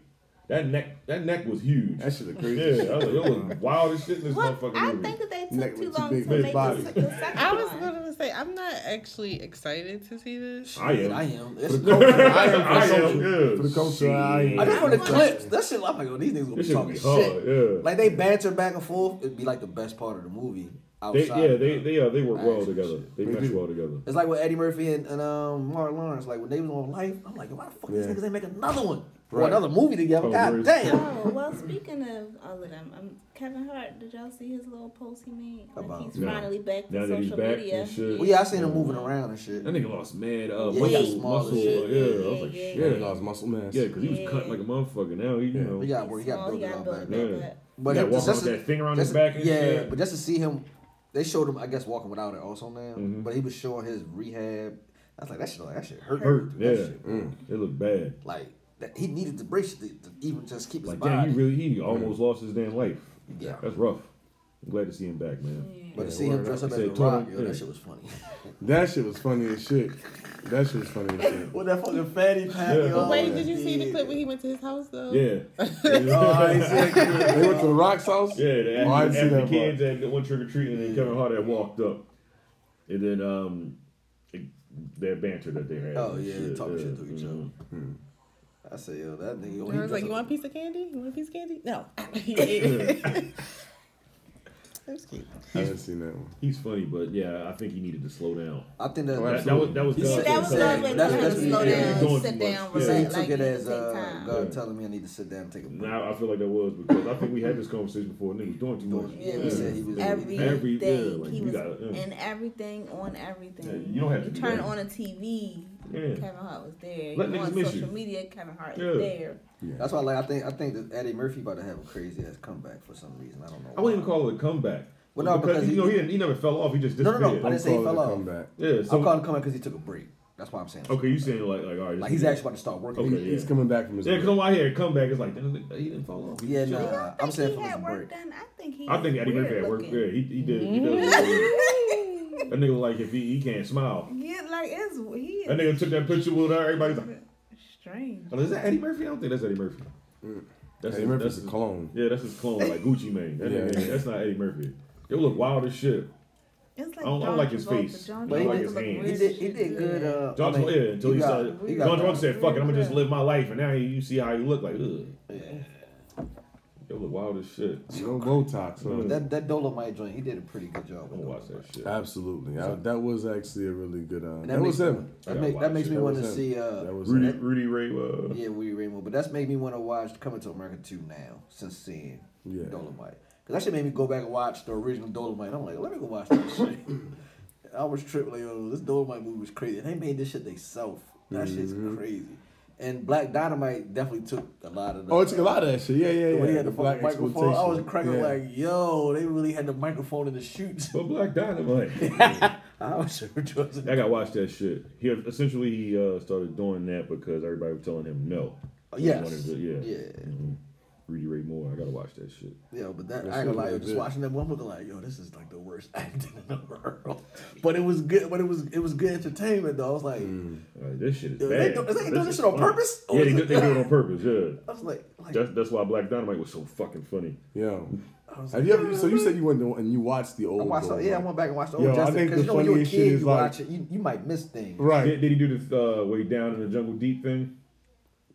That neck, that neck was huge.
That shit look crazy.
yeah, I was like, yo, was wild as shit in this
What
motherfucking
I
movie.
think that they
Neck
took too
with too
long
big
to
of a
make
body.
the, se- the second
I was
one.
gonna say I'm not actually excited to see this.
I am.
I am. It's
I am. I am. Yeah.
For the culture, I
I
ain't.
just from the clips. That shit, I'm like, yo, these niggas
This
gonna be
shit
talking
be hard.
shit.
Yeah.
Like they banter back and forth. It'd be like the best part of the movie.
They,
Outside.
yeah, they they uh, they work well
Action
together. They
They
mesh
do.
well together.
It's like with Eddie Murphy and, and um, Martin Lawrence. Like when they was on Life, I'm like, yo, why the fuck these
Yeah.
niggas ain't make another one or
Right.
another movie together?
Oh,
God
Bruce.
damn.
Oh well, speaking of all of them, um, Kevin Hart. Did y'all see his little post he made? Like
About-
he's
No.
finally back to
Now that
social
he's back
media.
and shit.
Well, yeah, I seen them moving around and shit.
That nigga lost mad uh,
Yeah, he got
muscle,
small as
muscle.
shit.
Yeah,
Yeah,
I was like,
yeah,
shit.
Yeah, he lost muscle mass.
Yeah, because he
Yeah.
was cut like a motherfucker. Now he, you know,
But
yeah,
yeah, well, Oh, he got
small,
built it all back.
built
up.
it
Yeah.
up.
But
yeah
it-
walking
that's
with
a-
that finger on
Just-
his back and
yeah,
shit.
but just to see him, they showed him, I guess, walking without it also now.
Mhm.
But he was showing his rehab. I was like, that shit, that shit hurt.
hurt. Yeah,
That shit-
Mm. it looked bad.
like that, he needed the brace to, to even just keep his
Like,
body.
damn, he really he almost lost his damn life.
Yeah.
that's rough. I'm glad to see him back, man.
but to
Yeah,
see him
word
dress
up.
up as
Say
a
total-
rock, yo,
yeah.
that shit was funny.
That shit was funny as shit. That shit was funny as shit.
With that fucking fatty pack,
Yeah.
yo.
Wait, did you see the clip when he went to his house though?
Yeah,
Oh,
They went to the Rock's house.
yeah. They
Oh, I
after,
see
after the
that
kids had went trick or treating, and then Kevin Hart had walked up, and then um, it, their banter that they had.
Oh,
and
yeah, talking shit to each
mhm.
I say, yo, that nigga. when
I
he
was like,
dress
you
up-
want a piece of candy? You want a piece of candy? No. He ate it. It was cute.
I haven't seen that one.
He's funny, but yeah, I think he needed to slow down.
I think that's
Oh,
That, that was that was
He
God's
said-
That was
Yeah,
insight.
lovely.
that's- that's
That's, that's slow
what he- yeah,
down,
he's
going
sit
too much.
down,
Yeah.
he
relax.
took
Like you
it
need
as
to
uh,
take time.
God
Yeah.
telling me I need to sit down and take a break.
Now I feel like that was because I think we had this conversation before. Nigga, doing too much.
Yeah, we said he was.
Everything,
Every- yeah, like,
he
you
was
gotta, yeah.
in everything on everything.
Yeah, you don't have to
You
do
turn
that.
on a TV,
Yeah.
Kevin Hart was there.
Let
you
niggas
on
miss
social
you.
media, Kevin Hart
Yeah.
is there.
That's why, like, I think I think that Eddie Murphy about to have a crazy ass comeback for some reason. I don't know.
I wouldn't even
why.
call it a comeback.
Well, no, because
you
he-
know he, didn't, he never fell off. He just
No, no,
disappeared.
no, I didn't say he
Call it
fell
a
off.
comeback.
Yeah. So,
I'm calling coming because he took a break. That's why I'm saying.
okay, you saying like like all right.
Like he's actually about to start working.
Okay,
He's
yeah.
coming back from his.
Yeah, because I'm out here come back. It's like damn, he didn't fall off. He
Yeah,
just
nah.
chilled.
Uh, I'm saying
he
for
had
his break.
work done. I think he.
I think Eddie Murphy at work. Yeah,
good.
he, he did. He does. look weird. That nigga like if he, he can't smile.
Yeah, like it's he
That
is
nigga took that picture with her. Everybody's like,
strange.
oh, is that Eddie Murphy? I don't think that's Eddie Murphy. That's
Eddie
his-
Murphy's
that's
a
his-
clone.
Yeah, that's his clone, like Gucci Mane. That
Yeah.
nigga- that's not Eddie Murphy. It look wild as shit.
It's like
I don't- I don't
John
like his
Travolta.
face.
John
I don't
Travolta
like his
look
hands.
weird
He did. He
as
did
shit.
good. Uh,
John,
I mean,
Travolta- yeah, until he,
got-
said,
he got
John
that-
Travolta said, "Fuck it, I'm gonna just live my life." And now you, you see how he look like, ugh,
yeah.
it look wild as shit.
No Botox.
Yeah.
No.
That that Dolomite joint, he did a pretty good job.
I'm
With
gonna watch
Dolomite.
that shit.
Absolutely. I, that was actually a really good. Uh, that,
And makes
was
me-
him.
I
That,
gotta
make, that
watch
makes
it.
me
That
want to
was him.
see. Uh,
That was
Rudy,
him.
Rudy Ray, uh,
yeah, Woody Rainbow. But that's made me want to watch Coming to America two now since seeing
Yeah.
Dolomite. Cause that shit made me go back and watch the original Dolomite. I'm like, let me go watch that shit. I was tripping like, oh, this Dolomite movie was crazy. They made this shit themselves. That
Mm-hmm.
shit's crazy. And Black Dynamite definitely took a lot of. The,
Oh, it took a lot of that shit. Yeah, yeah,
The
yeah.
way he had the,
black
fucking microphone, I was
exploitation.
cracking
Yeah.
like, yo, they really had the microphone in the shoots.
but Black Dynamite.
I was sure it was.
I gotta watch that shit. He essentially he uh, started doing that because everybody was telling him no. He
Yes.
wanted to- yeah.
Yeah.
Mhm. Rudy Ray Moore. I gotta watch that shit.
Yeah, but
That
that, I ain't
shit
gonna lie,
was
just
good.
watching that one looking like, yo, this is like the worst acting in the world. But it was good. But it was it was good entertainment though. I was like,
Mm.
Like, this shit is
Yo,
bad.
they do- is they doing this
is
shit on
fun.
purpose? Or
yeah,
is
they,
it-
do-
Oh,
they do it on purpose. Yeah.
I was like, like
That's that's why Black Dynamite was so fucking funny.
Yo.
I was
Have
like,
you ever? So you said you went to, and you watched the old.
I watched.
Dolomite.
yeah, I went back and watched the
Yo,
old
I
Justin
think
because
the
you know when you're a
funniest
kid,
shit
you
is, like-
watch it, you, you might miss things.
Right.
Did, did he do this uh, way down in the jungle deep thing?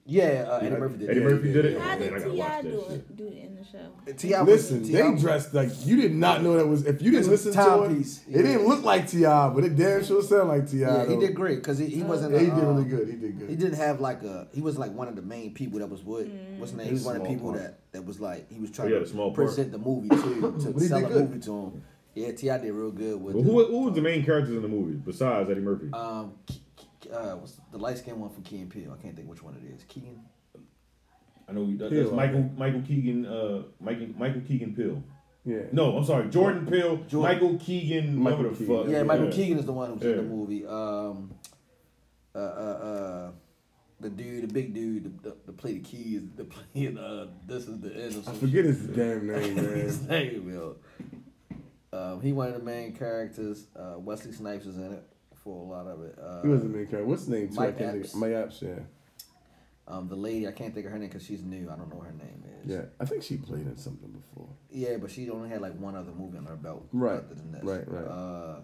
Yeah, uh, Eddie Murphy did.
Eddie
that.
Murphy did it.
yeah.
Oh,
How
Man, I
did
gotta watch
Ti
that
do
shit.
it? Do it in the show?
T.I. was-
Listen,
T.I.
they dressed like you did not know that was. If you didn't
It's a
listen to it,
timepiece.
it didn't look like Ti, but it damn sure sounded like Ti.
Yeah, he
though.
did great because he, he wasn't.
Yeah,
a,
he did really
um,
good. He did good.
He didn't have like a. He was like one of the main people that was what. What's his name? He was one of the
Small
people
part.
that that was like he was trying
he had
to
a Oh, small part.
present the movie to
But
to
he
sell
did
a
good.
movie to him. Yeah, Ti did real good with.
Well,
the-
who who was the main characters in the movie besides Eddie Murphy?
Um, K- K- uh, what's the light skinned one from Key and Peele? I can't think which one it is. Keegan.
I know he, that's
Peele,
Michael Michael Keegan uh Michael Michael Keegan Pill.
yeah.
No, I'm sorry, Jordan Pill,
Jordan-
Michael Keegan,
Michael
whatever the
Keegan.
fuck.
Yeah, Michael Keegan is the one who's in the
Yeah.
movie. Um, uh, uh, uh, the dude, the big dude, the, the, the play the keys, the play. Uh, this is the end. Of
I
some
forget
shit.
his damn name, man.
his name, yo. Um, he one of the main characters. Uh, Wesley Snipes is in it for a lot of it. Uh,
He wasn't main character. What's his name? Too? I
Mike
can't
Epps.
think. Mike Apps. Yeah.
um, the lady, I can't think of her name because she's new. I don't know what her name is.
Yeah. I think she played in something before.
Yeah, but she only had like one other movie on her belt.
Right,
Other than this.
right, right.
Uh,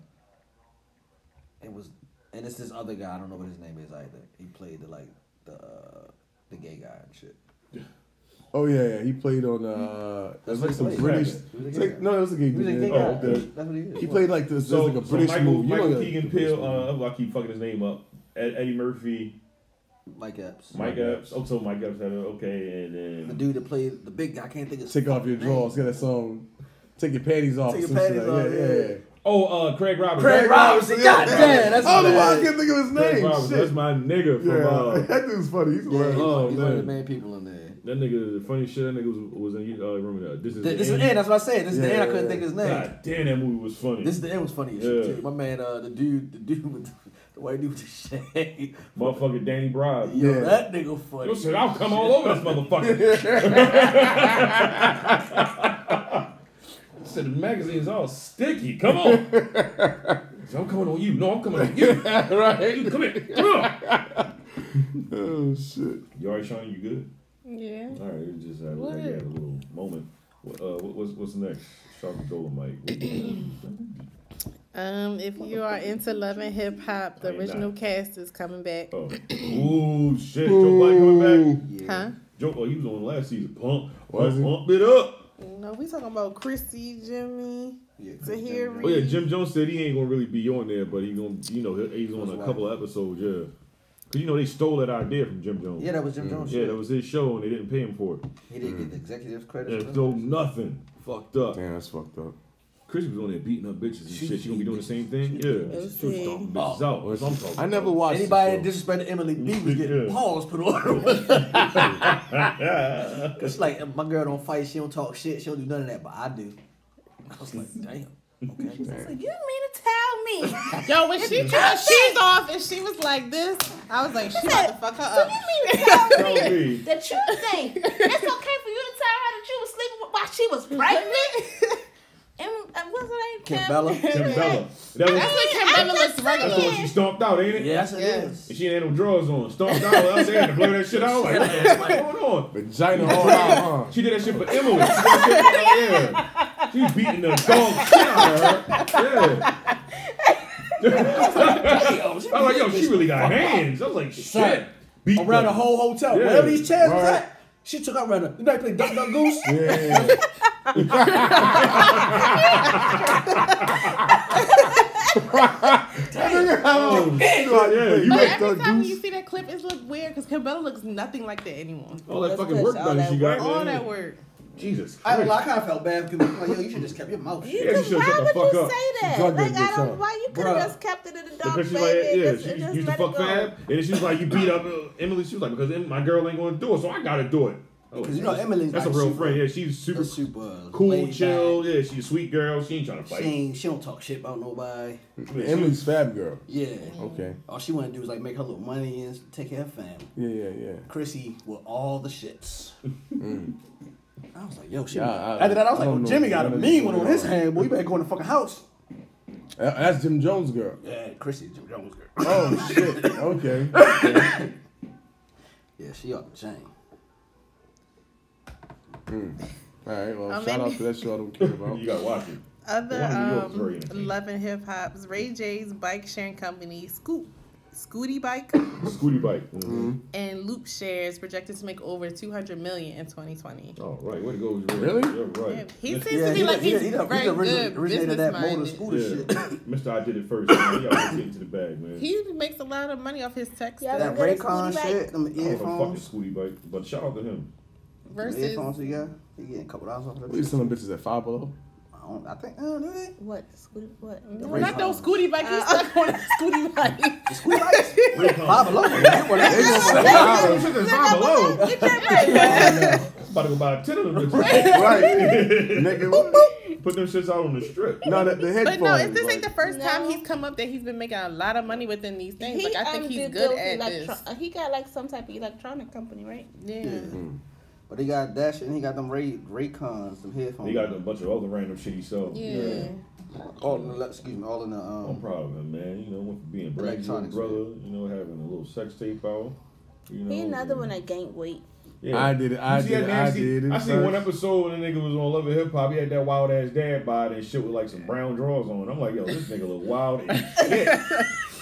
it was, and it's this other guy. I don't know what his name is either. He played the like the uh, the gay guy and shit.
Oh yeah, yeah. He played on. uh That's
what
like
he
some
played.
British.
He was a
it's
gay
like-
guy.
no, it was a gay.
He was a gay
dude.
guy.
Oh, okay.
That's what he is.
He played like this.
So,
like a
so
British
Michael,
movie. You know
Michael
that-
Keegan Pill, uh, I keep fucking his name up. Ed, Eddie Murphy,
Mike Epps.
Mike Epps. Oh, so Mike Epps had a, okay, and
The
then
dude that played the big guy. I can't think of. his
Take off
fucking
your
name.
drawers. Get that song. Take your panties off.
Take your
some shit
panties
like-
off,
Yeah,
yeah.
yeah. yeah.
oh, uh, Craig Robinson.
Craig Robinson. God damn, that's
Oh, the one I
bad.
can't think of his
Craig
name.
Robinson,
Shit.
That's my nigga from.
Yeah,
Uh,
that dude's funny. He's
Yeah,
hilarious.
he's
Oh,
one- he's one of the
man.
main people in there.
that nigga, the funniest shit. That nigga was, was in. Uh, remember that? This is
Th-
the
This is
end.
the end. That's what I said. This is the
Yeah,
end. I
yeah,
couldn't
yeah.
think of his name.
God damn, that movie was funny.
This is the end was funny as shit
Yeah.
too. My man, uh, the dude, the dude with the, the white dude with the shade.
Motherfucking Danny Bride.
Yo,
Yeah.
that nigga funny.
Yo, shit, I'll come all over this motherfucker. said the magazine's all sticky. Come on. So I'm coming on you. No, I'm coming on you. right. You come here. Come on.
Oh shit.
You alright, Sean? You good?
Yeah.
All right. We just had,
What?
we had a little moment. What, uh, what, what's what's next? Shark Dolomite.
Um, if you are into love and hip hop,
I
the
am
original
not.
cast is coming back.
Oh, Ooh, shit! Joe Biden coming back.
Huh?
Joe, oh, he was on last season. Pump,
Was he?
pump, pump it up.
No, we talking about Christy, Jimmy,
Yeah,
Tahiri.
Oh yeah, Jim Jones said he ain't gonna really be on there, but he gonna, you know, he- he's on a
That's
couple of episodes. Yeah, cause you know they stole that idea from Jim Jones.
Yeah, that was Jim Jones.
Yeah, that was his show, and they didn't pay him for it.
He didn't get the executive credit.
And
for
so
that.
nothing. Fucked up.
Damn, that's fucked up.
Chrissy was on there beating up bitches and
She-
shit. She gonna be doing the same thing? Yeah.
Let's
She was
see.
stomping bitches out. That's what I'm talking
I never
about.
watched. the
Anybody
show.
that disrespected Emily B was getting
Yeah.
paws put on her. Cause she like my girl don't fight, she don't talk shit, she don't do none of that, but I do. I was like, damn. Okay.
So you mean to tell me?
Yo, when she took her shoes off and she was like this, I was like, she about to fuck her
So you
up.
mean to tell me
Tell me.
that you think it's okay for you to tell her that you was sleeping with- while she was pregnant? and, and what's her name?
Kim Bella.
Kim Bella. That was,
That's what
I'm
Kim Bella
just
looks regular.
that's the one she stomped out, ain't it?
Yeah, that's what
Yeah.
it is.
And she ain't had no drawers on. Stomped out. I said, to blow that shit out. Like, what's going on?
Vagina all out, huh?
She did that shit for Emily. She, did that shit for- yeah. she beating the dog shit out of her. Yeah. I was like, yo, she really got hands. I was like, shit.
Son.
Beat
Around the
them.
whole hotel,
Yeah.
wherever these chairs was
Right.
at, she took out around. The, you know, they play Duck Duck Goose.
Yeah.
Oh, shit, yeah. You
But
went
every time you see that clip, it looks weird because Kim Bella looks nothing like that anymore.
all that
That's
fucking
good.
work
All
done
that
she got.
work.
All
man.
that work.
Jesus
I,
Christ.
well, I kind of felt bad because like, yo, you should just kept your mouth shut.
Yeah, you
Because
should've shut
why
the
would
fuck
you
up.
say that?
She drugged
Like
it
I
yourself.
don't. Why you could have
Bruh.
just kept it in the dog
Because she's
baby?
like, yeah,
just,
she
just
used to
let it
fuck
go.
Fab, and then she was like, you beat up uh, Emily. She was like, because Em- my girl ain't going to do it, so I got to do it. Oh,
Because you know Emily's
that's a
like
real
super,
friend. Yeah, she's super,
a super laid
cool,
back.
chill. Yeah, she's a sweet girl. She ain't trying to
She
fight.
ain't, she don't talk shit about nobody.
Yeah, she-
Emily's fab girl.
Yeah.
Mm-hmm.
Okay.
All she want to do is like make her little money and take care of family.
Yeah, yeah, yeah.
Chrissy with all the shits.
Mm.
I was like, yo, shit.
Yeah, I-
After that, I
I
was like,
don't
well,
know
Jimmy got a
what is
mean one on
going
his
on.
hand, boy. You better go in the fucking house.
That- Uh, That's Jim Jones' girl.
Yeah, Chrissy, Jim Jones girl.
Oh shit. Okay.
Yeah, she up the chain.
All right. Well,
Oh,
shout out
maybe-
to that show. I don't care about.
You got to watch it.
Other
One of New York's very
um,
entertaining.
love and hip hops, Ray J's bike sharing company, Scoop, Scooty Bike,
Scooty Bike.
Mm-hmm.
Mm-hmm.
and Loop Shares projected to make over 200 million in 2020.
All right, way to go, Jerry.
Really?
You're
Yeah,
right.
he seems
Yeah,
to be
he,
like
he, he,
he's
he,
very
originated,
good
originated that motor
business minded.
scooter shit.
Yeah. Mr. I did it first. Man. Y'all get into the bag, man.
He makes a lot of money off his tech
Yeah,
That
stuff
That good
Raycon
Scooty bike.
shit, them
I don't know fucking
earphones.
Scooty Bike, but shout out to him.
The
versus
earphones he got, he getting a couple dollars off of
We
that. shit.
selling bitches at five below.
I, don't, I think, I don't know that.
What? Scoot- What?
No, not those Scooty bike.
Uh,
You stuck on that Scooty bike.
Who likes Five Below? That one is-
Five below.
Get that right back.
About to go buy ten of them. bitches.
Right. Nigga. what?
Put them shits out on the strip.
No, the, the
But
headphones.
no, if this
like,
ain't the first time
No.
he's come up that he's been making a lot of money within these things. like I
um,
think he's
did
good
those
at
electro-
this.
uh, He got like some type of electronic company, right?
Yeah.
But he got that shit, and he got them Ray Raycons, them headphones.
He got a bunch of other random shit he sold.
Yeah.
all in the excuse me, all in the
I'm
um.
proud of him, man. You know, went from being Brad's little
Electronics,
brother, you know, having a little sex tape out. You know,
He another
and-
one that gained weight.
Yeah.
I did it, I
You see that
did it, I
nasty-
did it
I seen one
first.
episode when the nigga was on Love and Hip Hop. He had that wild ass dad bod and shit with like some brown drawers on. I'm like, yo, this nigga look wild as shit.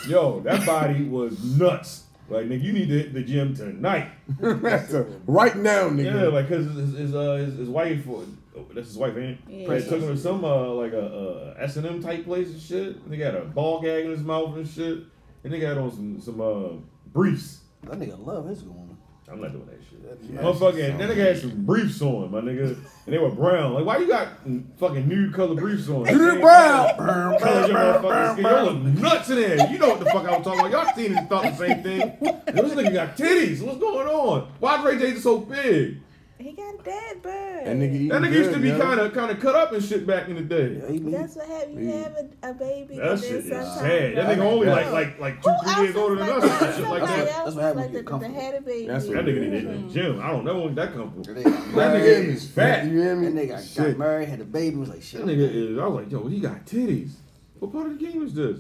yo, that body was nuts. Like, nigga, you need to hit the gym tonight.
That's a- right now,
Yeah,
nigga.
like cause his his, uh, his, his wife, or, oh, that's his wife, ain't it?
Yeah.
They took him to some uh, like a S and M type place and shit. And they got a ball gag in his mouth and shit. And they got on some some uh, briefs.
That nigga love his woman.
I'm not doing that shit.
Yeah.
Motherfucking, that nigga had some briefs on, my nigga, and they were brown. Like, why you got mm, fucking nude color briefs on?
You
Man,
did brown.
Colors your motherfucking skin. Y'all look nuts in there. You know what the fuck I was talking about. Y'all seen and thought the same thing. Yo, This nigga got titties. What's going on? Why Ray J so big?
He got a dead bird.
That nigga eating
That nigga used to be
good, yo.
kind of kind of cut up and shit back in the day.
Yeah, he be,
That's what happened. You have a, a baby.
That
and
shit
then
is
sometimes-
sad. That nigga
Yeah.
only
Yeah.
like like like two
Who else
three years
is
older than
like
us.
that?
and Shit like
Somebody
that.
That's
else
what happened
like
to
the, the
comfort.
had a baby.
That's what-
That nigga needed a gym. I don't know where that come from.
that
That
nigga, that
nigga is fat.
You hear me?
nigga got
Shit.
married, had a baby, was like shit.
That nigga is. I was like, yo, he got titties. What part of the game is this?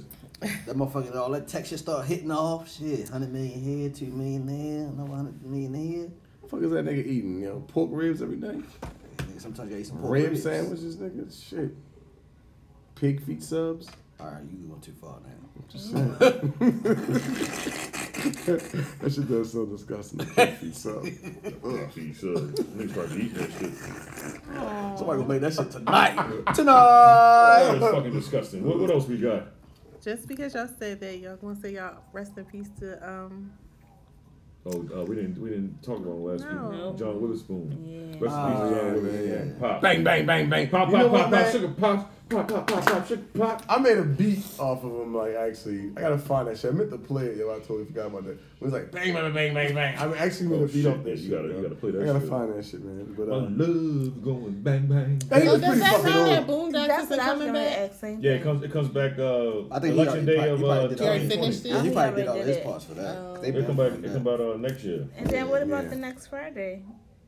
That motherfucker, all that texture start hitting off. Shit, hundred million here, two million there, another hundred million here.
fuck is that nigga eating? Yo, pork ribs every day.
Nigga, sometimes you gotta eat some pork
Rib
ribs.
sandwiches, nigga. Shit. Pig feet subs.
All right, you went too far now.
Just saying. that shit does so disgusting. I can't feed so.
Ugh, see, so, niggas start eating that shit.
Somebody gonna make that shit tonight.
That
Tonight.
is fucking disgusting. What, what else we got?
Just because y'all said that, y'all gonna say y'all rest in peace to um.
Oh, uh, we didn't we didn't talk about him last
No.
week.
No.
John Witherspoon.
Yeah.
Rest in peace, John Witherspoon. Pop.
Bang, bang, bang, bang.
Pop,
You know
pop,
what,
pop, pop,
man?
sugar pop, pop, pop, pop, pop, sugar pop.
I made a beat off of him, like, actually. I gotta find that shit. I meant to play it, yo. I totally forgot about that. It was like, bang, bang, bang, bang, bang. I actually made
Oh,
a beat
shit,
off that
yeah, you
shit.
gotta-
yo.
you gotta play that
I gotta
shit.
find that shit, man. But,
My
uh,
love going bang bang.
that
So
was
does
pretty
that
fucking
sound
old.
like Boondocks
That's
is
what I was
coming
gonna
back?
ask. Same
Yeah, it
thing.
comes it comes back uh
I think he
election
already-
day
he
of
probably
uh
did
You already finished
2020.
Yeah, he
it?
probably did all
did
his
it.
parts for that.
It come back it come
back.
out uh, next year.
And then what about
Yeah.
the next Friday?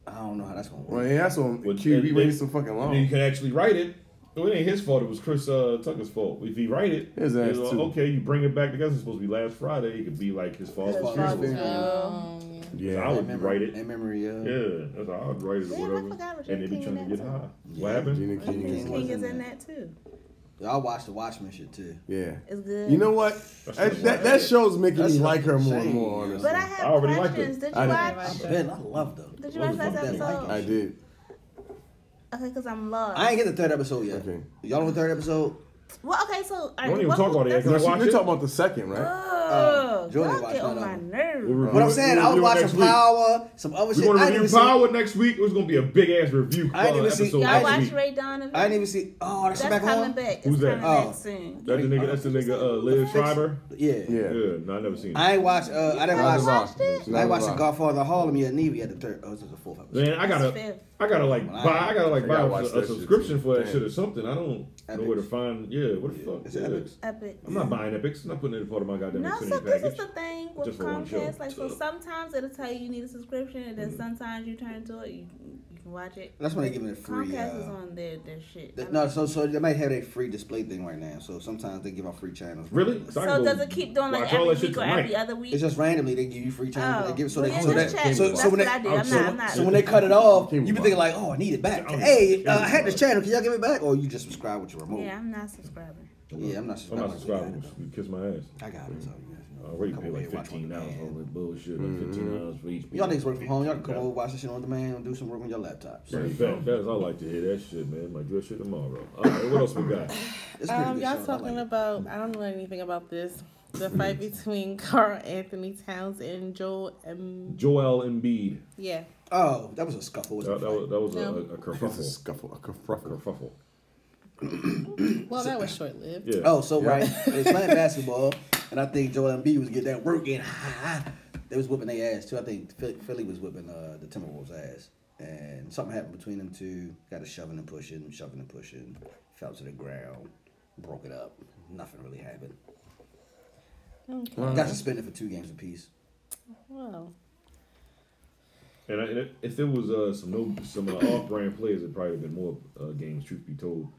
I don't know how that's gonna
Well,
work.
yeah, that's on
Well,
Q. We
and-
waited so fucking
And
Oh.
then you
long.
can actually write it. Well, it ain't his fault. It was Chris uh, Tucker's fault. If he write it,
His ass,
it's, uh,
too.
okay, you bring it back together. It's supposed to be last Friday. It could be like his fault.
His
His
fault.
Um,
I
Yeah.
would write it.
In memory, uh, yeah.
Yeah, that's how I would write it
Damn, I
or whatever.
forgot what
And they be
King
trying to
and
get
that
high.
song.
What happened?
Gina King
King
is-
King is in that too.
Y'all watched the Watchmen shit too.
Yeah.
It's good.
You know what?
That's
That,
the
that,
one.
that show's making
That's
me like her more and
insane,
more,
yo.
honestly.
But I
I
have
already liked
questions.
it.
Did
I
you
didn't-
watch?
Ben, I loved them.
Did you
What
watch
the
last
fuck that
episode?
like?
Okay,
I did.
because I'm lost.
I ain't get the third episode yet.
Okay.
Y'all on the third episode?
Well, okay, so I
Don't even talk about it,
No,
I
she,
watch
you're
it?
talking about the second, right?
Ugh,
Jordan
y'all
watched
get
that
on my
album.
We'll
nerves.
review
What I'm
it-
saying,
we'll
I was
review it
watching
next week.
Power, some other
We're
shit.
going
I
to
didn't even
review
see. I
Power next week. It's going to be a big ass review.
I didn't
uh,
even see-
episode
I
Y'all
next
watch
week.
Ray Donovan?
didn't even see. Oh, that shit
That's
back
coming
on.
back. It's
Who's that?
coming
Oh.
back soon.
That's the nigga. That's the nigga. Uh, Liz Schreiber.
Yeah.
Yeah.
Yeah, no, I never seen it.
I ain't watch. Uh, I didn't
haven't
watch.
watched it?
I ain't watched the Godfather Harlem yet. Neither yet. The third. Oh, this is the fourth episode.
Man, I gotta,
Fifth.
I gotta like
Well, I-
buy, I gotta like
I
buy
gotta
a,
watch
a
that shit
subscription
too.
for that
Damn.
shit or something. I don't know where to
Epics.
find. Yeah, what the fuck?
It's
yeah.
Epics.
Epic.
I'm not buying Epics. I'm not putting it in part of my goddamn
No,
Xfinity
so this is
package.
the thing
Just
with
for one show.
Comcast. Like, so sometimes it'll tell you you need a subscription, and then sometimes you turn to it, you, you can watch it.
That's when they giving it free.
Comcast is
uh,
on their, their shit.
th-
I
no,
mean-
so so they might have a free display thing right now. So sometimes they give out free channels.
Really? 'Cause I can
so
go
does it keep doing
watch
like
all
every
that shit
week or every
tonight.
other week?
It's just randomly they give you free channels. They give so
Oh. Well,
they
yeah,
so
just
that
check.
so,
That's
so when
what
they
I did.
oh,
I'm
so
not.
when-
I'm not.
so when they cut it off, you
Cable
be thinking like, oh, I need it back.
Oh,
hey,
cable
uh, I had this
box.
channel. Can y'all give it back? Or you just subscribe with your remote.
yeah, I'm not subscribing.
Yeah, I'm not
I'm
subscribing.
not subscribing. You kiss my ass.
I got it. So you guys
I
know.
already
Come
paid
over
like
here, watch on
fifteen dollars for all
demand.
that bullshit. Like fifteen dollars for each.
Y'all niggas work from home. Y'all can come
Yeah.
over, watch this shit on demand, and do some work on your laptops.
Right, bet- bet as I like to hear that shit, man. Might do that shit tomorrow. All right, what else we got?
It's a pretty
Um,
good
y'all
show. I
talking
like it.
about? I don't know anything about this. The fight between Carl Anthony Towns and Joel. Um,
Joel Embiid.
yeah,
Oh, that was a scuffle. Wasn't
That,
it?
that was, that was a,
No.
a
It's a
kerfuffle.
scuffle, a
A
kerfuffle.
kerfuffle.
well, that was short lived.
Yeah.
Oh, so right. They playing basketball, and I think Joel Embiid was getting that work in. They was whipping their ass too. I think Phil- Philly was whipping uh, the Timberwolves' ass, and something happened between them two. Got a shoving and pushing, shoving and pushing, fell to the ground, broke it up. Nothing really happened. Got suspended for two games apiece.
Wow.
And, I, and if- if there was uh, some no some uh, off-brand players, it'd probably have been more uh, games. Truth be told,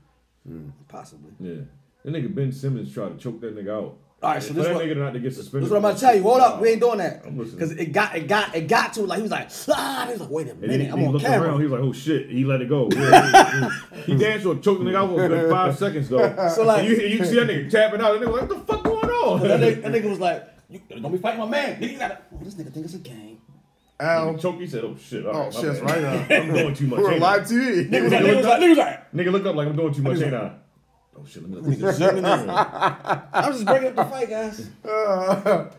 Possibly.
yeah. That nigga Ben Simmons tried to choke that nigga out.
All right, so
For
this
that
one.
nigga not to get suspended.
That's what I'm about to tell you. Hold up, we ain't doing that
I'm listening.
because it got it got it got to like he was like ah, he was like wait a
And then he,
minute, I'm
he
on
looked
camera.
around. He was like, "Oh shit!" He let it go. Yeah, he- he, he damn sure choked the nigga out for a good five seconds though.
So, like-
And you, you see that nigga tapping out. And nigga like, "What the fuck going on?"
That nigga, that nigga was like, you don't be fighting my man. Nigga, you gotta. Oh, this nigga think it's a game.
Ow.
Nigga choked. He said, "Oh shit!" all
Oh,
right, my
shit, it's
bad.
right now.
I'm doing too much.
We're on
ain't I?
live TV.
Nigga was like, nigga was like, nigga was like,
Nigga looked up like I'm doing too much. Ain't I? Oh shit! Let me look.
I'm just breaking up the fight, guys. but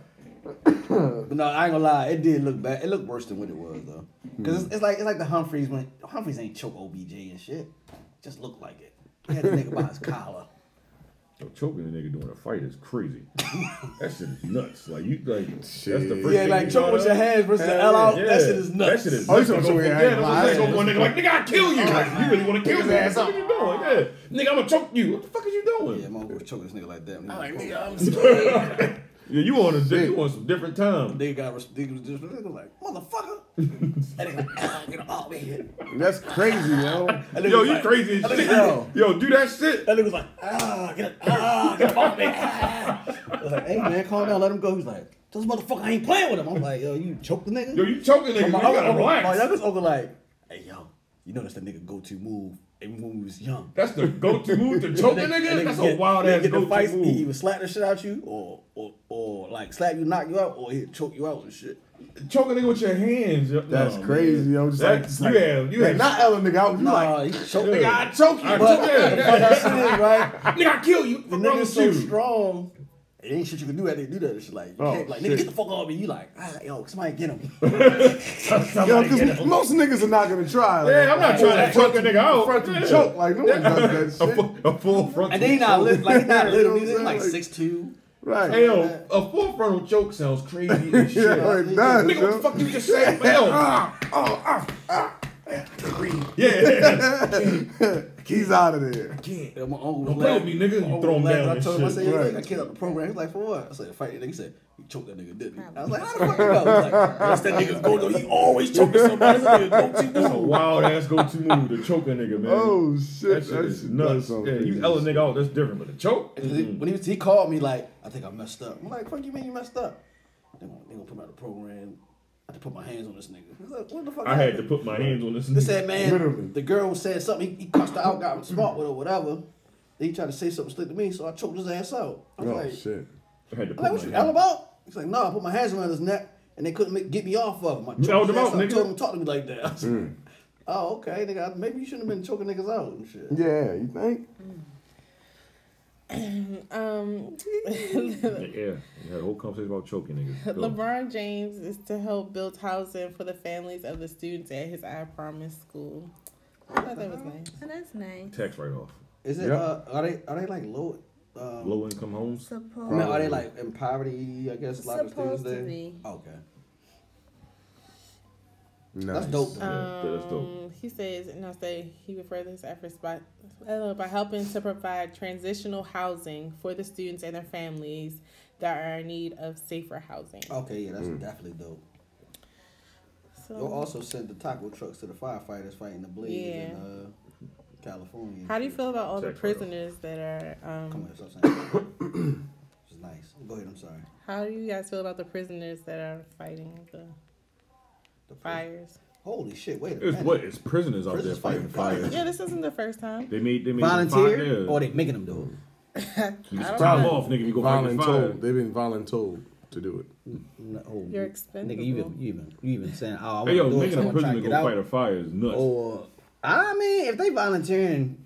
no, I ain't gonna lie, it did look bad. It looked worse than what it was though, because it's, it's like it's like the Humphreys when Humphreys ain't choke OBJ and shit. Just looked like it. He had the nigga by his collar.
Yo, choking a nigga during a fight is crazy. that shit is nuts. Like you like that's the
Shit.
first
Yeah,
thing
like
you
choke
thought
with your
of?
hands versus the
Hell
L out.
Yeah.
Oh, That shit is nuts.
That shit is
Oh, you
nuts.
talking
Go
about
from-
your
yeah,
hand
that's what
line.
I'm saying. Go for a nigga like, nigga, I kill you. Like, you really want to kill me?
ass
What are you doing? Yeah, nigga, I'm gonna choke you. What the fuck are you doing?
Yeah, my uncle was choking this nigga like that. I'm like, nigga,
Yeah, you on a di- you on some different time.
They got res- they was just they was like, motherfucker. that nigga, ah, get him off me here.
That's crazy, yo.
That nigga
Yo,
was
you
like-
crazy as shit.
Yo.
Yo, do that shit.
That nigga was like, ah, get him, ah, get him off me. ah." I was like, hey man, calm down, let him go. He was like, this motherfucker, I ain't playing with him. I'm like, yo, you choked the nigga.
Yo, you choking niggas.
Oh, my
You
other
gotta
uncle, my
relax.
youngest uncle like, hey yo, you know that's the nigga go to move even when we was young.
That's the go-to move to choke a nigga. That's a
get-
wild
nigga
ass
get in
go-to
fights, He
move.
either slap the shit out you, or or or like slap you, knock you out, or he choke you out and shit.
Choke a nigga with your hands. yo-
That's
no,
crazy,
man.
yo. Just
That-
like, just
you
like
have, you
like,
have.
not Ellen, nigga. I was you
Nah,
like,
he choke
Yeah.
nigga.
I choke you. choke
But
you.
but that's it, right?
Nigga, I kill you.
The
Fuck wrong
nigga's
with
so
you?
strong. It ain't shit you can do that. They do that. It's like, you
Oh,
can't, like
shit.
nigga, get the fuck off me. You like, ah, yo, somebody get him.
yo,
Somebody get
because
him.
most niggas are not gonna try. Like,
Yeah, I'm not trying to choke a nigga out. Yeah.
Front choke, like no one does
A
that shit.
full, a full frontal.
And they not
choke.
li- like he not little.
You
He's
know what I'm
like
saying?
six two.
Right?
Hell, a full frontal choke sounds crazy as shit.
yeah, it does,
Nigga, what the
yo.
fuck you just said? Hell, yeah.
He's out of there.
Yeah, my uncle was
Don't play with
laughing.
me, nigga. You
My uncle
throw him
was laughing.
down
I
and
told him, I
shit.
said, "Yo,
Right.
nigga, I killed out the program. He's like, for what? I said, fight. And he said, you choked that nigga, didn't he? I was like, how the fuck you know? He was like, that's that nigga's go to. He always choking somebody. That's that nigga's go-to
That's a
move.
wild ass go-to move to choke a nigga, man.
Oh shit,
that shit is nuts.
that's
Yeah,
so
you
crazy.
tell a nigga out, that's different. But a choke,
And he- When he was, he called me like, I think I messed up. I'm like, fuck you mean you messed up? They gonna, they gonna put me out of the program. I had to put my hands on this nigga. He's like, what the fuck?
I had
happened?"
to put my hands on this.
They
nigga.
said, man,
Literally.
the girl said something. He, he cussed her out, got him smart with her, whatever. Then he tried to say something slick to me, so I choked his ass out. I was
Oh
like,
shit.
I had to
I'm
put
like,
my
what you
hands.
yell about? He's like, no, I put my hands around his neck, and they couldn't make, get me off of him. I choked
held
his
him
ass
out,
out,
nigga. Mm.
told him to talk to me like that. I was like, Oh, okay, nigga. Maybe you shouldn't have been choking niggas out and shit.
Yeah, you think?
Um,
Yeah, we had a whole conversation about choking niggas. Go.
LeBron James is to help build housing for the families of the students at his I Promise school. I thought that was nice.
Oh, that's nice.
Tax write off.
Is it?
Yep.
Uh, are they? Are they like low? Um,
Low income homes.
I
Suppose.
mean, are they like in poverty? I guess a lot of
Supposed
students
to
there.
be.
Okay,
No.
that's dope.
Uh,
though.
Yeah, that's dope.
Um, he says, and I'll say he would further his efforts by, uh, by helping to provide transitional housing for the students and their families that are in need of safer housing.
okay, yeah,
Mm.
that's definitely dope.
So,
They
Um,
also sent the taco trucks to the firefighters fighting the blaze
Yeah.
in uh, California. and
how do you
shit.
feel about all the
Check right off.
prisoners that are?
Come
Um,
here, stop saying. It's nice. Go ahead. I'm sorry.
how do you guys feel about the prisoners that are fighting the
The fire.
fires?
Holy shit! Wait a
It's
minute.
what? It's prisoners out there
Prisoners
fighting
fighting
fire.
Yeah, this isn't the first time.
They made they made some
Volunteer
fire.
or they making them do
You
I
just
don't
time
know.
off, nigga. You go fight the fire.
Voluntold. They've been voluntold to do it.
it? No, oh, Nigga, you even
You're expendable.
you even you even saying, oh, I want
Hey yo,
to do it, Oh. so
making
I'm
a
trying
prisoner
to
go
get out.
fight a fire is nuts.
Or I mean, if they volunteering,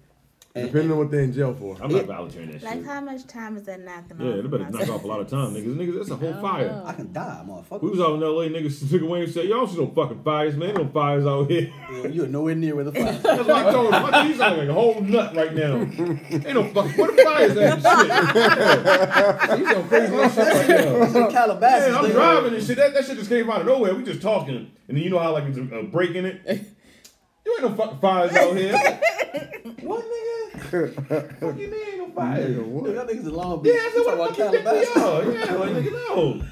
and,
Depending on what they're in jail for.
I'm not volunteering that
Like
shit.
how much time is that knocking off?
Yeah, they better
my
knock off a lot of time, niggas. Niggas, that's a whole fire.
I can die, motherfucker.
We was out in LA, niggas took away and said, Y'all don't see no fucking fires, man. Ain't No fires out here.
Yeah, You're nowhere near where the fire.
That's what I told him. My teeth sound like a whole nut right now. Ain't no fucking where the fires at and shit. He's on crazy ass shit right now.
It's in Calabasas.
Man, I'm
nigga.
driving and shit. That, that shit just came out of nowhere. We just talking, and then you know how like it's a, a break in it. You ain't no fucking fires out here. what nigga? Fuck you, mean ain't no fires.
Nigga, what?
Dude, that niggas in Long
Yeah,
Beach.
I
You
said what the
talking
fuck you
about
think we
Calabasas?
are? Yeah, like nigga, no.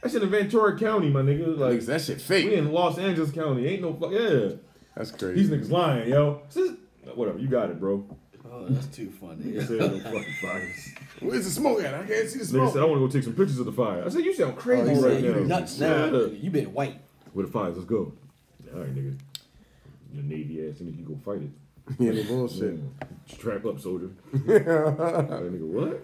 That's in Ventura County, my nigga. Like
Niggas, that shit
we
fake.
in Los Angeles County. Ain't no fuck. Yeah,
That's
these
crazy.
niggas lying, yo. This is- Whatever, you got it, bro.
Oh, that's too funny.
They said no fucking fires.
Where's the smoke at? I can't see the
Nigga
smoke.
said I want to go take some pictures of the fire. I said you sound crazy
Oh,
You
you
right
said
said
you
now.
nuts now.
Yeah.
nigga. You been white.
With the fires, let's go. All right, nigga. Your navy ass nigga, you go fight it.
Yeah, they bullshit.
Strap up, soldier. Like, nigga, what?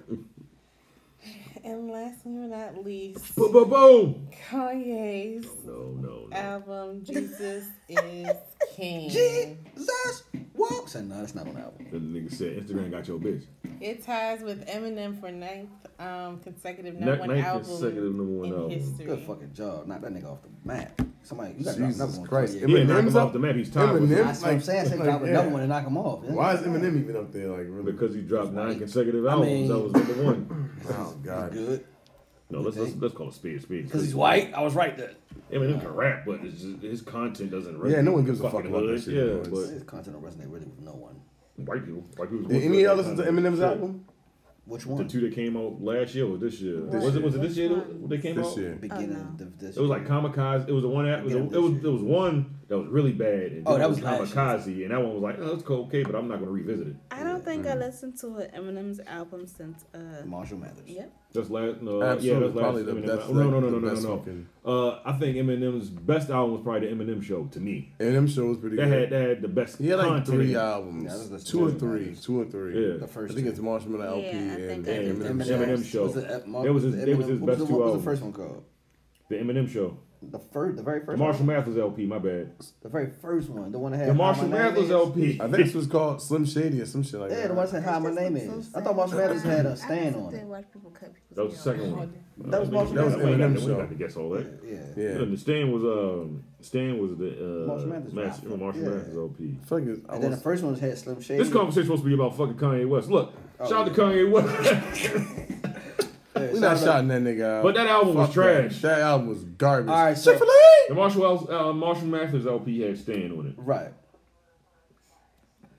And last but not least,
Boom, boom, boom.
Kanye's
No, no,
Um,
no.
album Jesus is King.
Jesus walks. Said, No, that's not on the album.
The nigga said Instagram got your bitch.
It ties with Eminem for ninth um, consecutive
Ni-
number one
ninth
album
consecutive number one
in
album.
history.
Good fucking job. Knock that nigga off the map. Somebody, you got
Jesus Christ.
He ain't
Eminem's
knocked him
up?
off the map. He's tied with him
Eminem?
That's what I'm saying. Say
Like,
drop
yeah.
another one and knock him off.
Why is Eminem even up there? Like really?
because he dropped nine
Right.
consecutive
I
albums.
mean-
that was number one.
oh god.
good?
No, let's let's, let's call it speed, speed.
Because he's white. I was right there.
Eminem can rap, but it's just, his content doesn't.
Yeah, no one gives a
fucking
fuck about that
hood.
shit,
Yeah,
boys.
His content don't resonate really with no one.
but white people, white people.
Did any of y'all listen to Eminem's album?
Which
The
one?
two that came out last year or this year? was
year.
it was it this year? that- They came
This
out.
year.
beginning
Oh,
of this
It was like Kamikaze. It was the one. That, it, was, it was one that that was really bad. And
Oh,
then
that
it
was last year.
Kamikaze, and that one was like, oh, that's cool, okay, but I'm not gonna revisit it.
I don't think
Mm-hmm.
I listened to a Eminem's album since. uh
Marshall Mathers.
Yep.
That's last. No,
Absolutely,
uh, yeah, that's last.
probably the-
Eminem.
that's
no, no,
the-
no, no,
the
no,
best
no,
fucking-
no. Uh, I think Eminem's best album was probably the Eminem Show to me.
And them shows pretty
That
good.
had that had the best.
he had like
content.
three
Yeah, I was
albums.
listening
Two or
to
three.
them.
Two or three.
Yeah.
The first
I think
two.
it's Marshmallow LP
Yeah, I
and
think I
Yeah,
did.
Eminem,
Eminem.
Eminem Show.
Was it at Mar-
that was his,
the
that was
Eminem-
his
what
best
was the-
two
What was
albums.
the first one called?
The Eminem Show.
The first, the very first.
The
one?
Marshall Mathers LP. My bad.
The very first one, the one that had
The
How
Marshall
My Name
Mathers
Is.
LP.
I think this was called Slim Shady or some shit like
Yeah,
that.
the one that said How My Name Is. I thought Marshall Mathers had a stand on it.
Didn't watch people cut people's
That was the
hair off.
second one. Uh, We
That was
ain't
Marshall
got-
Mathers.
we ain't got-
Eminem
we ain't
Show.
got to guess all that.
Yeah.
Yeah.
Yeah, the Stan was um Stan was the uh
Marshall Mathers
Mas-
rapper.
Marshall
Yeah.
Mathers LP.
I feel like it's, I
And then the
was,
first one had Slim Shady.
This conversation supposed to be about fucking Kanye West. Look,
Oh,
shout out
yeah.
to Kanye West,
Yeah,
we
shout
not
out-
shouting that nigga out.
but that album was
Fuck that.
trash.
That album was garbage.
All right, so-
Chick-fil-A!
The Marshall uh, Marshall Mathers LP had Stan on it.
Right.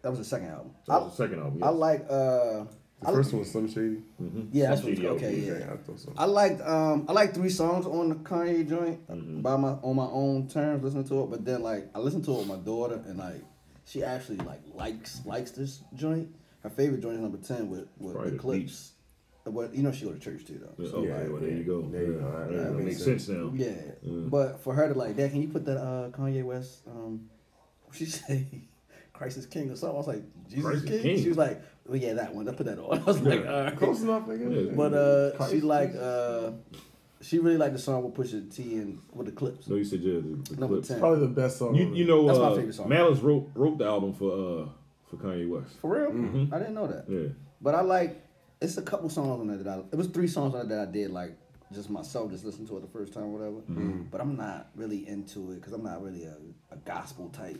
That was the second album.
So that was the second album.
I, I like. uh
The first one was Slim Shady.
Yeah, that's
Some
what,
GDO
okay.
music,
Yeah.
Yeah, I thought so.
I liked um I liked three songs on the Kanye joint
Mm-hmm.
by my on my own terms listening to it, but then like I listened to it with my daughter and like she actually like likes likes this joint. Her favorite joint is number ten with with
Probably
the
the
clips. But you know she go to church too though.
Yeah,
So
okay,
like,
well, there you go.
There you
yeah,
go.
all right,
That
that
makes
makes sense now.
yeah.
Mm.
But for her to like, Dad, can you put that uh Kanye West um she say Christ is King or something? I was like, Jesus
Christ
is
is
King?
King.
She was like, Well yeah, that one. I put that on. I was like,
Yeah.
all right.
Close enough, nigga.
Yeah.
But uh, she like uh, she really liked the song with Pusha T and with the clips.
No, you said yeah, the, the
Number
clips.
ten.
Probably the best song.
You
on
you
it.
know
That's my
uh,
favorite song.
Malice wrote wrote the album for uh for Kanye West.
For real, I didn't know that.
Mm-hmm. Yeah,
But I like it's a couple songs on there that I it was three songs on there that I did like just myself just listened to it the first time or whatever.
Mm-hmm.
But I'm not really into it because I'm not really a, a gospel type.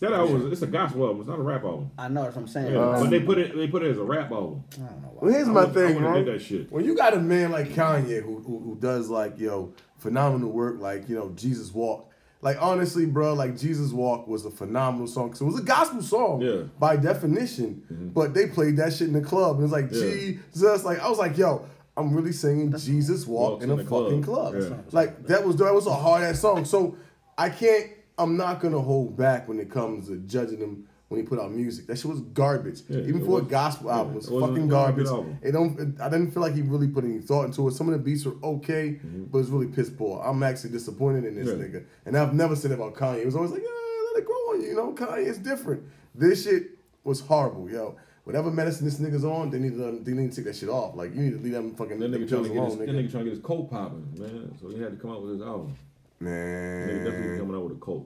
that album was, it's a gospel album. It's not a rap album.
I know that's what I'm saying.
Yeah,
but
but they put it they put it as a rap album.
Um, I don't know why.
Well, here's my
wouldn't- I
thing,
wouldn't
bro.
did that shit.
When you got a man like Kanye who, who who does like yo phenomenal work, like you know Jesus Walk. Like honestly, bro, like Jesus Walk was a phenomenal song. So it was a gospel song,
Yeah. Mm-hmm.
by definition. But they played that shit in the club, and it's like
Yeah.
Jesus. Like I was like, yo, I'm really singing Jesus Walk
Walks
in a
in the
fucking club.
club. Yeah.
Like that was that was a hard ass song. So I can't. I'm not gonna hold back when it comes to judging him when he put out music. That shit was garbage.
Yeah,
Even
it
for a
was-
gospel
yeah,
album, it was
it wasn't-
fucking
it wasn't a good
garbage.
album.
It don't. It, I didn't feel like he really put any thought into it. Some of the beats were okay, but it's really piss poor. I'm actually disappointed in this
Mm-hmm. Yeah.
nigga, and I've never said about Kanye. It was always like, yeah, let it grow on you. You know, Kanye is different. This shit was horrible, yo. Whatever medicine this nigga's on, they need to they need to take that shit off. Like you need to leave them fucking
That
them
nigga, trying
pills
to get his,
alone,
that
nigga.
nigga trying to get his coat popping, man. So he had to come out with his album. Nigga definitely
Man,
coming out with a coat.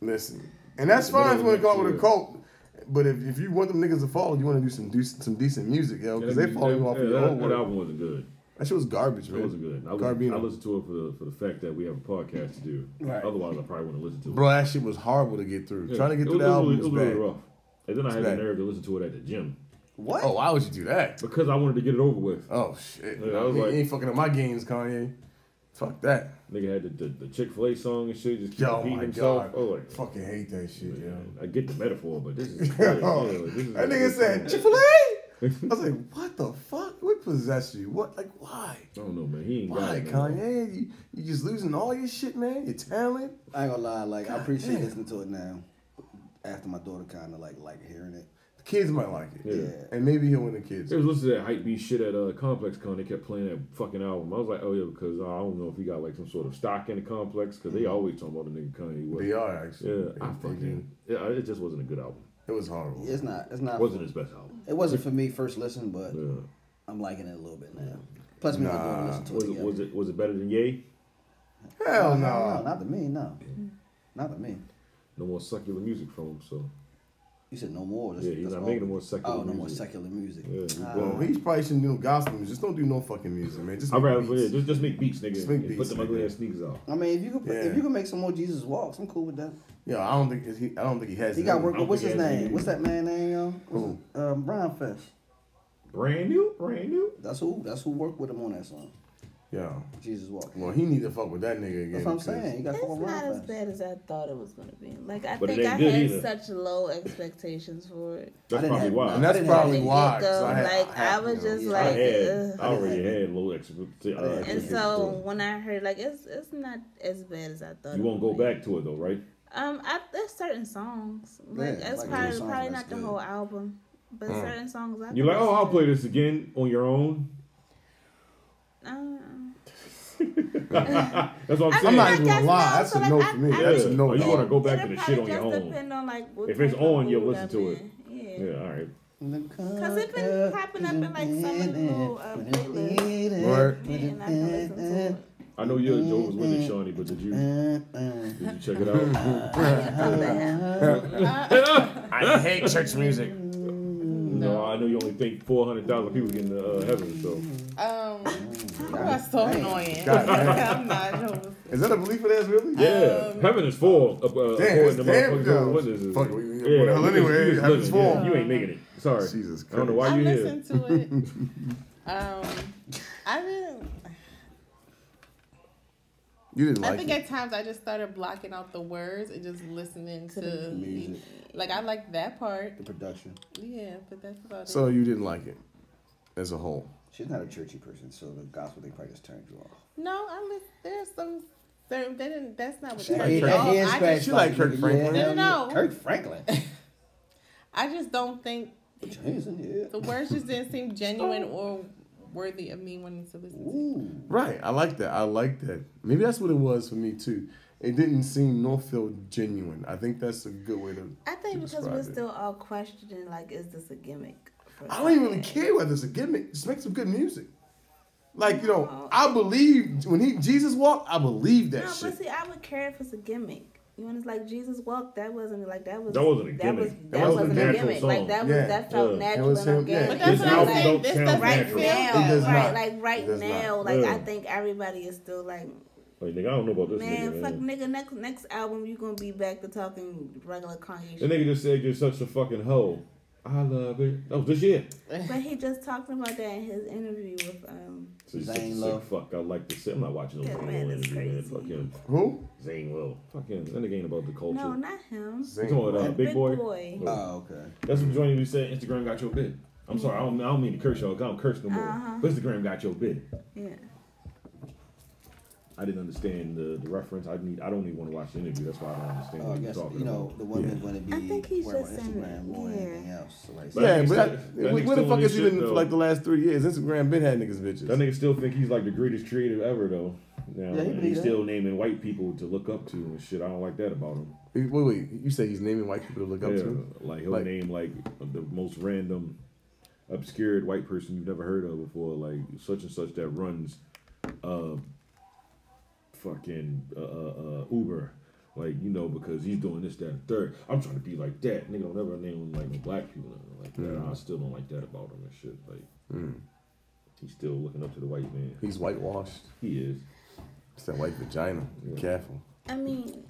listen, and that's
Middle
fine if
of
you want
next
to go out with a
year.
cult. But if, if you want them niggas to follow, you want to do some de- some decent music, yo, because they
That-
follow
that-
you off
yeah,
your
that,
own
that
work.
album wasn't good.
That shit was garbage,
It
man.
wasn't good. I listened,
Garbino.
I listened to it for the for the fact that we have a podcast to do.
Right.
Otherwise, I probably wouldn't listen to it.
Bro, that shit was horrible to get through.
Yeah.
Trying to get
It
through
was-
the
it was
album
really-
was
it was really
bad.
rough. And then I had
bad.
the nerve to listen to it at the gym
What?
Oh, why would you do that?
because I wanted to get it over with.
Oh shit!
Yeah, I was
you
like-
ain't fucking up my games, Kanye. Fuck that.
Nigga had the, the, the Chick Fil A song and shit, just keep
Yo,
repeating
my
himself.
god.
Oh, like,
fucking hate that shit, yo.
I get the metaphor, but this is.
Yo,
yeah, this is
that
a
nigga
good
said
song.
Chick Fil A. I was like, what the fuck? What possessed you? What like why?
I don't know, man. He ain't got
Why,
it. man.
Kanye? You, you just losing all your shit, man. Your talent.
I ain't gonna lie, like I appreciate
damn.
listening to it now. After my daughter kind of like like hearing it.
The kids might like it,
Yeah.
Yeah.
and maybe he'll win the kids.
They was listening to that hype beat shit at uh, Complex Con. They kept playing that fucking album. I was like, oh yeah, because uh, I don't know if he got like some sort of stock in the complex because they always talking about the nigga Kanye West.
They are actually.
Yeah,
They-
I
they do.
fucking. Yeah, it just wasn't a good album.
It was horrible.
It's not. It's not.
It wasn't his best album.
It wasn't for me first listen, but
Yeah.
I'm liking it a little bit now. Plus, me and my daughter listen to
Was
it
it
together.
was it was it better than Ye?
Hell Oh, no.
No, not to me. No, not to me.
No more secular music from him. So
You said no more. That's,
Yeah, he's
that's
not
all.
making no more secular
Oh, no more
music.
secular music.
yeah, he's
Ah.
gone.
Well, he probably shouldn't do no gospel music. Just don't do no fucking music, man. Just
I'd
make
rather
beats.
yeah, just just make beats, nigga.
Just make
and
beats,
put them ugly
nigga.
ass sneakers out.
I mean, if you could, put,
Yeah.
if you could make some more Jesus walks, I'm cool with that.
Yeah, I don't think he. I don't think he has.
He
it
got
in
work
him.
with what's his
Yeah, yeah,
name?
yeah.
What's that man name, yo?
Who?
Um, Brian Fest.
Brand new, brand new.
That's who. That's who worked with him on that song.
Yeah.
Jesus walks.
Well, he need to fuck with that nigga again.
That's what I'm
'cause-
saying. You got to
It's
call
not
Brian
as
Fest.
bad as I thought it was gonna be. Like I
But it
think I
ain't good
had
either.
such low expectations for it.
That's
didn't
probably
have-
why.
And that's
I didn't have
probably
any
why. 'cause
So,
had-
like
had,
I was
you know,
just
yeah.
I
like,
had I
ugh.
already had low expectations.
And
and so when I heard like it's it's not as bad as I thought.
you
it
won't
would
go
be.
back to it though, right?
Um, I, there's certain songs. Like
Yeah,
that's
like
probably
those songs
probably
that's
not the
good.
whole album, but certain songs. I
Mm. You're like,
can
oh, I'll play
listen
this again on your own.
to. Um,
That's what I'm saying.
I mean,
I'm not
I
even
guess
gonna lie.
no,
That's
so,
a
like,
no
I-
for me.
I
That's a
think-
no.
Oh, you
dog.
wanna go back
it'll
to the shit
probably
on your
just
own.
depend on, like, what
If it's
type of
on, you'll
mood
listen
I'm
to it.
in. Yeah.
Yeah, all right.
Cause it's been popping up in like some of the little uh, playlists.
Word.
Yeah, and I can listen to it.
I know your Joe was with it, Shawnee, but did you did you check it out?
I hate church music.
no, I know you only think four hundred thousand people get into uh, heaven. So
Um, that's so annoying.
God
I'm not. Jehovah's-
Is that a belief of theirs, really?
yeah, heaven is full. Uh, uh,
Damn,
according
it's
to
damn
motherfuckers
Joe.
who witnesses.
Fuck it, we- we-
Yeah,
what the hell
you just-
anyway,
you just
heaven's
living, yeah.
full.
You ain't making it. Sorry,
Jesus
I don't know why
I
you here.
listened to it. Um, I didn't.
You didn't
I
like
think
it.
at times I just started blocking out the words and just listening to the
music.
Like I like that part.
The production.
Yeah, but that's about
So
it.
you didn't like it as a whole.
She's not a churchy person, so the gospel thing probably just turned you off.
No, I lis- there's some certain. They didn't, that's not what
She
they
like
did.
that
I
head
just-
scratch.
She like Kirk
nigga,
Franklin.
yeah, hell
No,
yeah.
no, no.
Kirk Franklin.
I just don't think
Put your hands in the air.
the words just didn't seem genuine or worthy of me wanting to listen to.
Ooh.
Right. I like that. I like that. Maybe that's what it was for me too. It didn't seem nor feel genuine. I think that's a good way to.
I think because
describe
we're
it.
still all questioning, like, is this a gimmick? for
I don't even really
something?
care whether it's a gimmick. Just make some good music. Like you know, I believe when he Jesus walked, I believe that
No,
shit.
but see, I would care if it's a gimmick. You know, it's like Jesus walked. That wasn't like that was
That wasn't a gimmick.
Was,
That
that,
was a
wasn't a
natural
gimmick.
song.
Like that was
Yeah.
that felt
Yeah.
natural.
It was
and
him- yeah.
organic.
But
This
that's what I'm
album
saying.
don't
This
sound
doesn't
right
natural.
feel
now,
It does
right?
not.
Like
It
right
does
now,
not.
like
Yeah.
I think everybody is still like,
Like, nigga, I don't know about this
man,
nigga.
fuck
Man.
nigga. Next next album, you gonna be back to talking regular
That
congregation.
nigga just said you're such a fucking hoe. I love it. That was this year.
But he just talked about that in his interview with um.
So he's
Zane
such a sick
Lowe.
fuck. I like to say I'm not watching no
That
Zane
man
Lowe
is
interview, man.
crazy.
Fuck him.
Who?
Zane Lowe. Fuck him. That nigga ain't about the culture.
No, not him.
You talking about, uh,
Zane.
big,
Big
boy.
Boy.
Oh.
Oh, okay.
That's what Johnny said. Instagram got your bid. I'm sorry. I don't, I don't mean to curse y'all. 'cause I don't curse no more.
Uh-huh.
But Instagram got your bid.
Yeah.
I didn't understand the, the reference. I need. I don't even want to watch the interview. That's why I don't understand
Oh, I
what
guess
you're talking
you know
about.
the women want to be
I think he's
wearing
just
on
saying
Instagram
that,
more than
yeah.
anything else. So, like,
Yeah,
nigga
but
still-
I,
that nigga
where the
still
fuck
on
has
his
he
shit,
been for
though.
like the last three years? Instagram been had niggas bitches.
That nigga still think he's like the greatest creative ever though. Now
Yeah,
and
he believe
he's
that.
still naming white people to look up to and shit. I don't like that about him.
Wait, wait, you say he's naming white people to look up
yeah,
to?
like he'll
Like-
name like the most random, obscured white person you've never heard of before, like such and such that runs, uh, fucking uh, uh, uh, Uber, like you know because he's doing this, that, and third. I'm trying to be like that. Nigga don't ever name like no black people or nothing like that.
Mm.
I still don't like that about him and shit. Like he's still looking up to the white man.
He's whitewashed.
He is.
It's that white vagina. Be careful.
I mean,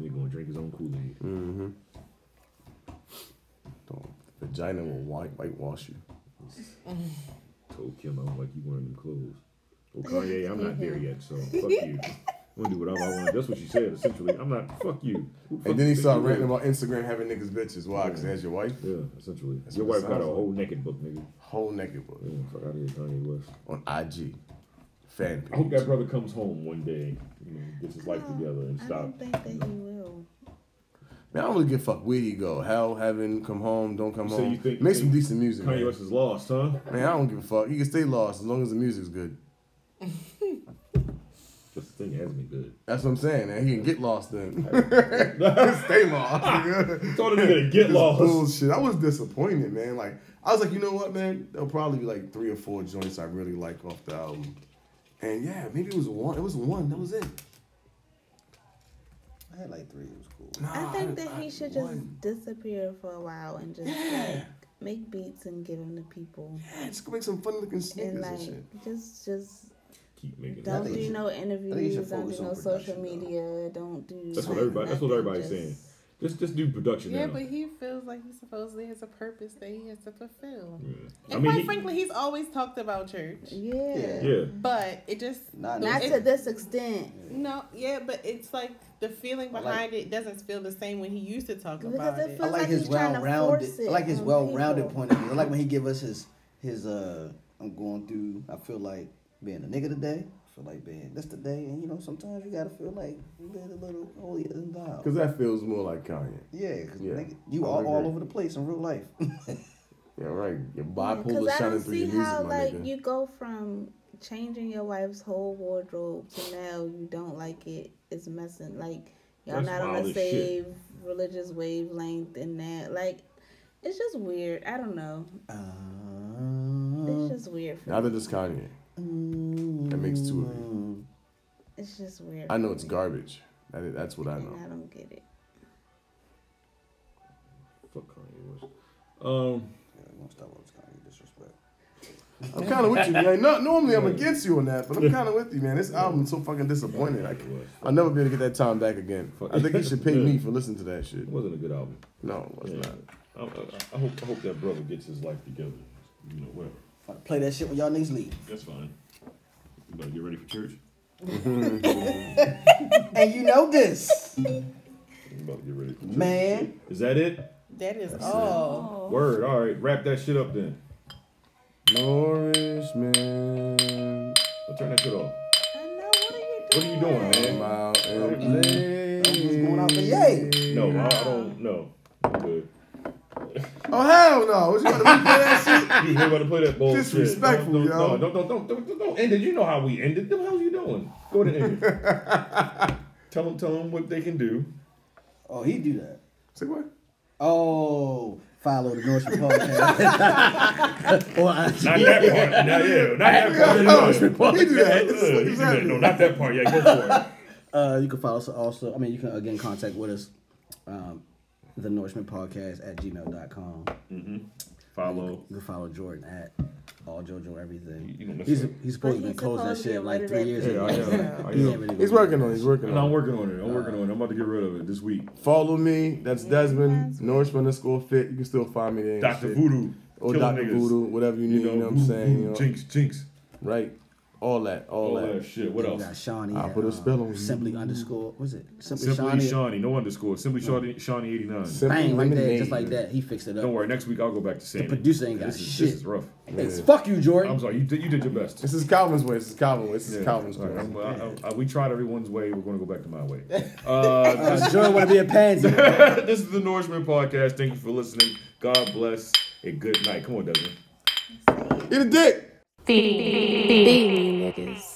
He's gonna drink his own Kool Aid.
Don't. Vagina will white whitewash you.
Told Kim I don't like you wearing them clothes. Oh Kanye, I'm not there yet, so fuck you. I'm gonna do whatever I want. That's what she said essentially. I'm not fuck you. Who the fuck
And then he
you
started
think
ranting
you
about Instagram having niggas bitches. Why? Because that's your wife?
are? Yeah, essentially.
That's
Your
what it
wife got a
sounds like.
whole naked book, nigga.
Whole naked book.
Yeah, fuck out of here, Kanye West.
On IG. Fan
I hope
page.
that brother comes home one day, you know, gets his life together and
uh, Oh, I don't
stop.
think that he will.
Man, I don't really give a fuck where you go. Hell, heaven, come home, don't come
So
home.
you think-
Make some
think
decent music. Man.
Kanye West is lost, huh?
Man, I don't give a fuck. You can stay lost as long as the music's good.
That's the thing that has me good.
That's what I'm saying, man. He can get lost then. stay lost. nigga.
Told him to get
This
lost.
Bullshit. I was disappointed, man. Like I was like, you know what, man? There'll probably be like three or four joints I really like off the album. And yeah, maybe it was one. It was one. That was it.
I had like three. It was cool.
I think that he should just
one.
disappear for a while and just like make beats and give them to people
Yeah, just go make some fun looking sneakers
and
and,
like
shit.
just just
Keep making
don't
think
it.
you
do
should-
no interviews, don't
focus
do
on
no social
production, though.
media, don't do.
That's what
like,
everybody. That's what
nothing,
everybody's
just-
saying. Just, just do production
Yeah,
now.
but he feels like he supposedly has a purpose that he has to fulfill.
Yeah. I
And
mean,
quite
he-
frankly, he's always talked about church,
Yeah.
yeah.
but it just
Not,
Not
it,
to this extent.
no, yeah, but it's like the feeling
I like-
behind it doesn't feel the same when he used to talk
Because
about
it
it.
I
feels
like
like
his
he's trying
well
to
rounded.
force it
I like his
on
well rounded
people.
point of view. I like when he give us his his uh. I'm going through. I feel like being a nigga today. I feel like being this today, and you know sometimes you gotta feel like being a little holier than thou.
Because that feels more like Kanye.
Yeah, because
Yeah,
you
I
are
would
all
agree.
over the place in real life.
Yeah, right. Your
Because
bipolar
Mm, I
shining
don't
through
see
your music,
how
my
like
nigga.
you go from changing your wife's whole wardrobe to now you don't like it. It's messing like y'all
That's
not on
wild
the
as shit.
same religious wavelength and that like it's just weird. I don't know.
Mm.
It's just weird. For
Neither does Kanye. That makes two of
Mm.
you.
It's just weird.
I know it's garbage. That is, that's what I
and
know.
I don't get it.
Fuck Kanye West. Um,
yeah, I'm gonna stop all this kind of disrespect.
I'm kind of with you, man. Not, normally I'm against you on that, but I'm kind of with you, man. This album's so fucking disappointing. I,
West.
I'll never be able to get that time back again. I think he should pay me for listening to that shit.
It wasn't a good album.
No, it's
Yeah.
not.
I, I- I hope I hope that brother gets his life together. You know, whatever.
Fuck, Play that shit when y'all niggas leave.
That's fine. You better get ready for church.
and you know this,
You better get ready for church.
man.
Is that it?
That is all.
Word. All right. Wrap that shit up then.
Norris, man.
I'll turn that shit off.
I know. What are you
What are you doing,
Come
man?
out and
Mhm.
play.
What's going on? But yay.
No, I, I don't. No. I'm good.
Oh, hell no. What you about to play that shit?
You ain't about to play that bullshit.
Disrespectful,
don't, don't,
yo.
No, don't, don't, don't, don't, don't end it. You know how we ended. What the hell you doing? Go to end it. tell them, tell them what they can do.
Oh, he do that.
Say what?
Oh, follow the Norseman podcast. or I,
Not that part. Not, yeah, not that part.
Oh, he do that.
Ugh, you do that. No, not that part. Yeah, go for it.
uh, you can follow us also. I mean, you can again contact with us. Um, the Norseman podcast at gmail.com.
Follow.
You can follow Jordan at all JoJo everything.
You- you gonna miss
he's,
it.
he's supposed to
But
be
he's
closing that
supposed to
shit
get
like
rid
three
of
years
that
ago.
Yeah, I am. I
He
am.
ain't really
He's
gonna-
working on it. He's working
And
on
I'm
it.
working on it. I'm working on it. I'm about to get rid of it this week.
Follow me. That's Desmond. Norseman underscore fit. You can still find me there. and
Dr.
shit.
Voodoo.
Or
killing
Dr.
niggas.
Voodoo. Whatever you
You
need.
know,
You know what I'm
voodoo,
saying? You
voodoo,
know?
Jinx, jinx.
Right. All that. All
All
that.
that shit. What
You
else?
got Shawnee.
I'll
at,
put a
uh,
spell on you.
Simply underscore. What's it? Simply,
Simply
Shawnee.
Shawnee. No underscore. Simply Shawnee, Shawnee 89.
Simple
Bang, like that.
lemonade.
Just like that. He fixed it up.
Don't worry. Next week I'll go back to saying it.
producer ain't got
this is,
shit.
This is rough.
Hey, fuck you,
I'm
Jordan.
sorry. You did, you did your best.
This is Calvin's way. This is Calvin's way. This is Calvin's
All right, I'm-
way.
I- I- I- we tried everyone's way. We're going to go back to my way. Uh,
Because Jordan want to be a pansy.
this is the Norseman Podcast. Thank you for listening. God bless and good night. Come on, Desmond.
Eat a dick.
Feed me niggas.